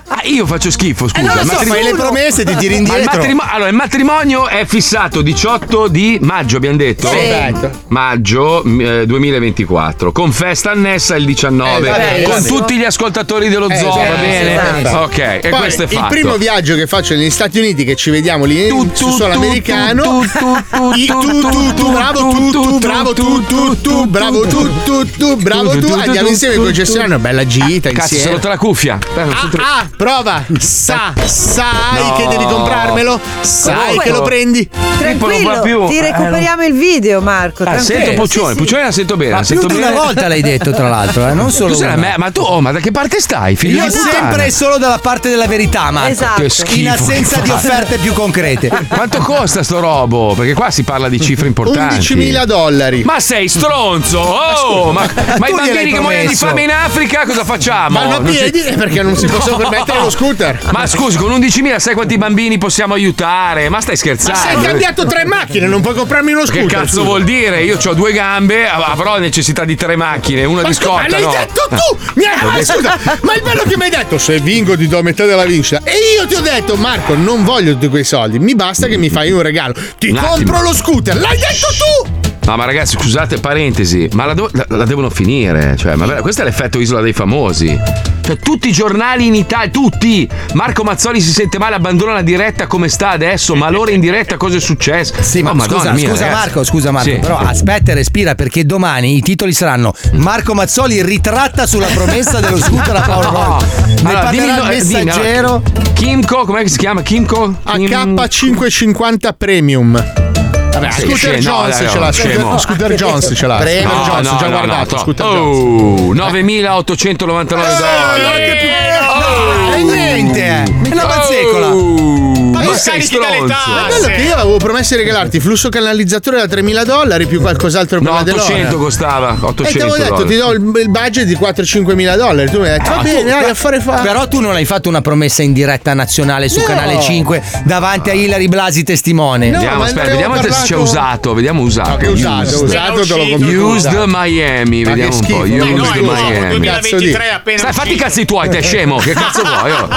[SPEAKER 3] Ah, io faccio schifo, scusa.
[SPEAKER 29] Eh, non lo
[SPEAKER 3] il
[SPEAKER 29] so,
[SPEAKER 3] matrimonio-
[SPEAKER 29] fai le promesse e ti tiri
[SPEAKER 3] Ma
[SPEAKER 29] indietro.
[SPEAKER 3] il matrimo- allora, il matrimonio è fissato 18 di maggio, abbiamo detto.
[SPEAKER 29] Sì. Esatto.
[SPEAKER 3] Maggio eh, 2024, con festa annessa il 19,
[SPEAKER 7] Eh, va bene,
[SPEAKER 3] con
[SPEAKER 7] va bene.
[SPEAKER 3] tutti gli ascoltatori dello
[SPEAKER 7] Eh,
[SPEAKER 3] zoo,
[SPEAKER 7] sì,
[SPEAKER 3] va
[SPEAKER 7] sì,
[SPEAKER 3] bene?
[SPEAKER 7] sì, sì.
[SPEAKER 3] Ok, e
[SPEAKER 7] Poi,
[SPEAKER 3] questo è fatto.
[SPEAKER 7] Il primo viaggio che faccio negli Stati Uniti, che ci vediamo lì in- su suolo americano.
[SPEAKER 3] Tu, tu,
[SPEAKER 7] I- tu, tu, tu, bravo tu, tu, bravo tu, tu, tu, bravo tu, tu, tu, bravo tu. Andiamo insieme in concessionario, bella gita
[SPEAKER 3] Cazzo, sono
[SPEAKER 7] insieme.
[SPEAKER 3] la cuffia.
[SPEAKER 7] Ah, ah, prova! Sa, sai
[SPEAKER 3] No.
[SPEAKER 7] che devi comprarmelo, sai
[SPEAKER 29] Comunque-
[SPEAKER 7] che lo prendi.
[SPEAKER 29] Tranquillo, ti recuperiamo il video, Marco.
[SPEAKER 3] Eh, Ah, sento
[SPEAKER 29] tranquillo.
[SPEAKER 3] Puccione,
[SPEAKER 29] Sì, sì.
[SPEAKER 3] Puccione la sento bene.
[SPEAKER 5] Ma
[SPEAKER 3] la
[SPEAKER 5] più
[SPEAKER 3] sento
[SPEAKER 5] di
[SPEAKER 3] bene.
[SPEAKER 5] una volta l'hai detto, tra l'altro, eh, non solo
[SPEAKER 3] Tu sei una
[SPEAKER 5] una.
[SPEAKER 3] me- ma tu, oh, ma da che parte stai? Figlio
[SPEAKER 5] Io
[SPEAKER 3] di puttana?
[SPEAKER 5] sempre e solo dalla parte della verità, Marco.
[SPEAKER 3] Esatto. Che schifo
[SPEAKER 5] In assenza
[SPEAKER 3] che
[SPEAKER 5] di
[SPEAKER 3] fate.
[SPEAKER 5] offerte più concrete.
[SPEAKER 3] Quanto costa sto robo? Perché qua si parla di cifre importanti.
[SPEAKER 7] 11.000 dollari.
[SPEAKER 3] Ma sei stronzo! Oh, ma, ma i
[SPEAKER 7] Tu gliel'hai
[SPEAKER 3] bambini che muoiono di
[SPEAKER 7] promesso.
[SPEAKER 3] fame in Africa cosa facciamo?
[SPEAKER 7] Vanno a
[SPEAKER 3] Non si-
[SPEAKER 7] piedi perché non si possono permettere lo scooter.
[SPEAKER 3] Ma scusi, con 11.000 sai quanti bambini possiamo aiutare? Ma stai
[SPEAKER 7] Ma
[SPEAKER 3] scherzando?
[SPEAKER 7] sei cambiato tre macchine, non puoi comprarmi uno
[SPEAKER 3] Che
[SPEAKER 7] scooter.
[SPEAKER 3] cazzo
[SPEAKER 7] scusa.
[SPEAKER 3] vuol dire? Io ho due gambe, av- avrò necessità di tre macchine, una
[SPEAKER 7] Ma
[SPEAKER 3] di
[SPEAKER 7] scusa,
[SPEAKER 3] scorta.
[SPEAKER 7] l'hai
[SPEAKER 3] no.
[SPEAKER 7] detto tu! Mi hai-
[SPEAKER 3] L'ho
[SPEAKER 7] ma
[SPEAKER 3] detto-
[SPEAKER 7] scusa, ma il bello che mi hai detto, se vingo ti do metà della vincita. E io ti ho detto, Marco, non voglio tutti quei soldi, mi basta che mi fai un regalo. Ti
[SPEAKER 3] Un attimo.
[SPEAKER 7] compro lo scooter, l'hai detto tu!
[SPEAKER 3] No, ma ragazzi, scusate, parentesi, ma la, do- la- la devono finire. Cioè, ma beh, questo è l'effetto Isola dei Famosi. Cioè, tutti i giornali in Italia, tutti! Marco Mazzoli si sente male, abbandona la diretta come sta adesso, ma l'ora in diretta cosa è successo?
[SPEAKER 5] Sì, ma
[SPEAKER 3] Oh,
[SPEAKER 5] scusa,
[SPEAKER 3] Madonna mia,
[SPEAKER 5] scusa
[SPEAKER 3] ragazzi.
[SPEAKER 5] Marco, scusa Marco,
[SPEAKER 3] Sì.
[SPEAKER 5] però aspetta e respira perché domani i titoli saranno Marco Mazzoli ritratta sulla promessa dello scooter a Paolo
[SPEAKER 3] No.
[SPEAKER 5] Rossi. Ne
[SPEAKER 3] Allora, dimmi
[SPEAKER 5] parlerà
[SPEAKER 3] il no- eh,
[SPEAKER 5] il
[SPEAKER 3] dimmi, allora,
[SPEAKER 5] messaggero.
[SPEAKER 3] Kimco, com'è che si chiama? Kimco?
[SPEAKER 7] AK550 Premium. Vabbè,
[SPEAKER 3] Sì,
[SPEAKER 7] Scooter
[SPEAKER 3] scemo,
[SPEAKER 7] Jones
[SPEAKER 3] dai,
[SPEAKER 7] ce l'ha,
[SPEAKER 3] no,
[SPEAKER 7] Scooter,
[SPEAKER 3] scemo.
[SPEAKER 7] Scooter Jones ce l'ha. Scooter
[SPEAKER 3] No,
[SPEAKER 7] Jones,
[SPEAKER 3] no,
[SPEAKER 7] già
[SPEAKER 3] no,
[SPEAKER 7] guardato,
[SPEAKER 3] no,
[SPEAKER 7] Scooter Jones.
[SPEAKER 3] Oh, 9.899 dollari.
[SPEAKER 7] Eh,
[SPEAKER 3] Oh!
[SPEAKER 7] E niente, eh. È una bazzecola.
[SPEAKER 3] Ma
[SPEAKER 7] io
[SPEAKER 3] ma sei
[SPEAKER 7] scarichi dalle
[SPEAKER 3] stronzo.
[SPEAKER 7] tasse. Ma bello che io avevo promesso di regalarti flusso canalizzatore da 3000 dollari più qualcos'altro per
[SPEAKER 3] No,
[SPEAKER 7] la dell'ora.
[SPEAKER 3] 800 costava.
[SPEAKER 7] E ti
[SPEAKER 3] 800
[SPEAKER 7] avevo detto,
[SPEAKER 3] dollari.
[SPEAKER 7] ti do il, il budget di 4-5 mila dollari. Tu mi hai detto, va
[SPEAKER 5] Ma
[SPEAKER 7] bene,
[SPEAKER 5] tu-
[SPEAKER 7] dai, affare fa.
[SPEAKER 5] Però tu non hai fatto una promessa in diretta nazionale su
[SPEAKER 7] No.
[SPEAKER 5] Canale 5 davanti a Hilary Blasi testimone.
[SPEAKER 3] Eh, vediamo, aspetta, vediamo se c'è usato. Vediamo usato.
[SPEAKER 5] No, che usato,
[SPEAKER 3] Used.
[SPEAKER 5] usato te lo compro.
[SPEAKER 3] Used
[SPEAKER 5] Usato.
[SPEAKER 3] Miami,
[SPEAKER 5] Ma che
[SPEAKER 3] vediamo un po'.
[SPEAKER 5] schifo.
[SPEAKER 7] Eh,
[SPEAKER 3] Used
[SPEAKER 5] Dai, no, è nuovo,
[SPEAKER 3] Miami.
[SPEAKER 5] 2023 appena
[SPEAKER 3] Stai, fatti i cazzi tuoi, te scemo. Che cazzo vuoi? Oh,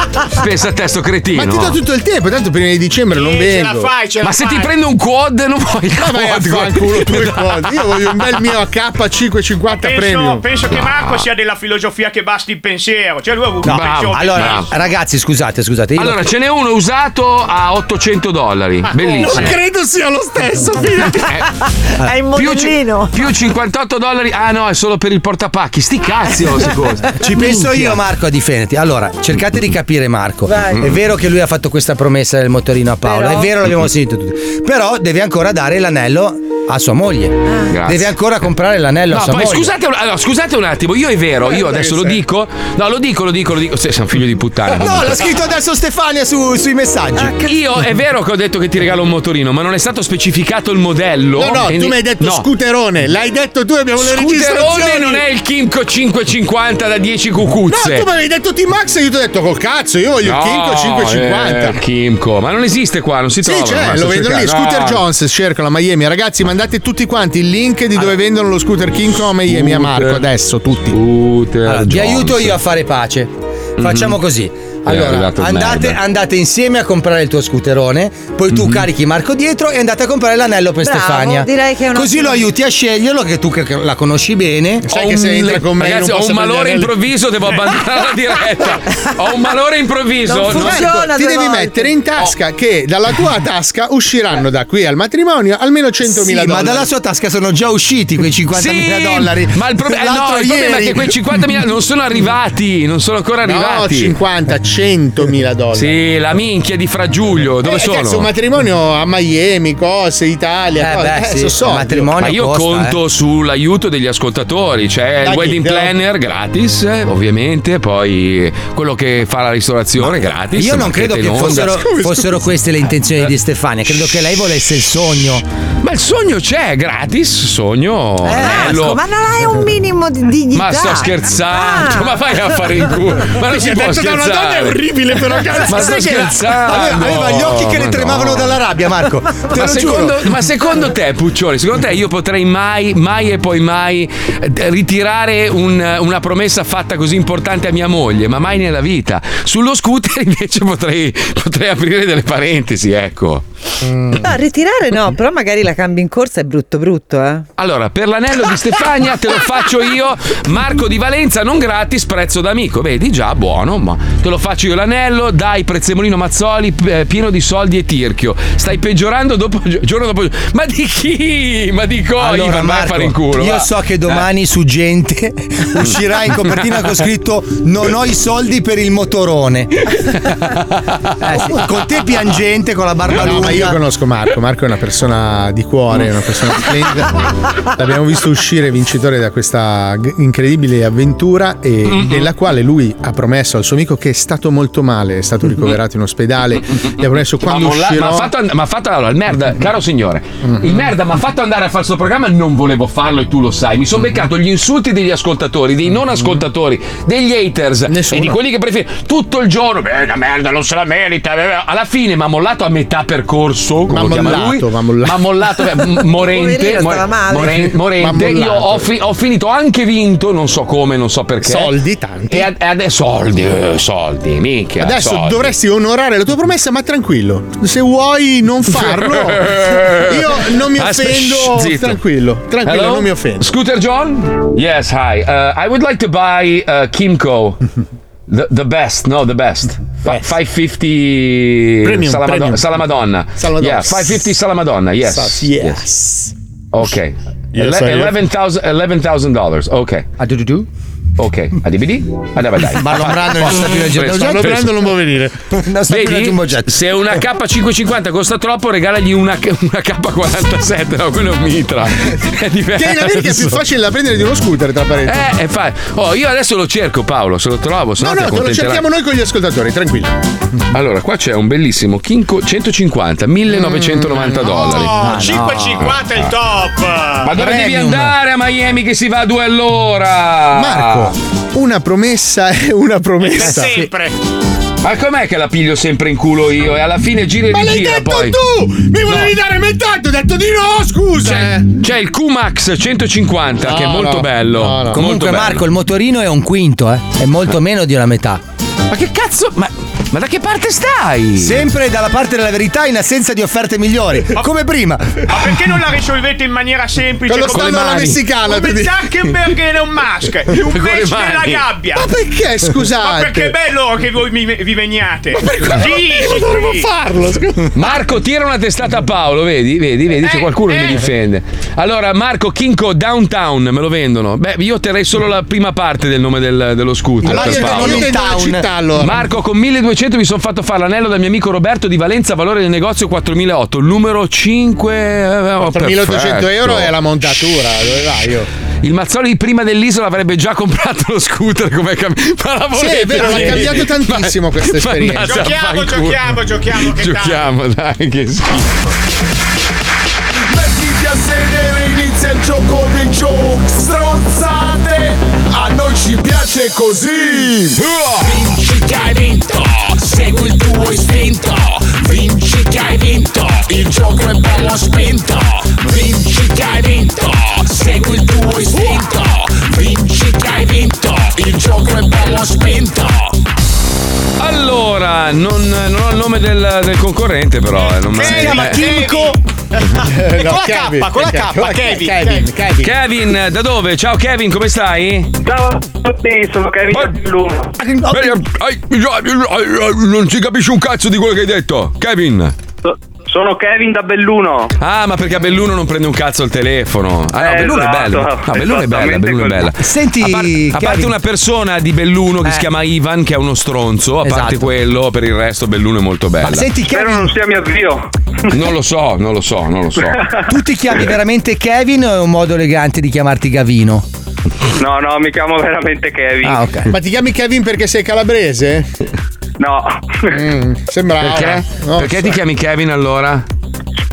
[SPEAKER 3] pensa a te, sto cretino.
[SPEAKER 7] Ma ti do tutto il tempo, tanto prima di dicembre non vengo.
[SPEAKER 3] Ma se ti prendo un quad, non vuoi il
[SPEAKER 7] Ma vai a
[SPEAKER 3] quad.
[SPEAKER 7] fanculo tu e quad. Io voglio un bel mio AK550
[SPEAKER 16] Penso,
[SPEAKER 7] premium.
[SPEAKER 16] penso che Marco sia della filosofia che basti il pensiero. Cioè, lui ha avuto un pensiero
[SPEAKER 5] allora,
[SPEAKER 16] pensato.
[SPEAKER 5] ragazzi, scusate, scusate. io-
[SPEAKER 3] Allora, ce n'è uno usato a 800 dollari. Bellissimo.
[SPEAKER 7] credo sia lo stesso,
[SPEAKER 16] È
[SPEAKER 3] in Eh, più, ci- più 58 dollari. Ah no, è solo per il portapacchi. Sti cazzi, oh, queste cose.
[SPEAKER 5] Ci penso io, Marco, a difenderti. Allora, cercate di capire, Marco.
[SPEAKER 3] Vai.
[SPEAKER 5] È vero che lui ha fatto questa promessa del motorino a Paola,
[SPEAKER 9] Però-
[SPEAKER 5] è vero, l'abbiamo sentito tutti. Però deve ancora dare l'anello a sua
[SPEAKER 3] Ah.
[SPEAKER 5] moglie.
[SPEAKER 3] Grazie.
[SPEAKER 5] Deve ancora comprare l'anello a
[SPEAKER 3] No,
[SPEAKER 5] sua
[SPEAKER 3] poi
[SPEAKER 5] moglie.
[SPEAKER 3] scusate, un- allora, scusate un attimo, io è vero,
[SPEAKER 7] Eh,
[SPEAKER 3] io adesso lo dico. No, lo dico, lo dico, lo dico. Sei sei un figlio di puttana.
[SPEAKER 5] No,
[SPEAKER 3] comunque.
[SPEAKER 5] l'ha scritto adesso Stefania su- sui messaggi.
[SPEAKER 3] Io è vero Ah, che ho detto che ti regalo un motorino, ma non è stato specificato il modello.
[SPEAKER 7] No, no,
[SPEAKER 3] E-
[SPEAKER 7] tu mi hai detto
[SPEAKER 3] no.
[SPEAKER 7] scuterone, l'hai detto tu, abbiamo le
[SPEAKER 3] Scuterone
[SPEAKER 7] registrazioni.
[SPEAKER 3] non è il Kimco 550 da 10 cucuzze.
[SPEAKER 7] No, tu mi avevi detto T-Max e io ti ho detto col cazzo, io voglio il Kinko 550.
[SPEAKER 3] eh, Kimco, ma non esiste qua, non si
[SPEAKER 7] Sì,
[SPEAKER 3] trova.
[SPEAKER 7] c'è, lo vendono lì. Scooter Jones cercano a Miami. Ragazzi, mandate tutti quanti il link di dove vendono lo scooter Kinko a Miami a Marco adesso, tutti.
[SPEAKER 5] Allora, vi aiuto io a fare pace. Facciamo così.
[SPEAKER 7] è
[SPEAKER 5] Allora,
[SPEAKER 7] arrivato il
[SPEAKER 5] andate,
[SPEAKER 7] merda. Mhm.
[SPEAKER 5] andate insieme a comprare il tuo scooterone, poi tu carichi Marco dietro e andate a comprare l'anello per
[SPEAKER 29] Bravo,
[SPEAKER 5] Stefania.
[SPEAKER 29] direi che è una-
[SPEAKER 5] Così lo aiuti a sceglierlo, che tu che che la conosci bene.
[SPEAKER 7] Sai che se entra con me
[SPEAKER 3] Ragazzi,
[SPEAKER 7] non
[SPEAKER 3] ho
[SPEAKER 7] posso
[SPEAKER 3] un malore
[SPEAKER 7] prendere-
[SPEAKER 3] improvviso, devo abbandonare la diretta. Ho un malore improvviso.
[SPEAKER 7] Marco, ti devi mettere in
[SPEAKER 5] Oh.
[SPEAKER 7] tasca che dalla tua tasca usciranno da qui al matrimonio almeno 100.000
[SPEAKER 5] Sì,
[SPEAKER 7] dollari.
[SPEAKER 5] ma dalla sua tasca sono già usciti quei 50.000
[SPEAKER 3] Sì,
[SPEAKER 5] dollari.
[SPEAKER 3] Ma il, prob- eh, no,
[SPEAKER 5] L'altro
[SPEAKER 3] il problema è
[SPEAKER 5] ieri.
[SPEAKER 3] che quei 50.000 non sono arrivati, non sono ancora
[SPEAKER 7] No,
[SPEAKER 3] arrivati.
[SPEAKER 7] 50, 100.000 200.000 dollari.
[SPEAKER 3] Sì, la minchia di Fra Giulio, dove
[SPEAKER 7] Eh,
[SPEAKER 3] sono?
[SPEAKER 7] Cazzo, un matrimonio a Miami, cose, Italia,
[SPEAKER 3] Eh,
[SPEAKER 7] cose.
[SPEAKER 3] beh,
[SPEAKER 7] eh,
[SPEAKER 3] sì,
[SPEAKER 7] so soldi.
[SPEAKER 3] Ma io conto
[SPEAKER 5] eh.
[SPEAKER 3] sull'aiuto degli ascoltatori, c'è
[SPEAKER 7] Da
[SPEAKER 3] il
[SPEAKER 7] chi?
[SPEAKER 3] wedding
[SPEAKER 7] Della-
[SPEAKER 3] planner gratis, eh, ovviamente, poi quello che fa la ristorazione gratis.
[SPEAKER 5] Io non
[SPEAKER 3] marchette
[SPEAKER 5] credo che
[SPEAKER 3] in onda.
[SPEAKER 5] fossero, fossero queste le intenzioni di Stefania. Credo che lei volesse il sogno.
[SPEAKER 3] Ma il sogno c'è, gratis, sogno. bello.
[SPEAKER 7] Eh,
[SPEAKER 29] Marco, ma non hai un minimo di dignità.
[SPEAKER 3] eh, Ma sto scherzando,
[SPEAKER 29] Ah.
[SPEAKER 3] ma vai a fare in culo. Ma non
[SPEAKER 7] Mi
[SPEAKER 3] si
[SPEAKER 7] è
[SPEAKER 3] può
[SPEAKER 7] detto da una donna
[SPEAKER 3] scherzare.
[SPEAKER 7] è orribile, però, cazzo.
[SPEAKER 3] Ma sto
[SPEAKER 7] Sai che-
[SPEAKER 3] scherzando.
[SPEAKER 7] Aveva- aveva gli occhi che le
[SPEAKER 3] Ma
[SPEAKER 7] tremavano dalla rabbia, Marco. Te
[SPEAKER 3] ma,
[SPEAKER 7] lo
[SPEAKER 3] secondo,
[SPEAKER 7] giuro.
[SPEAKER 3] ma secondo te, Puccioli, secondo te io potrei mai, mai e poi mai eh, ritirare un- una promessa fatta così importante a mia moglie? Ma mai nella vita. Sullo scooter invece potrei, potrei aprire delle parentesi, ecco.
[SPEAKER 7] Mm.
[SPEAKER 29] No, ritirare no, però magari la cambi in corsa è brutto brutto, eh.
[SPEAKER 3] Allora, per l'anello di Stefania te lo faccio io, Marco di Valenza, non gratis, prezzo d'amico. Vedi già, buono, ma te lo faccio io l'anello, dai prezzemolino Mazzoli p- eh, pieno di soldi e tirchio. Stai peggiorando dopo, gio- giorno dopo giorno. Ma di chi? Ma di cosa?
[SPEAKER 5] Allora,
[SPEAKER 3] Ivan, vai a fare in culo.
[SPEAKER 5] io
[SPEAKER 3] va. Eh.
[SPEAKER 5] so che domani su Gente uscirà in copertina con scritto Non ho i soldi per il motorone. Eh sì, Con te piangente, con la barba
[SPEAKER 7] No,
[SPEAKER 5] lunga.
[SPEAKER 7] ma io conosco Marco. Marco è una persona di cuore, è una persona splendida. L'abbiamo visto uscire vincitore da questa g- incredibile avventura, e
[SPEAKER 3] Mm-hmm.
[SPEAKER 7] nella quale lui ha promesso al suo amico che è stato molto male, è stato ricoverato in ospedale. Gli ha promesso
[SPEAKER 3] Mm-hmm. Ma,
[SPEAKER 7] quando
[SPEAKER 3] molla-
[SPEAKER 7] uscirò. Mm.
[SPEAKER 3] ma ha fatto, and- ma ha fatto- allora, il merda, caro signore, il merda mi ha fatto andare a fare il suo programma. Non volevo farlo e tu lo sai. Mi
[SPEAKER 7] Mm.
[SPEAKER 3] sono beccato gli insulti degli ascoltatori, dei non ascoltatori, degli haters e di quelli che preferiscono tutto il giorno. Beh, una merda, non se la merita. beh, beh. Alla fine mi ha mollato a metà percorso. Come
[SPEAKER 7] M'ha
[SPEAKER 3] lo chiama
[SPEAKER 7] mollato,
[SPEAKER 3] lui?
[SPEAKER 7] m'ha mollato.
[SPEAKER 3] M'ha mollato, beh, m- morente.
[SPEAKER 7] Poverino,
[SPEAKER 3] more-
[SPEAKER 7] stava male.
[SPEAKER 3] moren- morente.
[SPEAKER 7] M'ha
[SPEAKER 3] Io
[SPEAKER 7] mollato.
[SPEAKER 3] ho, fi- ho finito, ho anche vinto, non so come, non so perché.
[SPEAKER 7] Soldi, tanti.
[SPEAKER 3] E, ad- e adesso soldi, eh, soldi, minchia.
[SPEAKER 7] Adesso
[SPEAKER 3] soldi.
[SPEAKER 7] dovresti onorare la tua promessa, ma tranquillo. Se vuoi non farlo, io non mi
[SPEAKER 3] Aspetta,
[SPEAKER 7] offendo.
[SPEAKER 3] shh, zitto.
[SPEAKER 7] tranquillo, tranquillo,
[SPEAKER 3] Hello?
[SPEAKER 7] non mi offendo.
[SPEAKER 3] Scooter John? Yes, hi. Uh, I would like to buy uh, Kimco. The, the best, no, the best. Fi- 550
[SPEAKER 7] Premium,
[SPEAKER 3] Salamadonna.
[SPEAKER 7] premium.
[SPEAKER 3] Salamadonna.
[SPEAKER 7] Salamadonna.
[SPEAKER 3] Yeah, 550 Salamadonna, yes.
[SPEAKER 7] Yes.
[SPEAKER 3] Okay.
[SPEAKER 7] Yes, I am.
[SPEAKER 3] $11,000 $11,000 dollars. ok.
[SPEAKER 5] Ah,
[SPEAKER 3] A do do do? Ok, a DVD? Andiamo dai.
[SPEAKER 5] Marlon Brando non sta più leggendo il
[SPEAKER 3] Preso,
[SPEAKER 5] gioco.
[SPEAKER 3] preso.
[SPEAKER 7] non può venire.
[SPEAKER 5] Non sta più
[SPEAKER 3] Vedi,
[SPEAKER 5] leggendo il gioco.
[SPEAKER 3] se una K550 costa troppo, regalagli una, una K47. No, quello è un mitra. È diverso.
[SPEAKER 7] Che in America è più facile da prendere di uno scooter, tra parentesi.
[SPEAKER 3] Eh, e fa- Oh, io adesso lo cerco, Paolo. Se lo trovo, se
[SPEAKER 7] No,
[SPEAKER 3] no, ti
[SPEAKER 7] no, te lo
[SPEAKER 3] accontenterai.
[SPEAKER 7] cerchiamo noi con gli ascoltatori, tranquillo.
[SPEAKER 3] Allora, qua c'è un bellissimo Kinko 150, 1990 dollari.
[SPEAKER 16] Mm. No, 5,50 è il top.
[SPEAKER 3] Ma dove devi
[SPEAKER 7] Premium.
[SPEAKER 3] andare a Miami che si va a due all'ora?
[SPEAKER 7] Marco, una promessa è una promessa.
[SPEAKER 3] Per sempre. Ma com'è che la piglio sempre in culo io? E alla fine gira e
[SPEAKER 7] Ma l'hai
[SPEAKER 3] rigira
[SPEAKER 7] detto
[SPEAKER 3] poi.
[SPEAKER 7] tu! Mi volevi dare metà, ti ho detto di no, scusa! Eh,
[SPEAKER 3] C'è, c'è il Q-Max 150 che è
[SPEAKER 5] No,
[SPEAKER 3] molto
[SPEAKER 5] no,
[SPEAKER 3] bello.
[SPEAKER 5] no, no.
[SPEAKER 3] molto
[SPEAKER 5] Comunque,
[SPEAKER 3] bello.
[SPEAKER 5] Marco, il motorino è un quinto, eh. È molto meno di una metà.
[SPEAKER 3] Ma che cazzo? Ma, ma da che parte stai?
[SPEAKER 5] Sempre dalla parte della verità in assenza di offerte migliori. Come prima.
[SPEAKER 16] Ma perché non la risolvete in maniera semplice?
[SPEAKER 5] Con lo stanno alla messicana, tu
[SPEAKER 16] Come
[SPEAKER 5] dici.
[SPEAKER 16] Zuckerberg e un Musk.
[SPEAKER 5] Con le
[SPEAKER 16] Un pesce nella
[SPEAKER 5] mani.
[SPEAKER 16] gabbia.
[SPEAKER 7] Ma perché, scusate?
[SPEAKER 16] Ma perché è bello che voi mi- vi veniate. Ma
[SPEAKER 7] Ma dovremmo farlo,
[SPEAKER 3] Marco, tira una testata a Paolo, vedi, vedi, vedi, c'è qualcuno che mi difende. Allora, Marco Kinko Downtown, me lo vendono. Beh, io terrei solo la prima parte del nome del- dello scooter.
[SPEAKER 7] Allora,
[SPEAKER 3] per
[SPEAKER 7] io
[SPEAKER 3] Paolo.
[SPEAKER 7] tengo- io tengo la città, allora.
[SPEAKER 3] Marco, con 1200 mi sono fatto fare l'anello dal mio amico Roberto di Valenza, valore del negozio 4008, numero 5... eh, oh,
[SPEAKER 7] 1800
[SPEAKER 3] perfetto.
[SPEAKER 7] euro è la montatura, dove vai io?
[SPEAKER 3] Il Mazzoli prima dell'isola avrebbe già comprato lo scooter come cam- ma la
[SPEAKER 7] Sì,
[SPEAKER 3] volete
[SPEAKER 7] è vero, l'ha
[SPEAKER 3] ieri?
[SPEAKER 7] cambiato tantissimo
[SPEAKER 3] Ma-
[SPEAKER 7] questa esperienza.
[SPEAKER 3] andate a
[SPEAKER 7] Giochiamo,
[SPEAKER 3] fare in culo.
[SPEAKER 16] Giochiamo, giochiamo, che
[SPEAKER 3] Giochiamo, dai, che schifo.
[SPEAKER 6] Mettiti a sedere, inizia il gioco dei giochi Stronzate, a noi ci piace così Vinci che hai vinto, segui il tuo istinto Vinci che hai vinto, il gioco è bello spinto Vinci che hai vinto, segui il tuo istinto Vinci che hai vinto, il gioco è bello spinto
[SPEAKER 3] Allora, non, non ho il nome del, del concorrente, però. eh, non me-
[SPEAKER 6] Si chiama
[SPEAKER 3] eh.
[SPEAKER 6] Kimco.
[SPEAKER 7] Eh,
[SPEAKER 6] con
[SPEAKER 7] no,
[SPEAKER 6] la
[SPEAKER 7] Kevin,
[SPEAKER 6] K, con la
[SPEAKER 7] Kevin,
[SPEAKER 6] K, Kevin. Kevin.
[SPEAKER 3] Kevin, da dove? Ciao Kevin, come stai? Ciao a tutti, sono Kevin Non si capisce un cazzo di quello che hai detto, Kevin.
[SPEAKER 8] Sono Kevin da Belluno.
[SPEAKER 3] Ah, ma perché a Belluno non prende un cazzo il telefono? Ah, no,
[SPEAKER 8] Eh,
[SPEAKER 3] Belluno è
[SPEAKER 8] esatto,
[SPEAKER 3] bello. No, Belluno è bella,
[SPEAKER 8] esattamente
[SPEAKER 3] Belluno è bella.
[SPEAKER 8] così. Senti,
[SPEAKER 3] a, par- a parte
[SPEAKER 8] Kevin. Eh.
[SPEAKER 3] una persona di Belluno che si chiama Ivan, che è uno stronzo, a parte
[SPEAKER 8] Esatto.
[SPEAKER 3] quello, per il resto, Belluno è molto bella.
[SPEAKER 8] Spero non sia mio zio.
[SPEAKER 3] Non lo so, non lo so, non lo so.
[SPEAKER 5] Tu ti chiami veramente Kevin o è un modo elegante di chiamarti Gavino?
[SPEAKER 8] No, no, mi chiamo veramente Kevin.
[SPEAKER 5] Ah, ok.
[SPEAKER 7] Ma ti chiami Kevin perché sei calabrese? Mm,
[SPEAKER 8] No.
[SPEAKER 7] sembrava.
[SPEAKER 8] Perché?
[SPEAKER 7] Non
[SPEAKER 8] Perché
[SPEAKER 7] so.
[SPEAKER 8] ti
[SPEAKER 3] chiami Kevin allora?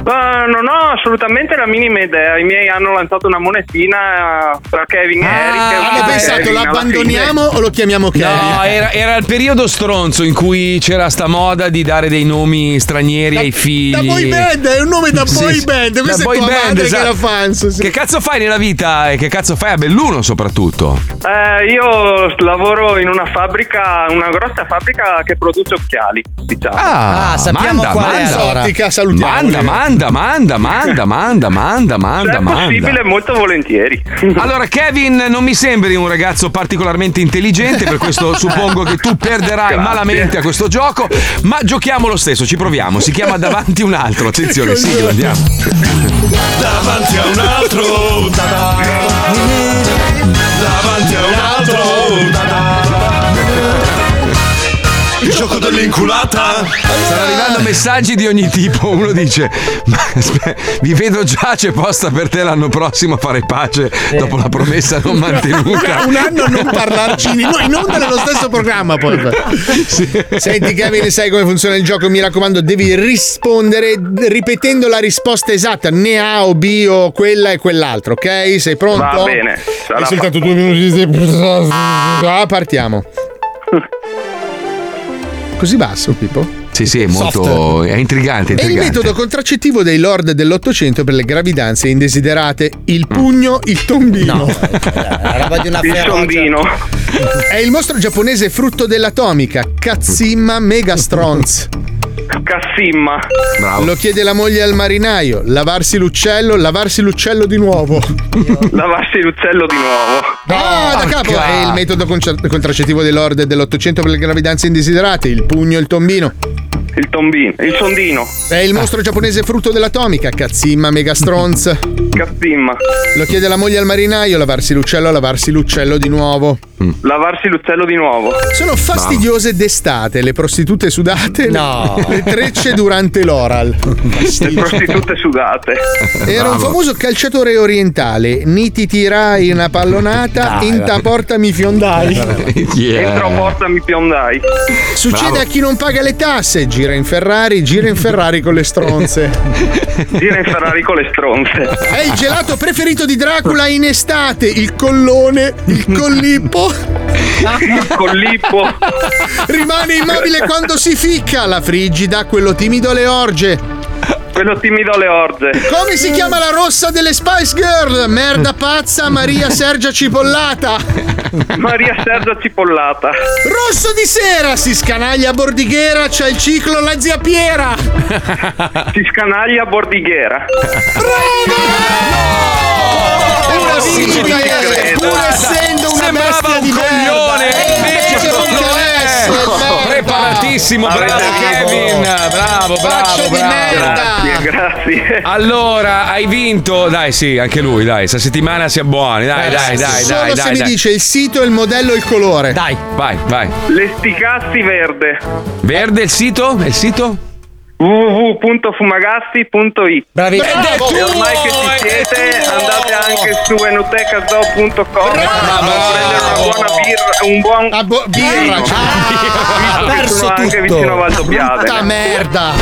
[SPEAKER 8] Ma non ho assolutamente la minima idea. I miei hanno lanciato una monetina tra Kevin e Eric.
[SPEAKER 7] Ah, Hanno pensato,
[SPEAKER 8] Eh, Kevin, alla
[SPEAKER 7] l'abbandoniamo
[SPEAKER 8] fine.
[SPEAKER 7] o lo chiamiamo Kevin?
[SPEAKER 3] No, era, era il periodo stronzo in cui c'era sta moda di dare dei nomi stranieri ai figli.
[SPEAKER 7] Da boy band, è un nome da
[SPEAKER 3] Sì,
[SPEAKER 7] boy
[SPEAKER 3] sì.
[SPEAKER 7] band.
[SPEAKER 3] Da
[SPEAKER 7] Questa è
[SPEAKER 3] boy
[SPEAKER 7] tua
[SPEAKER 3] band,
[SPEAKER 7] madre
[SPEAKER 3] esatto.
[SPEAKER 7] che era fan. sì, sì.
[SPEAKER 3] Che cazzo fai nella vita e che cazzo fai a Belluno soprattutto?
[SPEAKER 8] Eh, io lavoro in una fabbrica, una grossa fabbrica che produce occhiali.
[SPEAKER 7] Ah,
[SPEAKER 8] Diciamo.
[SPEAKER 3] Ah, manda, manda. Manda, manda, manda, manda, manda, manda,
[SPEAKER 8] Se
[SPEAKER 3] manda,
[SPEAKER 8] Cioè, è possibile,
[SPEAKER 3] manda.
[SPEAKER 8] molto volentieri.
[SPEAKER 3] Allora, Kevin, non mi sembri un ragazzo particolarmente intelligente, per questo suppongo che tu perderai
[SPEAKER 8] Grazie.
[SPEAKER 3] malamente a questo gioco, ma giochiamo lo stesso, ci proviamo. Si chiama davanti un altro. Attenzione, sì, andiamo.
[SPEAKER 6] Davanti a un altro ta-da. Davanti a un altro ta-da. Il gioco dell'inculata
[SPEAKER 3] Stanno arrivando messaggi di ogni tipo. Uno dice: Ma aspe- vi vedo già, c'è posta per te l'anno prossimo a fare pace dopo la promessa non mantenuta.
[SPEAKER 7] Eh. un anno a non parlarci di noi, non nello stesso programma poi. Senti Kevin, sai come funziona il gioco? Mi raccomando, devi rispondere ripetendo la risposta esatta, ne A o B o quella e quell'altro, ok? Sei pronto?
[SPEAKER 8] Va bene, sarà
[SPEAKER 7] Hai soltanto due minuti di... Ah, partiamo. Così basso, Pippo?
[SPEAKER 3] Sì, sì, è molto. È intrigante.
[SPEAKER 7] È il
[SPEAKER 3] intrigante.
[SPEAKER 7] metodo contraccettivo dei lord dell'Ottocento per le gravidanze indesiderate. Il pugno, il tombino.
[SPEAKER 8] roba di una Il ferroccia. tombino.
[SPEAKER 7] È il mostro giapponese frutto dell'atomica, Katsima Megastronz.
[SPEAKER 8] Cassimma.
[SPEAKER 7] Lo chiede la moglie al marinaio, lavarsi l'uccello, lavarsi l'uccello di nuovo.
[SPEAKER 8] Lavarsi l'uccello di nuovo.
[SPEAKER 7] Ah, da capo!
[SPEAKER 8] Porca.
[SPEAKER 7] È il metodo concer- contraccettivo dei lord dell'Ottocento per le gravidanze indesiderate, il pugno, il tombino.
[SPEAKER 8] Il tombino. Il sondino.
[SPEAKER 7] È il
[SPEAKER 8] Ah.
[SPEAKER 7] mostro giapponese frutto dell'atomica, Katsima Megastronz.
[SPEAKER 8] Cazzimma.
[SPEAKER 7] Lo chiede la moglie al marinaio, lavarsi l'uccello, lavarsi l'uccello di nuovo.
[SPEAKER 8] Mm. Lavarsi l'uccello di nuovo.
[SPEAKER 7] Sono fastidiose d'estate, le prostitute sudate, le-
[SPEAKER 8] No.
[SPEAKER 7] le trecce durante l'oral.
[SPEAKER 8] Le prostitute sudate. Eh,
[SPEAKER 7] Era un famoso calciatore orientale, ni ti tirai una pallonata,
[SPEAKER 8] Dai,
[SPEAKER 7] in
[SPEAKER 8] vabbè.
[SPEAKER 7] ta porta mi fiondai.
[SPEAKER 8] Entro a porta mi piondai.
[SPEAKER 7] Succede a chi non paga le tasse, gira in Ferrari, gira in Ferrari con le stronze.
[SPEAKER 8] Gira in Ferrari con le stronze.
[SPEAKER 7] È il gelato preferito di Dracula in estate, il collone, il collippo.
[SPEAKER 8] Il collippo.
[SPEAKER 7] Rimane immobile quando si ficca, la frigida, quello timido alle orge.
[SPEAKER 8] Quello timido alle orge.
[SPEAKER 7] Come si chiama la rossa delle Spice Girl? Merda pazza Maria Sergia Cipollata.
[SPEAKER 8] Maria Sergia Cipollata.
[SPEAKER 7] Rosso di sera, si scanaglia a Bordighera, c'è il ciclo la zia Piera.
[SPEAKER 8] Si scanaglia a Bordighera.
[SPEAKER 7] È una vincita, eh, pur essendo una bestia di coglione,
[SPEAKER 3] Eh,
[SPEAKER 7] e invece non è.
[SPEAKER 3] Preparatissimo, bravo Kevin, bravo, bravo. bravo.
[SPEAKER 8] Grazie, grazie.
[SPEAKER 3] Allora, hai vinto. Dai, sì, anche lui, dai. Sta settimana siamo buoni. Dai, dai, dai,
[SPEAKER 7] Eh, Solo
[SPEAKER 3] dai,
[SPEAKER 7] se
[SPEAKER 3] dai,
[SPEAKER 7] mi
[SPEAKER 3] dai.
[SPEAKER 7] dice il sito, il modello e il colore.
[SPEAKER 3] Dai. Vai, vai.
[SPEAKER 8] Le sticazzi verde.
[SPEAKER 3] Verde il sito? È il sito?
[SPEAKER 8] www.fumagazzi.it
[SPEAKER 5] Bravi.
[SPEAKER 8] E ormai che ci siete, andate anche su enotecazoo.com a prendere una buona birra, un buon
[SPEAKER 7] birra, ah,
[SPEAKER 8] visto che Ah, sono anche vicino a Valdobbiate.
[SPEAKER 7] Brutta Ah, merda.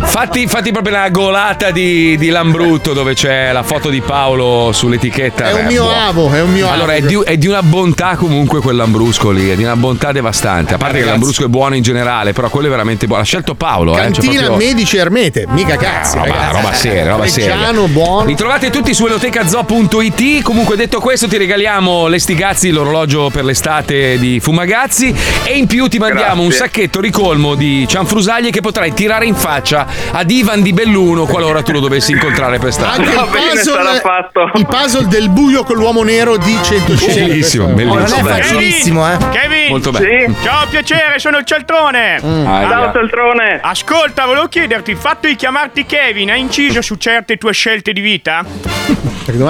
[SPEAKER 3] Fatti, fatti proprio la golata di, di Lambruto dove c'è la foto di Paolo sull'etichetta.
[SPEAKER 7] È un
[SPEAKER 3] Rebbo.
[SPEAKER 7] mio avo, è un mio
[SPEAKER 3] Allora, è
[SPEAKER 7] avo.
[SPEAKER 3] di, è di una bontà comunque quel Lambrusco lì, è di una bontà devastante. A parte che Lambrusco è buono in generale, però quello è veramente buono. Ha scelto Paolo, eh.
[SPEAKER 7] Cantina
[SPEAKER 3] cioè proprio-
[SPEAKER 7] Medici Ermete, mica cazzo.
[SPEAKER 3] roba-
[SPEAKER 7] ragazzi.
[SPEAKER 3] roba seria, roba seria.
[SPEAKER 7] Reggiano, buono.
[SPEAKER 3] Li trovate tutti su elotecazoo.it. Comunque, detto questo, ti regaliamo le stigazzi, l'orologio per l'estate di Fumagazzi. E in più ti mandiamo
[SPEAKER 8] Grazie.
[SPEAKER 3] un sacchetto ricolmo di cianfrusaglie che potrai tirare in faccia ad Ivan di Belluno qualora tu lo dovessi incontrare per strada.
[SPEAKER 7] Anche
[SPEAKER 8] Va
[SPEAKER 7] il,
[SPEAKER 8] bene,
[SPEAKER 7] puzzle,
[SPEAKER 8] sarà fatto.
[SPEAKER 7] il puzzle del buio con l'uomo nero di Oh, 105.
[SPEAKER 3] Bellissimo, bellissimo.
[SPEAKER 5] Non è
[SPEAKER 3] Bello.
[SPEAKER 5] facilissimo, eh?
[SPEAKER 16] Kevin!
[SPEAKER 3] Molto bene. Mm.
[SPEAKER 16] Ciao, piacere, sono il Celtrone!
[SPEAKER 8] Ciao, Celtrone!
[SPEAKER 16] Ascolta, volevo chiederti, il fatto di chiamarti Kevin ha inciso su certe tue scelte di vita?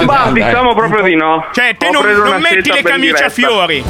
[SPEAKER 8] Ma diciamo proprio di no.
[SPEAKER 16] Cioè, te
[SPEAKER 8] Ho
[SPEAKER 16] non,
[SPEAKER 8] preso
[SPEAKER 16] non
[SPEAKER 8] una
[SPEAKER 16] metti
[SPEAKER 8] scelta
[SPEAKER 16] le
[SPEAKER 8] ben
[SPEAKER 16] camicie a
[SPEAKER 8] diretta.
[SPEAKER 16] fiori.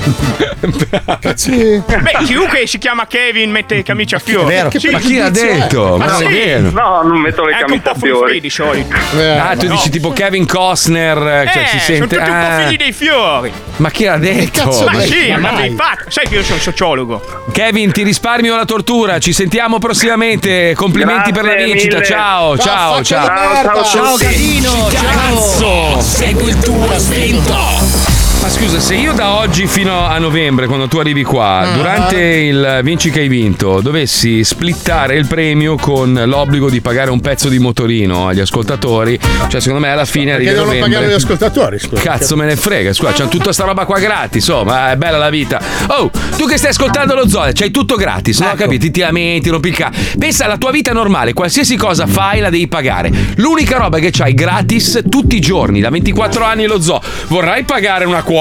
[SPEAKER 16] Beh, chiunque si chiama Kevin mette le camicie a fiori.
[SPEAKER 3] vero.
[SPEAKER 16] Sì.
[SPEAKER 3] Ma chi l'ha detto? Ma non è vero.
[SPEAKER 16] No,
[SPEAKER 8] non metto le
[SPEAKER 16] camicie a fiori. di solito.
[SPEAKER 3] ah, tu
[SPEAKER 16] no.
[SPEAKER 3] dici tipo Kevin Costner, cioè
[SPEAKER 16] Eh,
[SPEAKER 3] si
[SPEAKER 16] sono
[SPEAKER 3] sente.
[SPEAKER 16] tutti un
[SPEAKER 3] ah.
[SPEAKER 16] po' figli dei fiori.
[SPEAKER 3] ma chi l'ha detto?
[SPEAKER 16] Ma sì, ma
[SPEAKER 3] dai.
[SPEAKER 16] dei pazzi. Sai che io sono sociologo.
[SPEAKER 3] Kevin, ti risparmio la tortura. Ci sentiamo prossimamente. Complimenti per la
[SPEAKER 16] Grazie
[SPEAKER 3] vincita.
[SPEAKER 16] mille.
[SPEAKER 3] Ciao, ciao, Ah, ciao.
[SPEAKER 16] ciao,
[SPEAKER 3] Gadino,
[SPEAKER 6] Cazzo! Segui il tuo istinto!
[SPEAKER 3] Ma scusa, se io da oggi fino a novembre, quando tu arrivi qua,
[SPEAKER 7] Ah.
[SPEAKER 3] durante il Vinci che hai vinto, dovessi splittare il premio con l'obbligo di pagare un pezzo di motorino agli ascoltatori, cioè secondo me alla fine arrivi
[SPEAKER 7] Perché
[SPEAKER 3] a
[SPEAKER 7] devono
[SPEAKER 3] novembre.
[SPEAKER 7] pagare gli ascoltatori, scusa.
[SPEAKER 3] Cazzo me ne frega, scusa, c'è tutta sta roba qua gratis, oh, ma è bella la vita. Oh, tu che stai ascoltando lo zoo, c'hai tutto gratis, no? Capiti? Ti lamenti, rompi il cazzo. Pensa alla tua vita normale, qualsiasi cosa fai la devi pagare. L'unica roba che c'hai gratis tutti i giorni, da 24 anni lo zoo. Vorrai pagare una quota?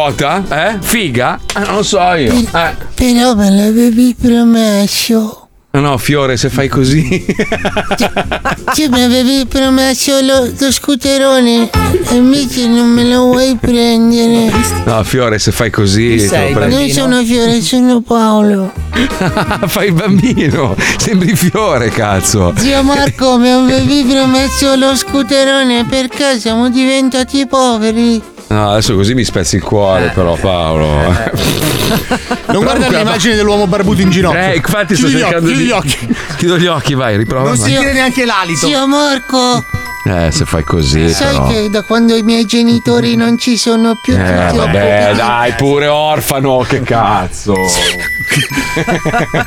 [SPEAKER 3] Eh? Figa? Eh, non lo so io. Eh.
[SPEAKER 20] Però me l'avevi promesso.
[SPEAKER 3] No, no, Fiore, se fai così.
[SPEAKER 20] Cioè, mi avevi promesso lo, lo scuterone. E invece non me lo vuoi prendere.
[SPEAKER 3] No, Fiore, se fai così. te lo prendi.
[SPEAKER 20] Non sono Fiore, sono Paolo.
[SPEAKER 3] fai il bambino. Sembri Fiore, cazzo.
[SPEAKER 20] Zio Marco, mi avevi promesso lo scuterone perché siamo diventati poveri.
[SPEAKER 3] No, adesso così mi spezzi il
[SPEAKER 20] Eh.
[SPEAKER 3] cuore, però, Paolo.
[SPEAKER 7] Non guardare le immagini dell'uomo barbuto in ginocchio.
[SPEAKER 3] Eh, infatti sto
[SPEAKER 7] Chiudi gli
[SPEAKER 3] cercando
[SPEAKER 7] occhi,
[SPEAKER 3] di...
[SPEAKER 7] chiudi gli
[SPEAKER 3] Chiudo gli occhi, vai, riprova.
[SPEAKER 20] Non
[SPEAKER 3] vai.
[SPEAKER 20] si vede neanche l'alito. Zio Marco,
[SPEAKER 3] Eh, se fai così,
[SPEAKER 20] sai
[SPEAKER 3] però.
[SPEAKER 20] che da quando i miei genitori non ci sono più,
[SPEAKER 3] Eh,
[SPEAKER 20] tutti ho
[SPEAKER 3] vabbè, dai, pure orfano, che cazzo.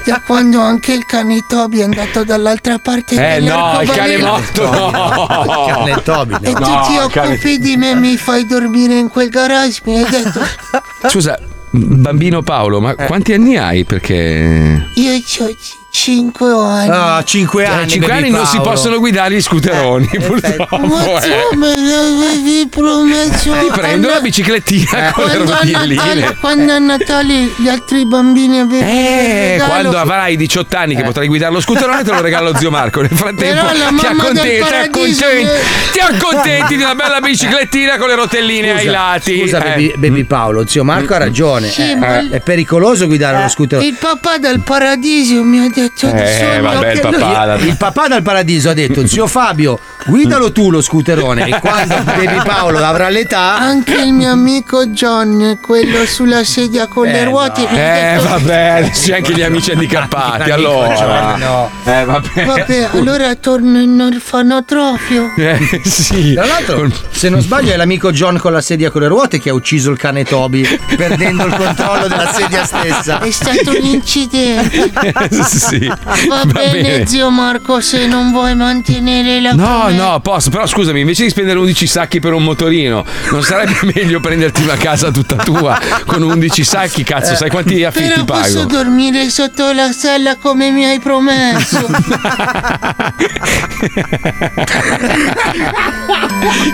[SPEAKER 20] Da quando anche il cane Toby è andato dall'altra parte
[SPEAKER 3] Eh no, il cane
[SPEAKER 20] dell'arcobaleno.
[SPEAKER 3] morto no.
[SPEAKER 20] Il cane
[SPEAKER 3] Toby.
[SPEAKER 20] E tu ti occupi di me mi fai dormire in quel garage Mi hai detto
[SPEAKER 3] Scusa, bambino Paolo, ma
[SPEAKER 20] Eh.
[SPEAKER 3] quanti anni hai? Perché...
[SPEAKER 20] Io ho 5 Ah, anni
[SPEAKER 5] 5
[SPEAKER 3] A 5 Ah, Eh, anni non si possono guidare gli scuteroni,
[SPEAKER 20] Eh,
[SPEAKER 3] purtroppo.
[SPEAKER 20] Ma
[SPEAKER 3] eh.
[SPEAKER 20] tu me l'avevi promesso
[SPEAKER 3] Ti prendo
[SPEAKER 20] a
[SPEAKER 3] la biciclettina con le
[SPEAKER 20] quando a, Natale,
[SPEAKER 3] rodelline.
[SPEAKER 20] quando a Natale gli altri bambini avevano
[SPEAKER 3] Eh,
[SPEAKER 20] il regalo.
[SPEAKER 3] quando avrai 18 anni che potrai guidare lo scuterone, te lo regalo zio Marco. Nel frattempo
[SPEAKER 20] Eh. Però la
[SPEAKER 3] ti
[SPEAKER 20] mamma del
[SPEAKER 3] accontenti, ti
[SPEAKER 20] paradiso
[SPEAKER 3] accontenti,
[SPEAKER 20] mi-
[SPEAKER 3] ti accontenti di una bella biciclettina con le rotelline ai lati.
[SPEAKER 30] Scusa,
[SPEAKER 3] Eh.
[SPEAKER 30] baby, baby Paolo, zio Marco ha ragione.
[SPEAKER 20] Sì,
[SPEAKER 30] eh,
[SPEAKER 20] ma- Eh,
[SPEAKER 30] È pericoloso guidare uno scooter.
[SPEAKER 20] il papà dal paradiso mi ha detto
[SPEAKER 3] Eh,
[SPEAKER 20] sogno che lui-
[SPEAKER 30] Eh, Il- il papà dal paradiso ha detto: Zio Fabio, guidalo tu lo scooterone. E quando Baby Paolo avrà l'età.
[SPEAKER 20] Anche il mio amico John, quello sulla sedia con le ruote. mi ha
[SPEAKER 3] Eh
[SPEAKER 20] detto,
[SPEAKER 3] vabbè, c'è anche gli amici handicappati,
[SPEAKER 30] Anche
[SPEAKER 3] allora.
[SPEAKER 30] no.
[SPEAKER 3] Eh vabbè.
[SPEAKER 20] cioè, Vabbè, allora torno in orfanotrofio.
[SPEAKER 3] Eh, sì.
[SPEAKER 30] Tra l'altro,
[SPEAKER 3] Col-
[SPEAKER 30] se non sbaglio, è l'amico John con la sedia con le ruote che ha ucciso il cane Toby, perdendo il controllo della sedia stessa.
[SPEAKER 20] È stato un incidente.
[SPEAKER 3] Sì,
[SPEAKER 20] Va,
[SPEAKER 3] va
[SPEAKER 20] bene,
[SPEAKER 3] bene.
[SPEAKER 20] zio Marco, se non vuoi mantenere la
[SPEAKER 3] No, no, posso, però scusami, invece di spendere 11 sacchi per un motorino, non sarebbe meglio prenderti una casa tutta tua con 11 sacchi, cazzo, sai quanti affitti
[SPEAKER 20] Però posso
[SPEAKER 3] pago?
[SPEAKER 20] dormire sotto la sella come mi hai promesso.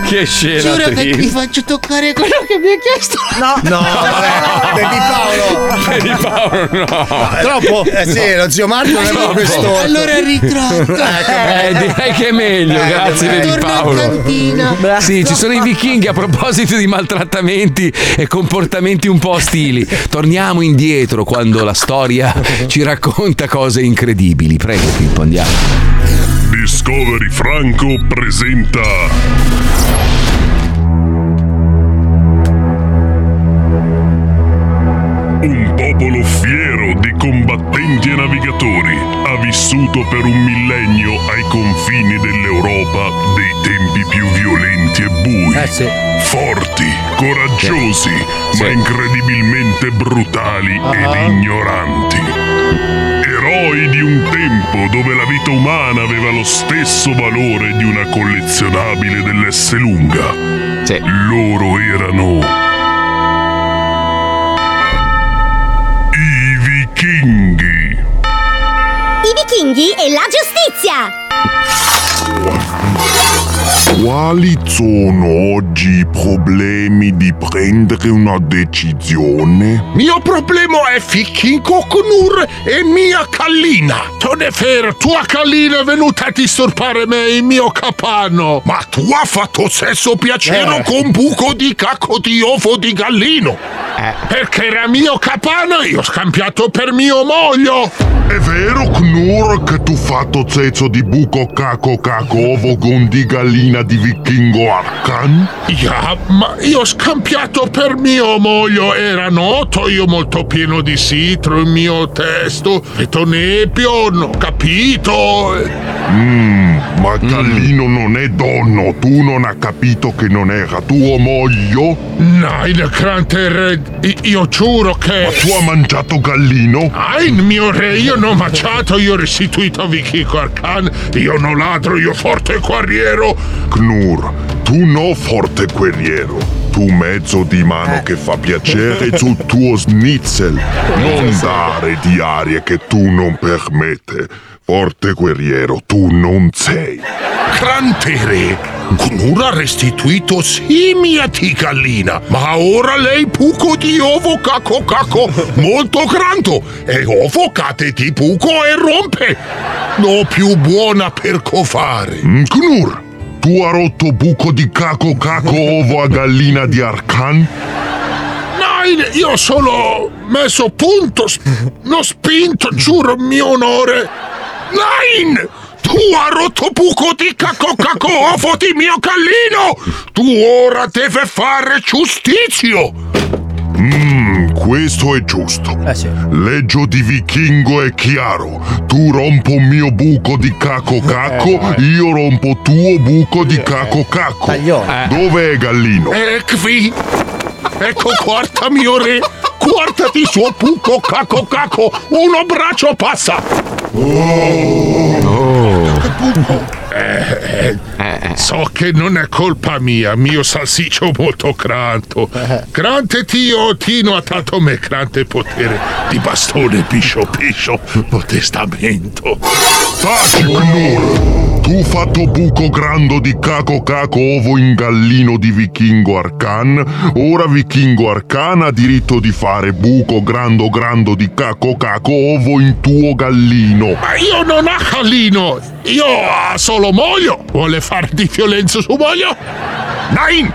[SPEAKER 3] che scena
[SPEAKER 20] Giuro che
[SPEAKER 3] triste.
[SPEAKER 20] ti faccio toccare quello che mi hai chiesto. No,
[SPEAKER 7] No, vabbè, Baby Paolo.
[SPEAKER 3] Baby Paolo, no.
[SPEAKER 7] Troppo. Eh sì, lo zio Marco non è proprio questo.
[SPEAKER 20] Allora ritratto.
[SPEAKER 3] Eh, direi che è meglio, grazie
[SPEAKER 20] direi. Eh,
[SPEAKER 3] Baby
[SPEAKER 20] Torna in
[SPEAKER 3] Paolo.
[SPEAKER 20] cantina.
[SPEAKER 3] Sì, ci sono i vichinghi a proposito di maltrattamenti e comportamenti un po' ostili. Torniamo indietro quando la storia ci racconta cose incredibili. Prego, Pippo, andiamo.
[SPEAKER 18] Discovery Franco presenta Un popolo fiero di combattenti e navigatori ha vissuto per un millennio ai confini dell'Europa dei tempi più violenti e bui. Forti, coraggiosi, ma incredibilmente brutali ed ignoranti. Eroi di un tempo dove la vita umana aveva lo stesso valore di una collezionabile dell'S lunga. Loro erano i vichinghi.
[SPEAKER 4] I vichinghi e la giustizia.
[SPEAKER 11] Quali sono oggi i problemi di prendere una decisione?
[SPEAKER 14] Mio problema è Ficchi Kokunur e mia Callina. Tonefer, tua Callina è venuta a disturbare me il mio capano. Ma tu hai fatto sesso piacere Eh. con buco di cacco di ovo di gallino. Perché era mio capano e io ho scambiato per mio moglio.
[SPEAKER 11] È vero, Knur, che tu fatto cezzo di buco caco caco ovo con di gallina di vichingo arcan?
[SPEAKER 14] Ah, ma io ho scambiato per mio moglio, era noto, io molto pieno di sitro, il mio testo, e tonepio, no, capito?
[SPEAKER 11] Mmm, ma Gallino non è donno, tu non hai capito che non era tuo moglio?
[SPEAKER 14] No, il Cranter, io giuro che...
[SPEAKER 11] Ma tu hai mangiato Gallino?
[SPEAKER 14] Ah, il mio re, io non ho macciato, io ho restituito a Vichico Arcan, io non ladro, io forte guerriero.
[SPEAKER 11] Knur, tu no forte guerriero, tu mezzo di mano che fa piacere sul tuo schnitzel, non dare di arie che tu non permette. Forte guerriero, tu non sei.
[SPEAKER 14] Crantere, Knur ha restituito simia di gallina, ma ora lei puco di ovo caco caco molto granto e ovo cate di puco e rompe. No più buona per covare.
[SPEAKER 11] Knur, tu ha rotto buco di caco caco ovo a gallina di Arcan?
[SPEAKER 14] Nein, io ho solo messo punto, s- l'ho spinto, giuro il mio onore. Nein! Tu ha rotto buco di cacco cacco ovo di mio gallino! Tu ora deve fare giustizio!
[SPEAKER 11] Mmm, questo è giusto. Leggio di vichingo è chiaro. Tu rompo mio buco di caco caco,
[SPEAKER 14] Eh, eh.
[SPEAKER 11] io rompo tuo buco di caco caco. Dove è Gallino?
[SPEAKER 14] E qui! Ecco quarta mio re! Quarta di suo buco cacco cacco! Uno braccio passa! Eh, eh, so che non è colpa mia, mio salsiccio molto cranto. Grante tio, Tino ha dato me grande potere di bastone piscio piscio, lo testamento.
[SPEAKER 11] Taci, Knur! Tu fatto buco grando di caco caco ovo in gallino di vichingo Arcan, ora vichingo Arcan ha diritto di fare buco grando grando di caco caco ovo in tuo gallino.
[SPEAKER 14] Ma io non ho Gallino, io ho solo Moglio. Vuole fare di violenza su Moglio? Nein!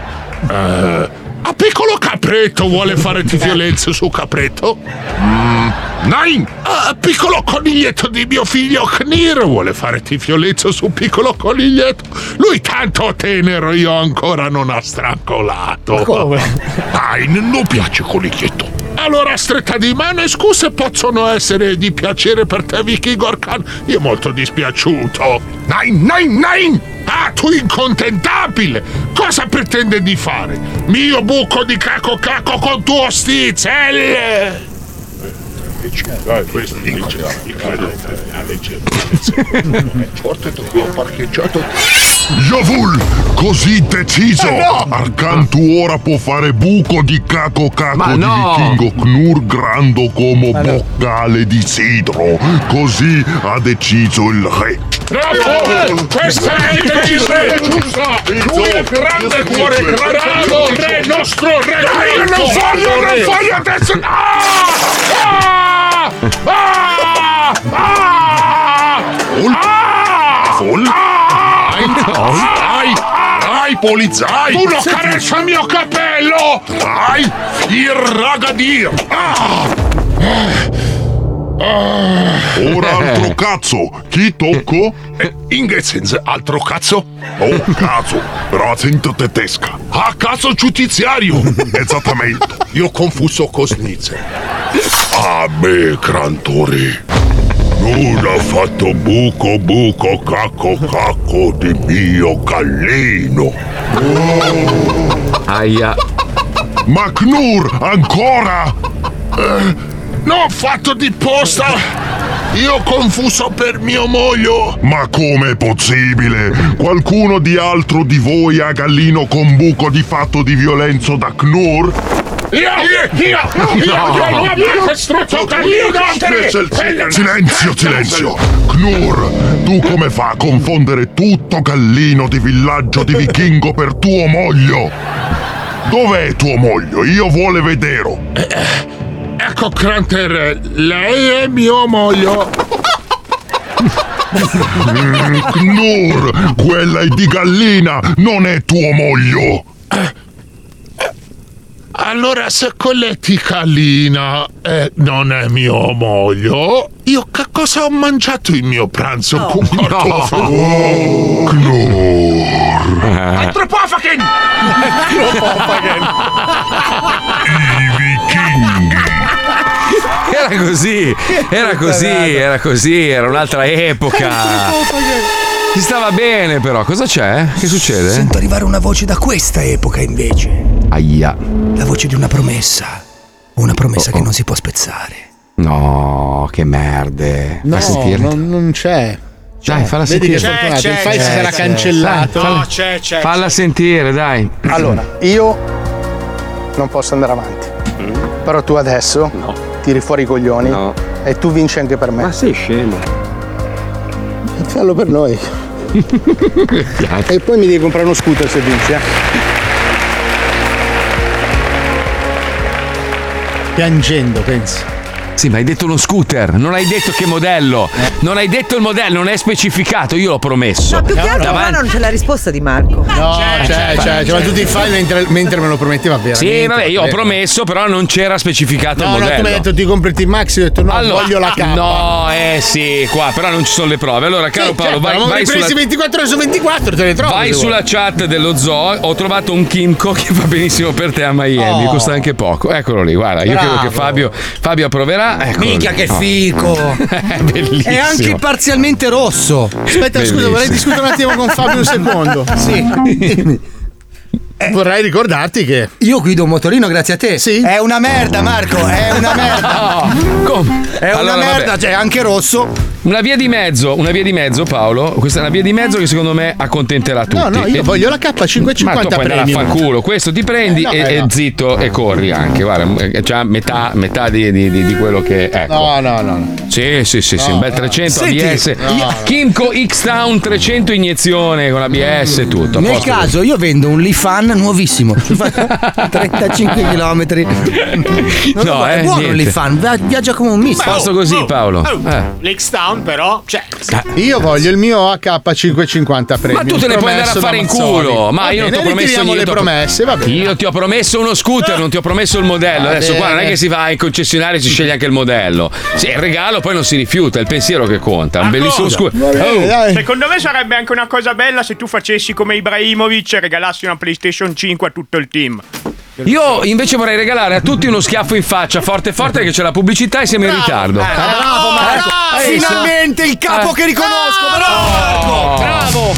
[SPEAKER 14] Eh, a piccolo capretto vuole fare di violenza su capretto? Mm, nein! A piccolo coniglietto di mio figlio Knir vuole fare di violenza su piccolo coniglietto? Lui tanto tenero io ancora non ha strangolato. Come? Nein, non piace coniglietto. Allora stretta di mano e scuse possono essere di piacere per te, Vicky Gorkan. Io molto dispiaciuto. Nein, nein, nein! Ah, tu incontentabile! Cosa pretende di fare? Mio buco di caco caco con tuo stizzel! Questo dice Forte ho parcheggiato.
[SPEAKER 11] Jovul, così deciso!
[SPEAKER 14] Ma Eh, no!
[SPEAKER 11] Arcan tu ora può fare buco di caco caco
[SPEAKER 14] Ma
[SPEAKER 11] di
[SPEAKER 14] no!
[SPEAKER 11] vichingo Knur grando come boccale di sidro. Così ha deciso il re.
[SPEAKER 14] Bravo! Questa è la decisione giusta! Lui è grande cuore, bravo re, nostro re! Io non voglio, non voglio adesso! Ah! Ah! Ah! Ah! Ai, ai, ai, polizai! Uno carezza il mio capello! Ai, il ragadir! Ah!
[SPEAKER 11] Ora altro cazzo, chi tocco? Eh,
[SPEAKER 14] Ingesenze, altro cazzo?
[SPEAKER 11] Oh cazzo, razzento tedesca.
[SPEAKER 14] A caso giudiziario!
[SPEAKER 11] Esattamente.
[SPEAKER 14] Io confuso con Snitzer.
[SPEAKER 11] A me, Crantori. Non ha fatto buco buco cacco cacco di mio gallino.
[SPEAKER 3] Aia.
[SPEAKER 11] Ma Knur, ancora?
[SPEAKER 14] Eh, no, fatto di posta! Io confuso per mio moglio!
[SPEAKER 11] Ma com'è possibile? Qualcuno di altro di voi ha gallino con buco di fatto di violenza da Knur? Silenzio, silenzio! Knur, tu come fa a confondere tutto gallino di villaggio di vichingo per tuo moglio? Dov'è tuo moglio? Io vuole vedero!
[SPEAKER 14] Ecco, Cranter, lei è mio moglio.
[SPEAKER 11] Mm, Knur, quella è di gallina, non è tuo moglio!
[SPEAKER 14] Allora, se colleticalina eh, non è mio moglio, io che cosa ho mangiato il mio pranzo con cartofo?
[SPEAKER 11] Oh,
[SPEAKER 3] Eh.
[SPEAKER 11] Knur!
[SPEAKER 6] Antropofagen!
[SPEAKER 3] Era così, era così, era così, era un'altra epoca. Si stava bene però, cosa c'è? Che succede?
[SPEAKER 9] Sento arrivare una voce da questa epoca invece.
[SPEAKER 3] Aia.
[SPEAKER 9] La voce di una promessa. Una promessa
[SPEAKER 30] Oh,
[SPEAKER 9] che non si può spezzare.
[SPEAKER 3] No, che merde.
[SPEAKER 7] No,
[SPEAKER 3] Fai sentirla.
[SPEAKER 7] non, non c'è.
[SPEAKER 9] Cioè,
[SPEAKER 3] Dai, falla sentire.
[SPEAKER 7] Vedi che fortunato,
[SPEAKER 3] C'è,
[SPEAKER 7] il file
[SPEAKER 3] c'è,
[SPEAKER 7] si sarà
[SPEAKER 3] c'è.
[SPEAKER 7] cancellato.
[SPEAKER 3] Dai, falla- No,
[SPEAKER 16] c'è, c'è,
[SPEAKER 3] Falla sentire, dai.
[SPEAKER 7] Allora, io non posso andare avanti.
[SPEAKER 3] Mm.
[SPEAKER 7] Però tu adesso tiri fuori i coglioni e tu vinci anche per me. Ma sei scemo. Fallo per noi. e poi mi devi comprare uno scooter se vinci, eh. Piangendo, pensi.
[SPEAKER 3] Sì, ma hai detto uno scooter, non hai detto che modello, non hai detto il modello, non è specificato, io l'ho promesso.
[SPEAKER 29] No, più che altro qua
[SPEAKER 3] Davanti- Eh,
[SPEAKER 29] non c'è la risposta di Marco. No,
[SPEAKER 7] Cioè, cioè, cioè, ma tutti i file mentre, mentre me lo prometteva veramente.
[SPEAKER 3] Sì, vabbè, io ho
[SPEAKER 7] Eh.
[SPEAKER 3] promesso, però non c'era specificato
[SPEAKER 7] No,
[SPEAKER 3] il
[SPEAKER 7] no,
[SPEAKER 3] modello.
[SPEAKER 7] tu mi hai detto ti compri il Max, io ho detto no, voglio la K.
[SPEAKER 3] No, eh sì, qua, però non ci sono le prove. Allora, caro
[SPEAKER 7] Sì,
[SPEAKER 3] Paolo,
[SPEAKER 7] certo,
[SPEAKER 3] vai,
[SPEAKER 7] eravamo
[SPEAKER 3] vai
[SPEAKER 7] ripresi
[SPEAKER 3] sulla,
[SPEAKER 7] 24 ore su 24, te le trovo.
[SPEAKER 3] vai
[SPEAKER 7] se vuoi.
[SPEAKER 3] sulla chat dello zoo. Ho trovato un Kimco che va benissimo per te a Miami,
[SPEAKER 7] Oh.
[SPEAKER 3] costa anche poco. Eccolo lì, guarda, io credo
[SPEAKER 9] Bravo.
[SPEAKER 3] che Fabio, Fabio approverà. Eccolo
[SPEAKER 9] Minchia,
[SPEAKER 3] lì.
[SPEAKER 9] che
[SPEAKER 3] Oh.
[SPEAKER 9] fico!
[SPEAKER 7] Cioè,
[SPEAKER 3] È bellissimo.
[SPEAKER 9] È anche parzialmente rosso.
[SPEAKER 7] Aspetta, scusa, vorrei discutere un attimo con Fabio un secondo. Eh.
[SPEAKER 9] Sì.
[SPEAKER 7] Vorrei ricordarti che.
[SPEAKER 9] Io guido un motorino grazie a te. Sì. È una merda, Marco. È una merda. È una
[SPEAKER 3] Allora,
[SPEAKER 9] merda,
[SPEAKER 3] vabbè.
[SPEAKER 9] cioè anche rosso.
[SPEAKER 3] Una via di mezzo, una via di mezzo, Paolo. Questa è una via di mezzo che secondo me accontenterà tutti.
[SPEAKER 7] No, no, io
[SPEAKER 3] E-
[SPEAKER 7] voglio la K550
[SPEAKER 3] Ma tu puoi andare a
[SPEAKER 7] premium.
[SPEAKER 3] far culo, questo ti prendi
[SPEAKER 7] Eh, no,
[SPEAKER 3] e,
[SPEAKER 7] eh,
[SPEAKER 3] e
[SPEAKER 7] no.
[SPEAKER 3] zitto e corri anche. Guarda, eh, c'ha metà, metà di, di- di- di quello che. Ecco.
[SPEAKER 7] No, no, no. no.
[SPEAKER 3] Sì, sì, sì, sì,
[SPEAKER 7] No,
[SPEAKER 3] un bel
[SPEAKER 7] no.
[SPEAKER 3] 300
[SPEAKER 7] Senti,
[SPEAKER 3] ABS.
[SPEAKER 7] no, no.
[SPEAKER 3] Kimco X-Town 300 iniezione con ABS e tutto. a
[SPEAKER 9] Nel
[SPEAKER 3] posto.
[SPEAKER 9] caso io vendo un Lifan nuovissimo, Ci fa 35 km. Non
[SPEAKER 3] No,
[SPEAKER 9] lo- è
[SPEAKER 3] eh,
[SPEAKER 9] buono
[SPEAKER 3] niente.
[SPEAKER 9] l'Ifan, via- viaggia come un misto.
[SPEAKER 3] Posto così, Paolo. Eh.
[SPEAKER 16] L'X-Town però, cioè...
[SPEAKER 7] Io voglio il mio AK550 premium.
[SPEAKER 3] Ma tu te ne puoi andare a
[SPEAKER 7] promesso da
[SPEAKER 3] fare in
[SPEAKER 7] Mazzoli.
[SPEAKER 3] culo. Ma
[SPEAKER 7] Va
[SPEAKER 3] io non ti ho
[SPEAKER 7] bene,
[SPEAKER 3] promesso niente,
[SPEAKER 7] ritiriamo le
[SPEAKER 3] io ti ho-
[SPEAKER 7] promesse, va bene.
[SPEAKER 3] Io ti ho promesso uno scooter, non ti ho promesso il modello.
[SPEAKER 7] Va
[SPEAKER 3] Adesso qua non è
[SPEAKER 7] bene.
[SPEAKER 3] che si va in concessionario e si sceglie anche il modello. Sì, il regalo poi non si rifiuta, è il pensiero che conta. Un bellissimo scooter. Oh.
[SPEAKER 16] Secondo me sarebbe anche una cosa bella se tu facessi come Ibrahimovic e regalassi una PlayStation 5 a tutto il team.
[SPEAKER 3] Io invece vorrei regalare a tutti uno schiaffo in faccia, forte forte, perché c'è la pubblicità e siamo in ritardo.
[SPEAKER 8] Ah,
[SPEAKER 9] Ecco, Finalmente il capo che riconosco, Ah, bravo!
[SPEAKER 8] Oh.
[SPEAKER 3] Bravo!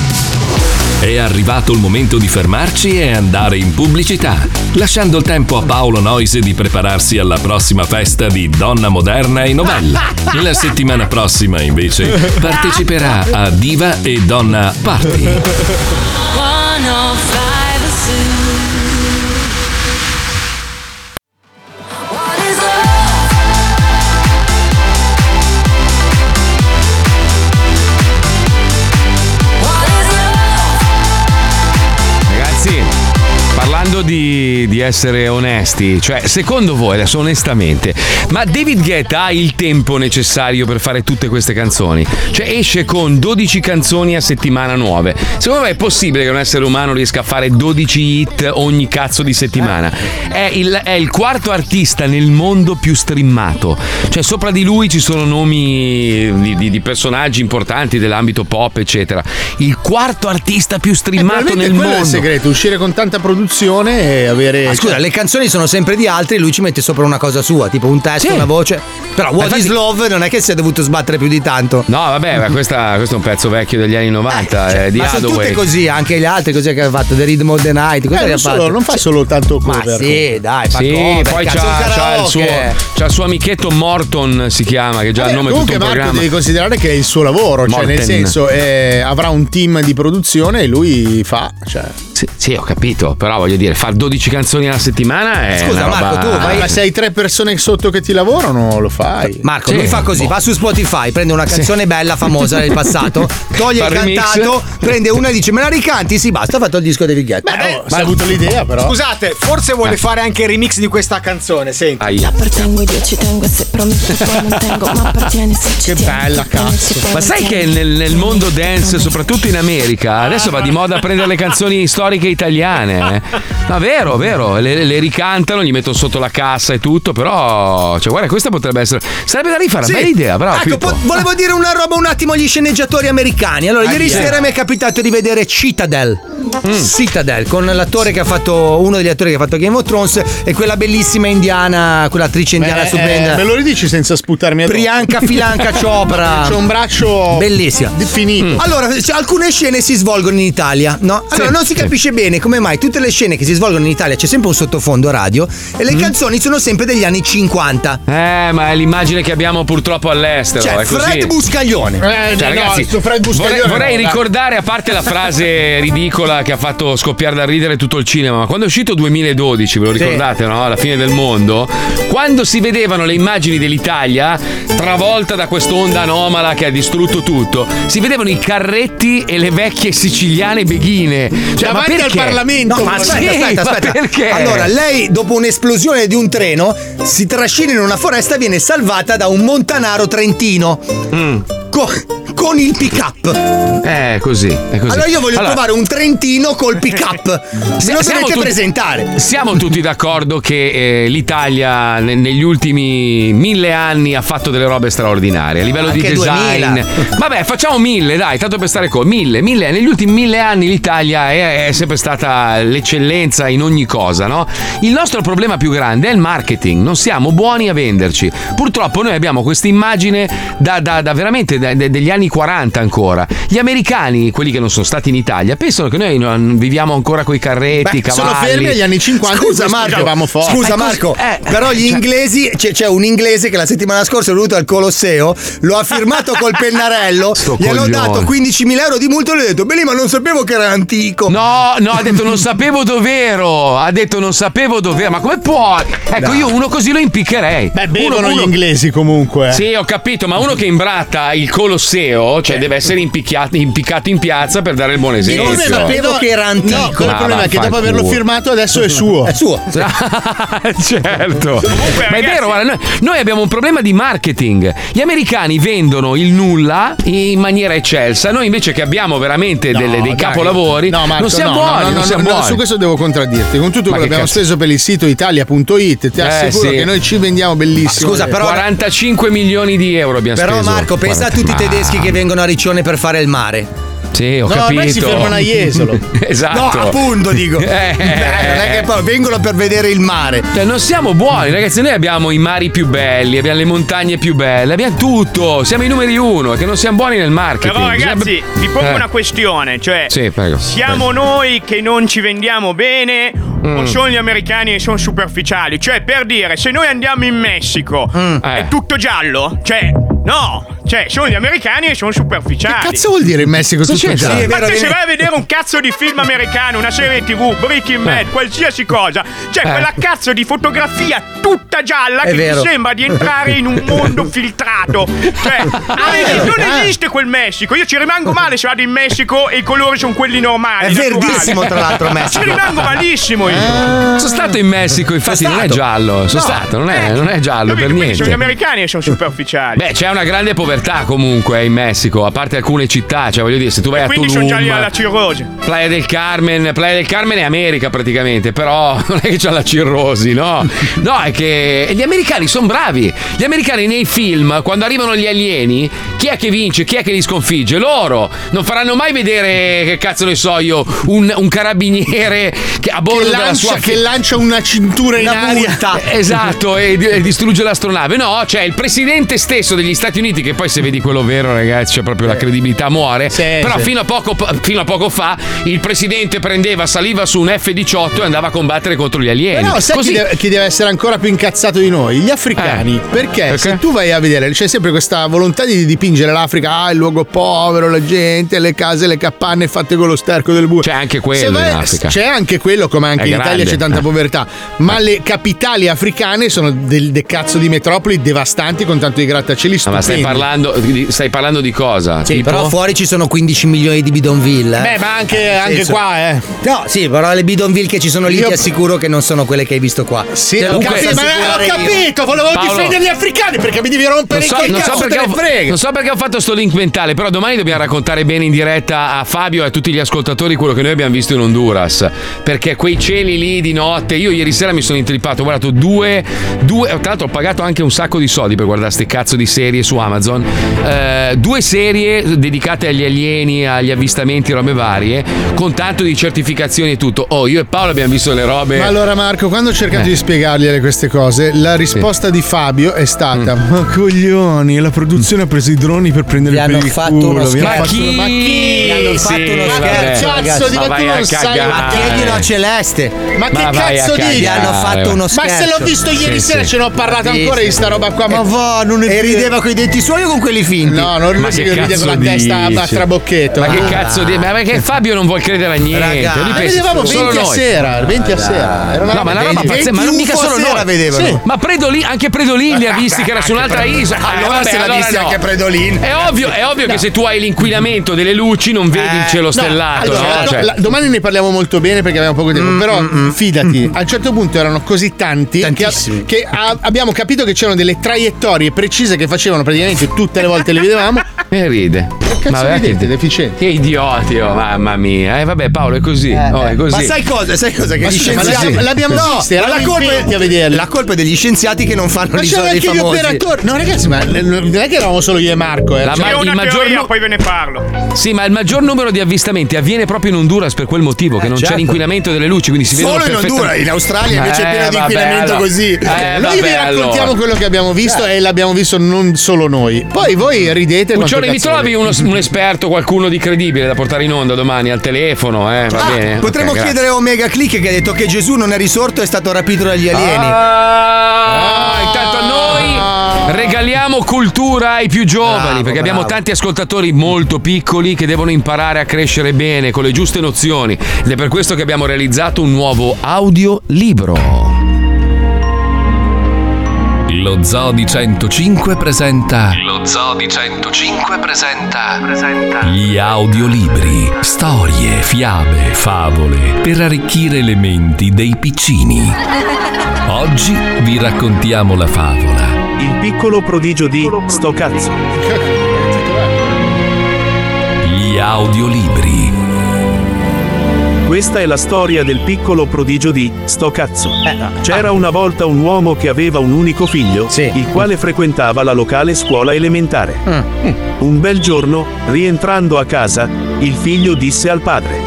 [SPEAKER 1] È arrivato il momento di fermarci e andare in pubblicità, lasciando il tempo a Paolo Noise di prepararsi alla prossima festa di Donna Moderna e Novella. La settimana prossima, invece, parteciperà a Diva e Donna Party.
[SPEAKER 3] Ragazzi, parlando di, di essere onesti, cioè secondo voi, adesso onestamente, ma David Guetta ha il tempo necessario per fare tutte queste canzoni? Cioè esce con 12 canzoni a settimana nuove. Secondo me è possibile che un essere umano riesca a fare 12 hit ogni cazzo di settimana? È il, è il quarto artista nel mondo più streamato. Cioè sopra di lui ci sono nomi di, di- di personaggi importanti dell'ambito pop, eccetera. Il quarto artista più streamato
[SPEAKER 7] Probabilmente
[SPEAKER 3] nel
[SPEAKER 7] quello è il
[SPEAKER 3] mondo.
[SPEAKER 7] segreto, uscire con tanta produzione e avere.
[SPEAKER 9] Ma scusa,
[SPEAKER 7] cioè-
[SPEAKER 9] le canzoni sono sempre di altri, lui ci mette sopra una cosa sua, tipo un testo, una voce. Però What
[SPEAKER 3] Infatti-
[SPEAKER 9] is Love non è che si è dovuto sbattere più di tanto.
[SPEAKER 3] No, vabbè, ma questa- questo è un pezzo vecchio degli anni 90, eh, di
[SPEAKER 9] Ma sono tutte
[SPEAKER 3] Hathaway.
[SPEAKER 9] così, anche gli altri, cos'è che ha fatto? The Rhythm of the Night, cosa
[SPEAKER 7] Eh,
[SPEAKER 9] che ha
[SPEAKER 7] non,
[SPEAKER 9] fatto?
[SPEAKER 7] solo- non
[SPEAKER 5] Cioè,
[SPEAKER 7] fa solo tanto cover.
[SPEAKER 9] Ma
[SPEAKER 5] Ah,
[SPEAKER 9] sì, dai, fa
[SPEAKER 3] Sì,
[SPEAKER 9] cover,
[SPEAKER 3] poi
[SPEAKER 9] cazzo,
[SPEAKER 3] c'ha,
[SPEAKER 9] un
[SPEAKER 3] c'ha il suo,
[SPEAKER 9] karaoke.
[SPEAKER 3] c'ha il suo amichetto Morton, si chiama, che già ha il nome di tutto
[SPEAKER 7] Eh, Comunque
[SPEAKER 3] un
[SPEAKER 7] Marco
[SPEAKER 3] programma.
[SPEAKER 7] devi considerare che è il suo lavoro, cioè nel
[SPEAKER 3] Morten.
[SPEAKER 7] senso eh, avrà un team di produzione e lui fa. Cioè.
[SPEAKER 3] Sì, sì, ho capito, però voglio dire, far 12 canzoni alla settimana è.
[SPEAKER 7] Scusa,
[SPEAKER 3] una
[SPEAKER 7] Marco,
[SPEAKER 3] roba- Ah,
[SPEAKER 7] tu vai. Ma se hai tre persone sotto che ti lavorano, lo fai.
[SPEAKER 5] Marco, lui fa così, va su Spotify, prende una canzone bella, famosa del passato, toglie
[SPEAKER 7] Fa
[SPEAKER 5] il
[SPEAKER 7] il remix.
[SPEAKER 5] cantato, prende una e dice "Me la ricanti?" Sì, basta, ha fatto il disco dei Eh, Vigliacci.
[SPEAKER 6] Beh,
[SPEAKER 7] Ma ha oh, avuto l'idea, però.
[SPEAKER 6] Scusate, forse vuole
[SPEAKER 5] Eh.
[SPEAKER 6] fare anche il remix di questa canzone, senti.
[SPEAKER 5] Aia.
[SPEAKER 6] appartengo ed io ci tengo se prometto poi non tengo, ma appartieni se ci Che bella cazzo.
[SPEAKER 3] Ma sai che nel, nel mondo dance, soprattutto in America, adesso va di moda prendere le canzoni storiche italiane. eh? Ma vero, vero, le, le ricantano, gli mettono sotto la cassa e tutto, però. Cioè, guarda, questa potrebbe essere. Sarebbe da rifare,
[SPEAKER 5] Sì.
[SPEAKER 3] bella idea, bravo.
[SPEAKER 5] Ecco,
[SPEAKER 3] Pippo.
[SPEAKER 5] po- volevo dire una roba un attimo agli sceneggiatori americani. Allora,
[SPEAKER 3] Ah,
[SPEAKER 5] ieri
[SPEAKER 3] yeah.
[SPEAKER 5] sera mi è capitato di vedere Citadel.
[SPEAKER 3] Mm.
[SPEAKER 5] Citadel con l'attore che ha fatto uno degli attori che ha fatto Game of Thrones e quella bellissima indiana, quell'attrice indiana
[SPEAKER 7] Eh,
[SPEAKER 5] stupenda.
[SPEAKER 7] eh, me lo ridici senza sputarmi addosso?
[SPEAKER 5] Priyanka Filanka Chopra.
[SPEAKER 7] C'ho un braccio
[SPEAKER 5] bellissima. Mm.
[SPEAKER 7] finito.
[SPEAKER 5] Allora, c- alcune scene si svolgono in Italia, no? Allora,
[SPEAKER 7] Sì,
[SPEAKER 5] non si
[SPEAKER 7] sì.
[SPEAKER 5] capisce bene come mai tutte le scene che si svolgono in Italia c'è sempre un sottofondo radio e le canzoni sono sempre degli anni 50.
[SPEAKER 3] Mm. Eh, ma è l'immagine che abbiamo purtroppo all'estero.
[SPEAKER 5] Cioè,
[SPEAKER 3] è così.
[SPEAKER 5] Fred Buscaglione.
[SPEAKER 7] Eh,
[SPEAKER 3] Cioè,
[SPEAKER 7] no,
[SPEAKER 3] ragazzi,
[SPEAKER 7] su Fred Buscaglione
[SPEAKER 3] vorrei, vorrei
[SPEAKER 7] no, dai.
[SPEAKER 3] ricordare, a parte la frase ridicola che ha fatto scoppiare da ridere tutto il cinema, ma quando è uscito 2012, ve lo ricordate, no? Alla fine del mondo, quando si vedevano le immagini dell'Italia travolta da quest'onda anomala che ha distrutto tutto, si vedevano i carretti e le vecchie siciliane beghine. Cioè, ma
[SPEAKER 5] Davanti al
[SPEAKER 3] perché?
[SPEAKER 5] Parlamento. No, ma aspetta,
[SPEAKER 3] Sì,
[SPEAKER 5] aspetta,
[SPEAKER 3] ma
[SPEAKER 5] aspetta.
[SPEAKER 3] perché?
[SPEAKER 5] Allora, lei dopo un'esplosione di un treno si trascina in una foresta e viene salvata da un montanaro trentino. Co- con il pick up.
[SPEAKER 3] Eh, Mm. così, è così.
[SPEAKER 5] Allora io voglio
[SPEAKER 3] Allora,
[SPEAKER 5] trovare un trentino col pick up. Se
[SPEAKER 3] Sì,
[SPEAKER 5] lo
[SPEAKER 3] siamo
[SPEAKER 5] dovete
[SPEAKER 3] tutti-
[SPEAKER 5] presentare.
[SPEAKER 3] Siamo tutti d'accordo che eh, l'Italia ne- negli ultimi mille anni ha fatto delle robe straordinarie a livello di
[SPEAKER 5] Anche
[SPEAKER 3] design.
[SPEAKER 5] 2000.
[SPEAKER 3] Vabbè, facciamo mille, dai, tanto per stare con mille, mille. Negli ultimi mille anni l'Italia è, è sempre stata l'eccellenza in ogni cosa, no? Il nostro problema più grande è il marketing, non siamo buoni a venderci. Purtroppo noi abbiamo questa immagine da, da- da veramente da- da- degli anni 40 ancora. Gli americani, quelli che non sono stati in Italia, pensano che noi non- viviamo ancora coi carretti,
[SPEAKER 7] Beh, sono
[SPEAKER 3] cavalli.
[SPEAKER 7] fermi agli anni 50
[SPEAKER 5] Scusa
[SPEAKER 7] in cui
[SPEAKER 5] Marco,
[SPEAKER 7] spingevamo forte.
[SPEAKER 5] scusa
[SPEAKER 7] Eh, cos-
[SPEAKER 5] Marco,
[SPEAKER 7] eh,
[SPEAKER 5] però gli
[SPEAKER 7] cioè-
[SPEAKER 5] inglesi, c'è, c'è un inglese che la settimana scorsa è venuto al Colosseo, lo ha firmato col pennarello,
[SPEAKER 3] Sto
[SPEAKER 5] gli hanno
[SPEAKER 3] coglione.
[SPEAKER 5] dato 15.000 euro di multa e gli ho detto, bene ma non sapevo che era antico.
[SPEAKER 3] Ah, No, no, ha detto non sapevo dov'ero. Ha detto non sapevo dov'ero. Ma come può? Ecco,
[SPEAKER 7] No.
[SPEAKER 3] io uno così lo impiccherei. Beh,
[SPEAKER 7] Bevono gli inglesi comunque. eh.
[SPEAKER 3] Sì, ho capito, ma uno che imbratta il Colosseo,
[SPEAKER 7] Eh.
[SPEAKER 3] cioè deve essere impicchiato- impiccato in piazza per dare il buon
[SPEAKER 7] Il
[SPEAKER 3] esempio.
[SPEAKER 7] problema è che dopo- Esatto. No, il
[SPEAKER 3] Ma
[SPEAKER 7] problema è che dopo averlo
[SPEAKER 3] vaffanculo.
[SPEAKER 7] firmato adesso è suo. È
[SPEAKER 5] suo.
[SPEAKER 3] certo. Ma è vero, guarda, noi, noi abbiamo un problema di marketing. Gli americani vendono il nulla in maniera eccelsa, noi invece che abbiamo veramente delle- dei capolavori,
[SPEAKER 7] No, Marco,
[SPEAKER 3] non siamo
[SPEAKER 7] no,
[SPEAKER 3] buoni,
[SPEAKER 7] no, no,
[SPEAKER 3] non
[SPEAKER 7] no,
[SPEAKER 3] siamo
[SPEAKER 7] no,
[SPEAKER 3] buoni.
[SPEAKER 7] su questo devo contraddirti. Con tutto
[SPEAKER 3] Ma
[SPEAKER 7] quello
[SPEAKER 3] che
[SPEAKER 7] che abbiamo
[SPEAKER 3] cazzo.
[SPEAKER 7] speso per il sito italia.it, ti
[SPEAKER 3] Eh,
[SPEAKER 7] assicuro
[SPEAKER 3] sì.
[SPEAKER 7] che noi ci vendiamo bellissimo.
[SPEAKER 5] scusa, però-
[SPEAKER 3] 45 milioni di euro abbiamo
[SPEAKER 5] Però
[SPEAKER 3] speso.
[SPEAKER 5] Marco, pensa a
[SPEAKER 3] Guarda,
[SPEAKER 5] tutti i
[SPEAKER 3] ma-
[SPEAKER 5] tedeschi che vengono a Riccione per fare il mare.
[SPEAKER 3] Sì, ho
[SPEAKER 5] No,
[SPEAKER 3] capito.
[SPEAKER 5] ormai si fermano a Jesolo.
[SPEAKER 3] esatto.
[SPEAKER 5] No, appunto dico.
[SPEAKER 3] Eh.
[SPEAKER 5] Beh, non è che poi vengono per vedere il mare.
[SPEAKER 3] Cioè, non siamo buoni, ragazzi. Noi abbiamo i mari più belli, abbiamo le montagne più belle, abbiamo tutto. Siamo i numeri uno, è che non siamo buoni nel marketing.
[SPEAKER 16] Però ragazzi,
[SPEAKER 3] Bisogna-
[SPEAKER 16] vi pongo
[SPEAKER 3] Eh.
[SPEAKER 16] una questione, cioè
[SPEAKER 3] Sì, prego. Mm.
[SPEAKER 16] siamo noi che non ci vendiamo bene o sono gli americani che sono superficiali? Cioè, per dire, se noi andiamo in Messico
[SPEAKER 3] Mm. Eh.
[SPEAKER 16] è tutto giallo? Cioè, no, cioè, sono gli americani che sono superficiali.
[SPEAKER 7] Che cazzo vuol dire in Messico
[SPEAKER 16] Cosa
[SPEAKER 7] tutto
[SPEAKER 16] c'entra?
[SPEAKER 7] giallo?
[SPEAKER 16] Ma te se vai a vedere un cazzo di film americano, una serie tv, Breaking
[SPEAKER 3] Eh.
[SPEAKER 16] Bad, qualsiasi cosa, c'è
[SPEAKER 7] Eh.
[SPEAKER 16] quella cazzo di fotografia tutta gialla
[SPEAKER 7] È
[SPEAKER 16] che
[SPEAKER 7] vero.
[SPEAKER 16] ti sembra di entrare in un mondo filtrato. Cioè, ah,
[SPEAKER 5] Eh,
[SPEAKER 16] vedi, non esiste quel Messico. Io ci rimango male se vado in Messico e i colori sono quelli normali.
[SPEAKER 5] È
[SPEAKER 16] naturali.
[SPEAKER 5] verdissimo, tra l'altro, Messico.
[SPEAKER 16] Ci rimango malissimo io.
[SPEAKER 3] Sono stato in Messico, infatti, non è giallo. Sono
[SPEAKER 16] No. Eh,
[SPEAKER 3] stato, non è, non è giallo per
[SPEAKER 16] Quindi sono gli
[SPEAKER 3] niente.
[SPEAKER 16] americani che sono superficiali.
[SPEAKER 3] Beh, c'è una grande povertà comunque in Messico, a parte alcune città, cioè voglio dire, se tu vai a
[SPEAKER 16] Quindi sono gialli alla
[SPEAKER 3] Tulum,
[SPEAKER 16] cirrose.
[SPEAKER 3] Playa del Carmen, Playa del Carmen è America praticamente, però non è che c'ha la cirrosi, no? No, è che gli americani sono bravi. Gli americani nei film, quando arrivano gli alieni, chi è che vince, chi è che li sconfigge? Loro! Non faranno mai vedere, che cazzo ne so io, un, un carabiniere che a bordo
[SPEAKER 7] che,
[SPEAKER 3] della
[SPEAKER 7] lancia,
[SPEAKER 3] sua
[SPEAKER 7] che lancia una cintura in aria.
[SPEAKER 3] Esatto, e, di- e distrugge l'astronave. No, cioè il presidente stesso degli Stati Uniti, che poi se vedi quello vero, ragazzi, cioè proprio la credibilità muore. Però
[SPEAKER 7] Eh. sì.
[SPEAKER 3] Fino, a poco, fino a poco fa il presidente prendeva, saliva su un F-18 e andava a combattere contro gli alieni.
[SPEAKER 7] Però Eh, sai chi
[SPEAKER 3] Eh, Così- Eh.
[SPEAKER 7] deve, chi deve essere ancora più incazzato di noi? Gli africani. Perché, se tu vai a vedere, c'è sempre questa volontà di dipingere dipingere l'Africa, ah, il luogo povero, la gente, le case, le capanne fatte con lo sterco del buio. C'è
[SPEAKER 3] anche quello in Africa.
[SPEAKER 7] C'è anche quello, come anche
[SPEAKER 3] È
[SPEAKER 7] in Italia
[SPEAKER 3] grande,
[SPEAKER 7] c'è tanta
[SPEAKER 3] eh.
[SPEAKER 7] povertà. Ma le capitali africane sono del, de cazzo di metropoli devastanti con tanto di grattacieli
[SPEAKER 3] Ma stai
[SPEAKER 7] stupendi.
[SPEAKER 3] parlando, di- stai parlando di cosa?
[SPEAKER 9] Sì,
[SPEAKER 3] Tipo?
[SPEAKER 9] però fuori ci sono 15 milioni di bidonville. eh.
[SPEAKER 7] Beh, ma anche-
[SPEAKER 9] Nel
[SPEAKER 7] anche qua, eh.
[SPEAKER 9] No, sì, però le bidonville che ci sono lì
[SPEAKER 7] Io-
[SPEAKER 9] ti assicuro che non sono quelle che hai visto qua. Sì,
[SPEAKER 7] Ho capito, ma ho capito, volevo
[SPEAKER 3] Paolo.
[SPEAKER 7] difendere gli africani perché mi devi rompere
[SPEAKER 3] Non so,
[SPEAKER 7] il
[SPEAKER 3] non so
[SPEAKER 7] cazzo, te
[SPEAKER 3] perché
[SPEAKER 7] ne
[SPEAKER 3] ho,
[SPEAKER 7] frega.
[SPEAKER 3] non so perché ho fatto sto link mentale, però domani dobbiamo raccontare bene in diretta a Fabio e a tutti gli ascoltatori quello che noi abbiamo visto in Honduras. Perché quei cieli lì di notte, io ieri sera mi sono intrippato, ho guardato due, due. Tra l'altro ho pagato anche un sacco di soldi per guardare ste cazzo di serie su Amazon. Eh, due serie dedicate agli alieni, agli avvistamenti, robe varie, con tanto di certificazioni e tutto. Oh, io e Paolo abbiamo visto le robe.
[SPEAKER 7] Ma allora Marco, quando ho cercato
[SPEAKER 3] Eh.
[SPEAKER 7] di spiegargliele queste cose, la risposta di Fabio è stata Ma coglioni, la produzione ha preso i droni per prendere
[SPEAKER 9] Vi
[SPEAKER 7] per
[SPEAKER 9] hanno
[SPEAKER 7] il
[SPEAKER 9] fatto
[SPEAKER 7] culo,
[SPEAKER 9] uno
[SPEAKER 7] vi hanno
[SPEAKER 9] scherzo.
[SPEAKER 7] fatto-
[SPEAKER 9] Ma chi? Hanno fatto uno
[SPEAKER 7] Sì,
[SPEAKER 9] scherzo,
[SPEAKER 7] vabbè.
[SPEAKER 9] ragazzi.
[SPEAKER 7] Cazzo, di- ma tu non sai-
[SPEAKER 9] Ma chieglilo a Celeste.
[SPEAKER 7] Ma che cazzo dici?
[SPEAKER 9] Gli hanno fatto uno scherzo.
[SPEAKER 7] Ma se l'ho visto ieri sera ce n'ho parlato ancora di sta roba qua. Eh, Ma va, non è
[SPEAKER 9] E rideva coi denti suoi o con quelli finti?
[SPEAKER 7] No, non
[SPEAKER 9] Ma
[SPEAKER 7] rideva
[SPEAKER 9] che
[SPEAKER 7] che rideva
[SPEAKER 9] cazzo
[SPEAKER 7] con la testa
[SPEAKER 9] dici?
[SPEAKER 7] a Ah. trabocchetto.
[SPEAKER 3] Ma che cazzo di. Ma perché Fabio non vuol credere a niente?
[SPEAKER 7] Ragazzi,
[SPEAKER 3] Lui
[SPEAKER 7] ma
[SPEAKER 3] pensa
[SPEAKER 7] vedevamo
[SPEAKER 3] solo
[SPEAKER 7] 20 a
[SPEAKER 3] noi.
[SPEAKER 7] sera, 20 a
[SPEAKER 3] dai.
[SPEAKER 7] sera. Era una
[SPEAKER 3] no,
[SPEAKER 7] roba
[SPEAKER 3] ma la roba
[SPEAKER 7] dei-
[SPEAKER 3] pazzesca, ma non
[SPEAKER 7] 20
[SPEAKER 3] mica solo
[SPEAKER 7] a sera
[SPEAKER 3] noi.
[SPEAKER 7] vedevano. Ah,
[SPEAKER 3] Sì, ma Predolin, anche Predolin li ha visti che era su un'altra
[SPEAKER 7] Anche
[SPEAKER 3] isola. Eh,
[SPEAKER 7] Predolin. Ah, Allora
[SPEAKER 3] vabbè,
[SPEAKER 7] se l'ha visti
[SPEAKER 3] no.
[SPEAKER 7] anche Predolin.
[SPEAKER 3] È ovvio, è ovvio che se tu hai l'inquinamento delle luci non vedi il cielo
[SPEAKER 7] Eh. No,
[SPEAKER 3] stellato, no?
[SPEAKER 7] allora,
[SPEAKER 3] Cioè-
[SPEAKER 7] la- domani ne parliamo molto bene perché abbiamo poco
[SPEAKER 9] Mm,
[SPEAKER 7] tempo. però fidati, a un certo punto erano così tanti che, che a- abbiamo capito che c'erano delle traiettorie precise che facevano praticamente tutte le volte le vedevamo.
[SPEAKER 3] E ride.
[SPEAKER 7] Che cazzo
[SPEAKER 3] veramente-
[SPEAKER 7] ridete, deficienti?
[SPEAKER 3] Che idioti, oh, mamma mia. Eh, vabbè, Paolo, è così. oh,
[SPEAKER 7] eh.
[SPEAKER 3] è così.
[SPEAKER 9] Ma sai cosa? Sai cosa? Che
[SPEAKER 7] Ma
[SPEAKER 9] gli
[SPEAKER 7] scusa, ma
[SPEAKER 9] scienziati
[SPEAKER 7] l'abbiamo- l'abbiamo
[SPEAKER 9] no,
[SPEAKER 7] viste,
[SPEAKER 9] ma
[SPEAKER 7] eravamo
[SPEAKER 9] la colpa
[SPEAKER 7] in venti a
[SPEAKER 9] è,
[SPEAKER 7] vederle.
[SPEAKER 9] la colpa è degli scienziati che non fanno
[SPEAKER 7] Ma c'erano
[SPEAKER 9] l'isola dei
[SPEAKER 7] anche gli
[SPEAKER 9] famosi.
[SPEAKER 7] operatori. No, ragazzi, ma le- le- non è che eravamo solo io e Marco. Eh.
[SPEAKER 3] La
[SPEAKER 7] Cioè,
[SPEAKER 3] ma- il
[SPEAKER 16] una
[SPEAKER 3] maggior
[SPEAKER 16] teoria,
[SPEAKER 3] nu-
[SPEAKER 16] poi ve ne parlo.
[SPEAKER 3] Sì, ma il maggior numero di avvistamenti avviene proprio in Honduras per quel motivo, che non c'è
[SPEAKER 16] certo.
[SPEAKER 3] l'inquinamento delle luci, quindi si
[SPEAKER 9] Eh, Solo
[SPEAKER 3] vedono
[SPEAKER 9] in
[SPEAKER 3] perfettamente-
[SPEAKER 9] Honduras, in Australia invece è pieno di
[SPEAKER 3] Eh, vabbè,
[SPEAKER 9] inquinamento
[SPEAKER 3] allora.
[SPEAKER 9] così.
[SPEAKER 3] Eh,
[SPEAKER 7] noi vi
[SPEAKER 3] vabbè,
[SPEAKER 7] raccontiamo
[SPEAKER 3] allora. Eh.
[SPEAKER 7] quello che abbiamo visto e l'abbiamo visto non solo noi. Poi voi ridete. quanto
[SPEAKER 3] Puccioni, mi
[SPEAKER 7] cazzo
[SPEAKER 3] trovi uno- un esperto, qualcuno di credibile da portare in onda domani al telefono, eh? Va bene.
[SPEAKER 9] Ah, Potremmo
[SPEAKER 3] Ok,
[SPEAKER 9] chiedere a Omega Click che ha detto che Gesù non è risorto e è stato rapito dagli alieni.
[SPEAKER 3] Ah, intanto noi regaliamo cultura ai più giovani
[SPEAKER 9] Ah,
[SPEAKER 3] perché abbiamo tanti ascoltatori molto piccoli che devono imparare a crescere bene con le giuste nozioni ed è per questo che abbiamo realizzato un nuovo audiolibro.
[SPEAKER 1] Lo Zoo di 105 presenta. Lo Zoo di 105 presenta. Presenta. Gli audiolibri, storie, fiabe, favole per arricchire le menti dei piccini. Oggi vi raccontiamo la favola. Il piccolo prodigio di Sto cazzo. Gli audiolibri.
[SPEAKER 24] Questa è la storia del piccolo prodigio di Sto cazzo. C'era una volta un uomo che aveva un unico figlio, il quale frequentava la locale scuola elementare. Un bel giorno, rientrando a casa, il figlio disse al padre: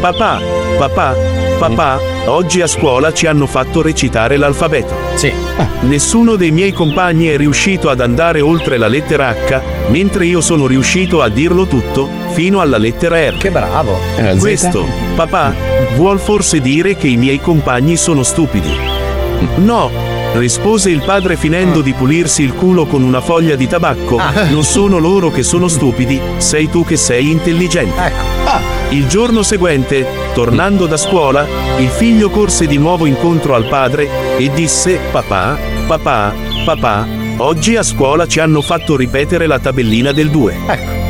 [SPEAKER 24] Papà, papà, papà, oggi a scuola ci hanno fatto recitare l'alfabeto.
[SPEAKER 3] Ah.
[SPEAKER 24] Nessuno dei miei compagni è riuscito ad andare oltre la lettera H, mentre io sono riuscito a dirlo tutto, fino alla lettera R. Che bravo!
[SPEAKER 3] Eh, la Z?
[SPEAKER 24] Questo, papà, vuol forse dire che i miei compagni sono stupidi? No! rispose il padre finendo di pulirsi il culo con una foglia di tabacco. Non sono loro che sono stupidi, sei tu che sei intelligente. Il giorno seguente, tornando da scuola, il figlio corse di nuovo incontro al padre e disse: Papà, papà, papà, oggi a scuola ci hanno fatto ripetere la tabellina del 2.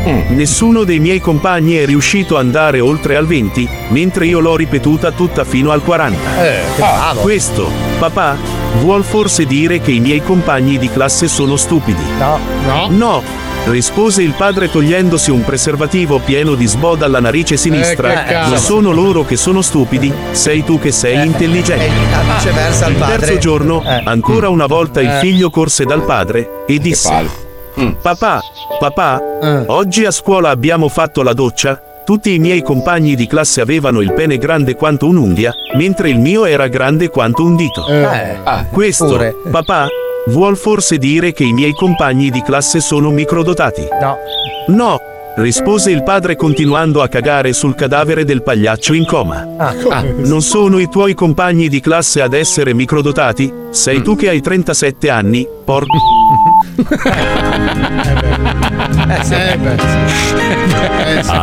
[SPEAKER 24] Mm. Nessuno dei miei compagni è riuscito ad andare oltre al 20, mentre io l'ho ripetuta tutta fino al 40. Ah, questo, papà, vuol forse dire che i miei compagni di classe sono stupidi? No, no. No, rispose il padre togliendosi un preservativo pieno di sboda alla narice sinistra. Eh, che Eh. non cavolo. sono loro che sono stupidi, sei tu che sei intelligente.
[SPEAKER 9] viceversa al
[SPEAKER 24] Il
[SPEAKER 9] padre.
[SPEAKER 24] terzo giorno, ancora una volta il
[SPEAKER 9] Eh.
[SPEAKER 24] figlio corse dal padre e disse: "Mm, Papà, papà,
[SPEAKER 9] Eh.
[SPEAKER 24] oggi a scuola abbiamo fatto la doccia. Tutti i miei compagni di classe avevano il pene grande quanto un'unghia, mentre il mio era grande quanto un dito.
[SPEAKER 9] Eh.
[SPEAKER 24] Ah, Questo,
[SPEAKER 9] pure.
[SPEAKER 24] papà, vuol forse dire che i miei compagni di classe sono microdotati? No. No, rispose il padre continuando a cagare sul cadavere del pagliaccio in coma. Ah, non sono i tuoi compagni di classe ad essere microdotati? Sei tu che hai 37 anni, porco.
[SPEAKER 5] Eh,
[SPEAKER 7] Eh,
[SPEAKER 1] Ah.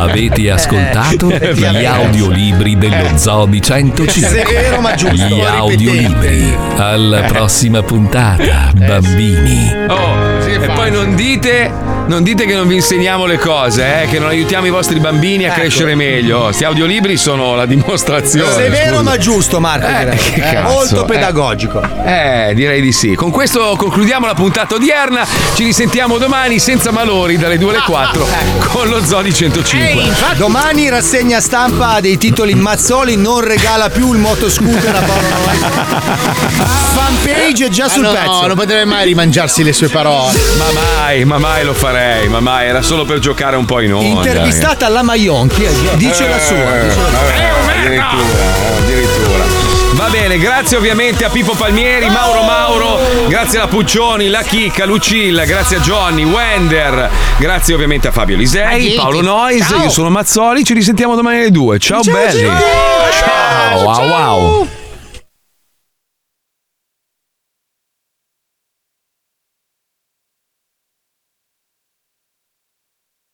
[SPEAKER 1] Avete ascoltato
[SPEAKER 6] Eh,
[SPEAKER 1] gli
[SPEAKER 6] veramente.
[SPEAKER 1] audiolibri
[SPEAKER 6] Eh.
[SPEAKER 1] dello Zoo di 105.
[SPEAKER 6] Severo, ma giusto,
[SPEAKER 1] Gli
[SPEAKER 6] ripetente.
[SPEAKER 1] audiolibri. Alla prossima
[SPEAKER 6] Eh,
[SPEAKER 1] puntata, bambini.
[SPEAKER 3] Oh, e poi non dite, non dite che non vi insegniamo le cose, eh, che non aiutiamo i vostri bambini a
[SPEAKER 5] Ecco.
[SPEAKER 3] crescere meglio. Questi audiolibri sono la dimostrazione.
[SPEAKER 5] Severo
[SPEAKER 3] scusa.
[SPEAKER 5] ma giusto, Marco. direi.
[SPEAKER 3] che
[SPEAKER 5] Eh,
[SPEAKER 3] cazzo,
[SPEAKER 5] Molto
[SPEAKER 3] eh.
[SPEAKER 5] pedagogico.
[SPEAKER 3] Eh, direi di sì. Con questo concludiamo la puntata odierna. Ci risentiamo domani senza malori dalle 2
[SPEAKER 5] Ah,
[SPEAKER 3] alle 4
[SPEAKER 5] ecco.
[SPEAKER 3] con lo Zodi 105.
[SPEAKER 5] Domani rassegna stampa dei titoli Mazzoli non regala più il motoscooter a Paolo Nois. Fanpage è già
[SPEAKER 7] Ah,
[SPEAKER 5] sul
[SPEAKER 7] no,
[SPEAKER 5] pezzo.
[SPEAKER 7] non potrebbe mai rimangiarsi le sue parole.
[SPEAKER 3] Ma mai, ma mai lo farei, ma mai, era solo per giocare un po' in onda.
[SPEAKER 5] Intervistata alla Maionchi, eh, dice la sua.
[SPEAKER 3] Eh, vabbè, addirittura, addirittura. Va bene, grazie ovviamente a Pippo Palmieri, Mauro Mauro, grazie alla Puccioni, la Chicca, Lucilla, grazie a Johnny, Wender, grazie ovviamente a Fabio Lisei,
[SPEAKER 6] Agiti.
[SPEAKER 3] Paolo Nois, io sono Mazzoli, ci risentiamo domani alle 2. Ciao, belli. Ciao, wow, wow.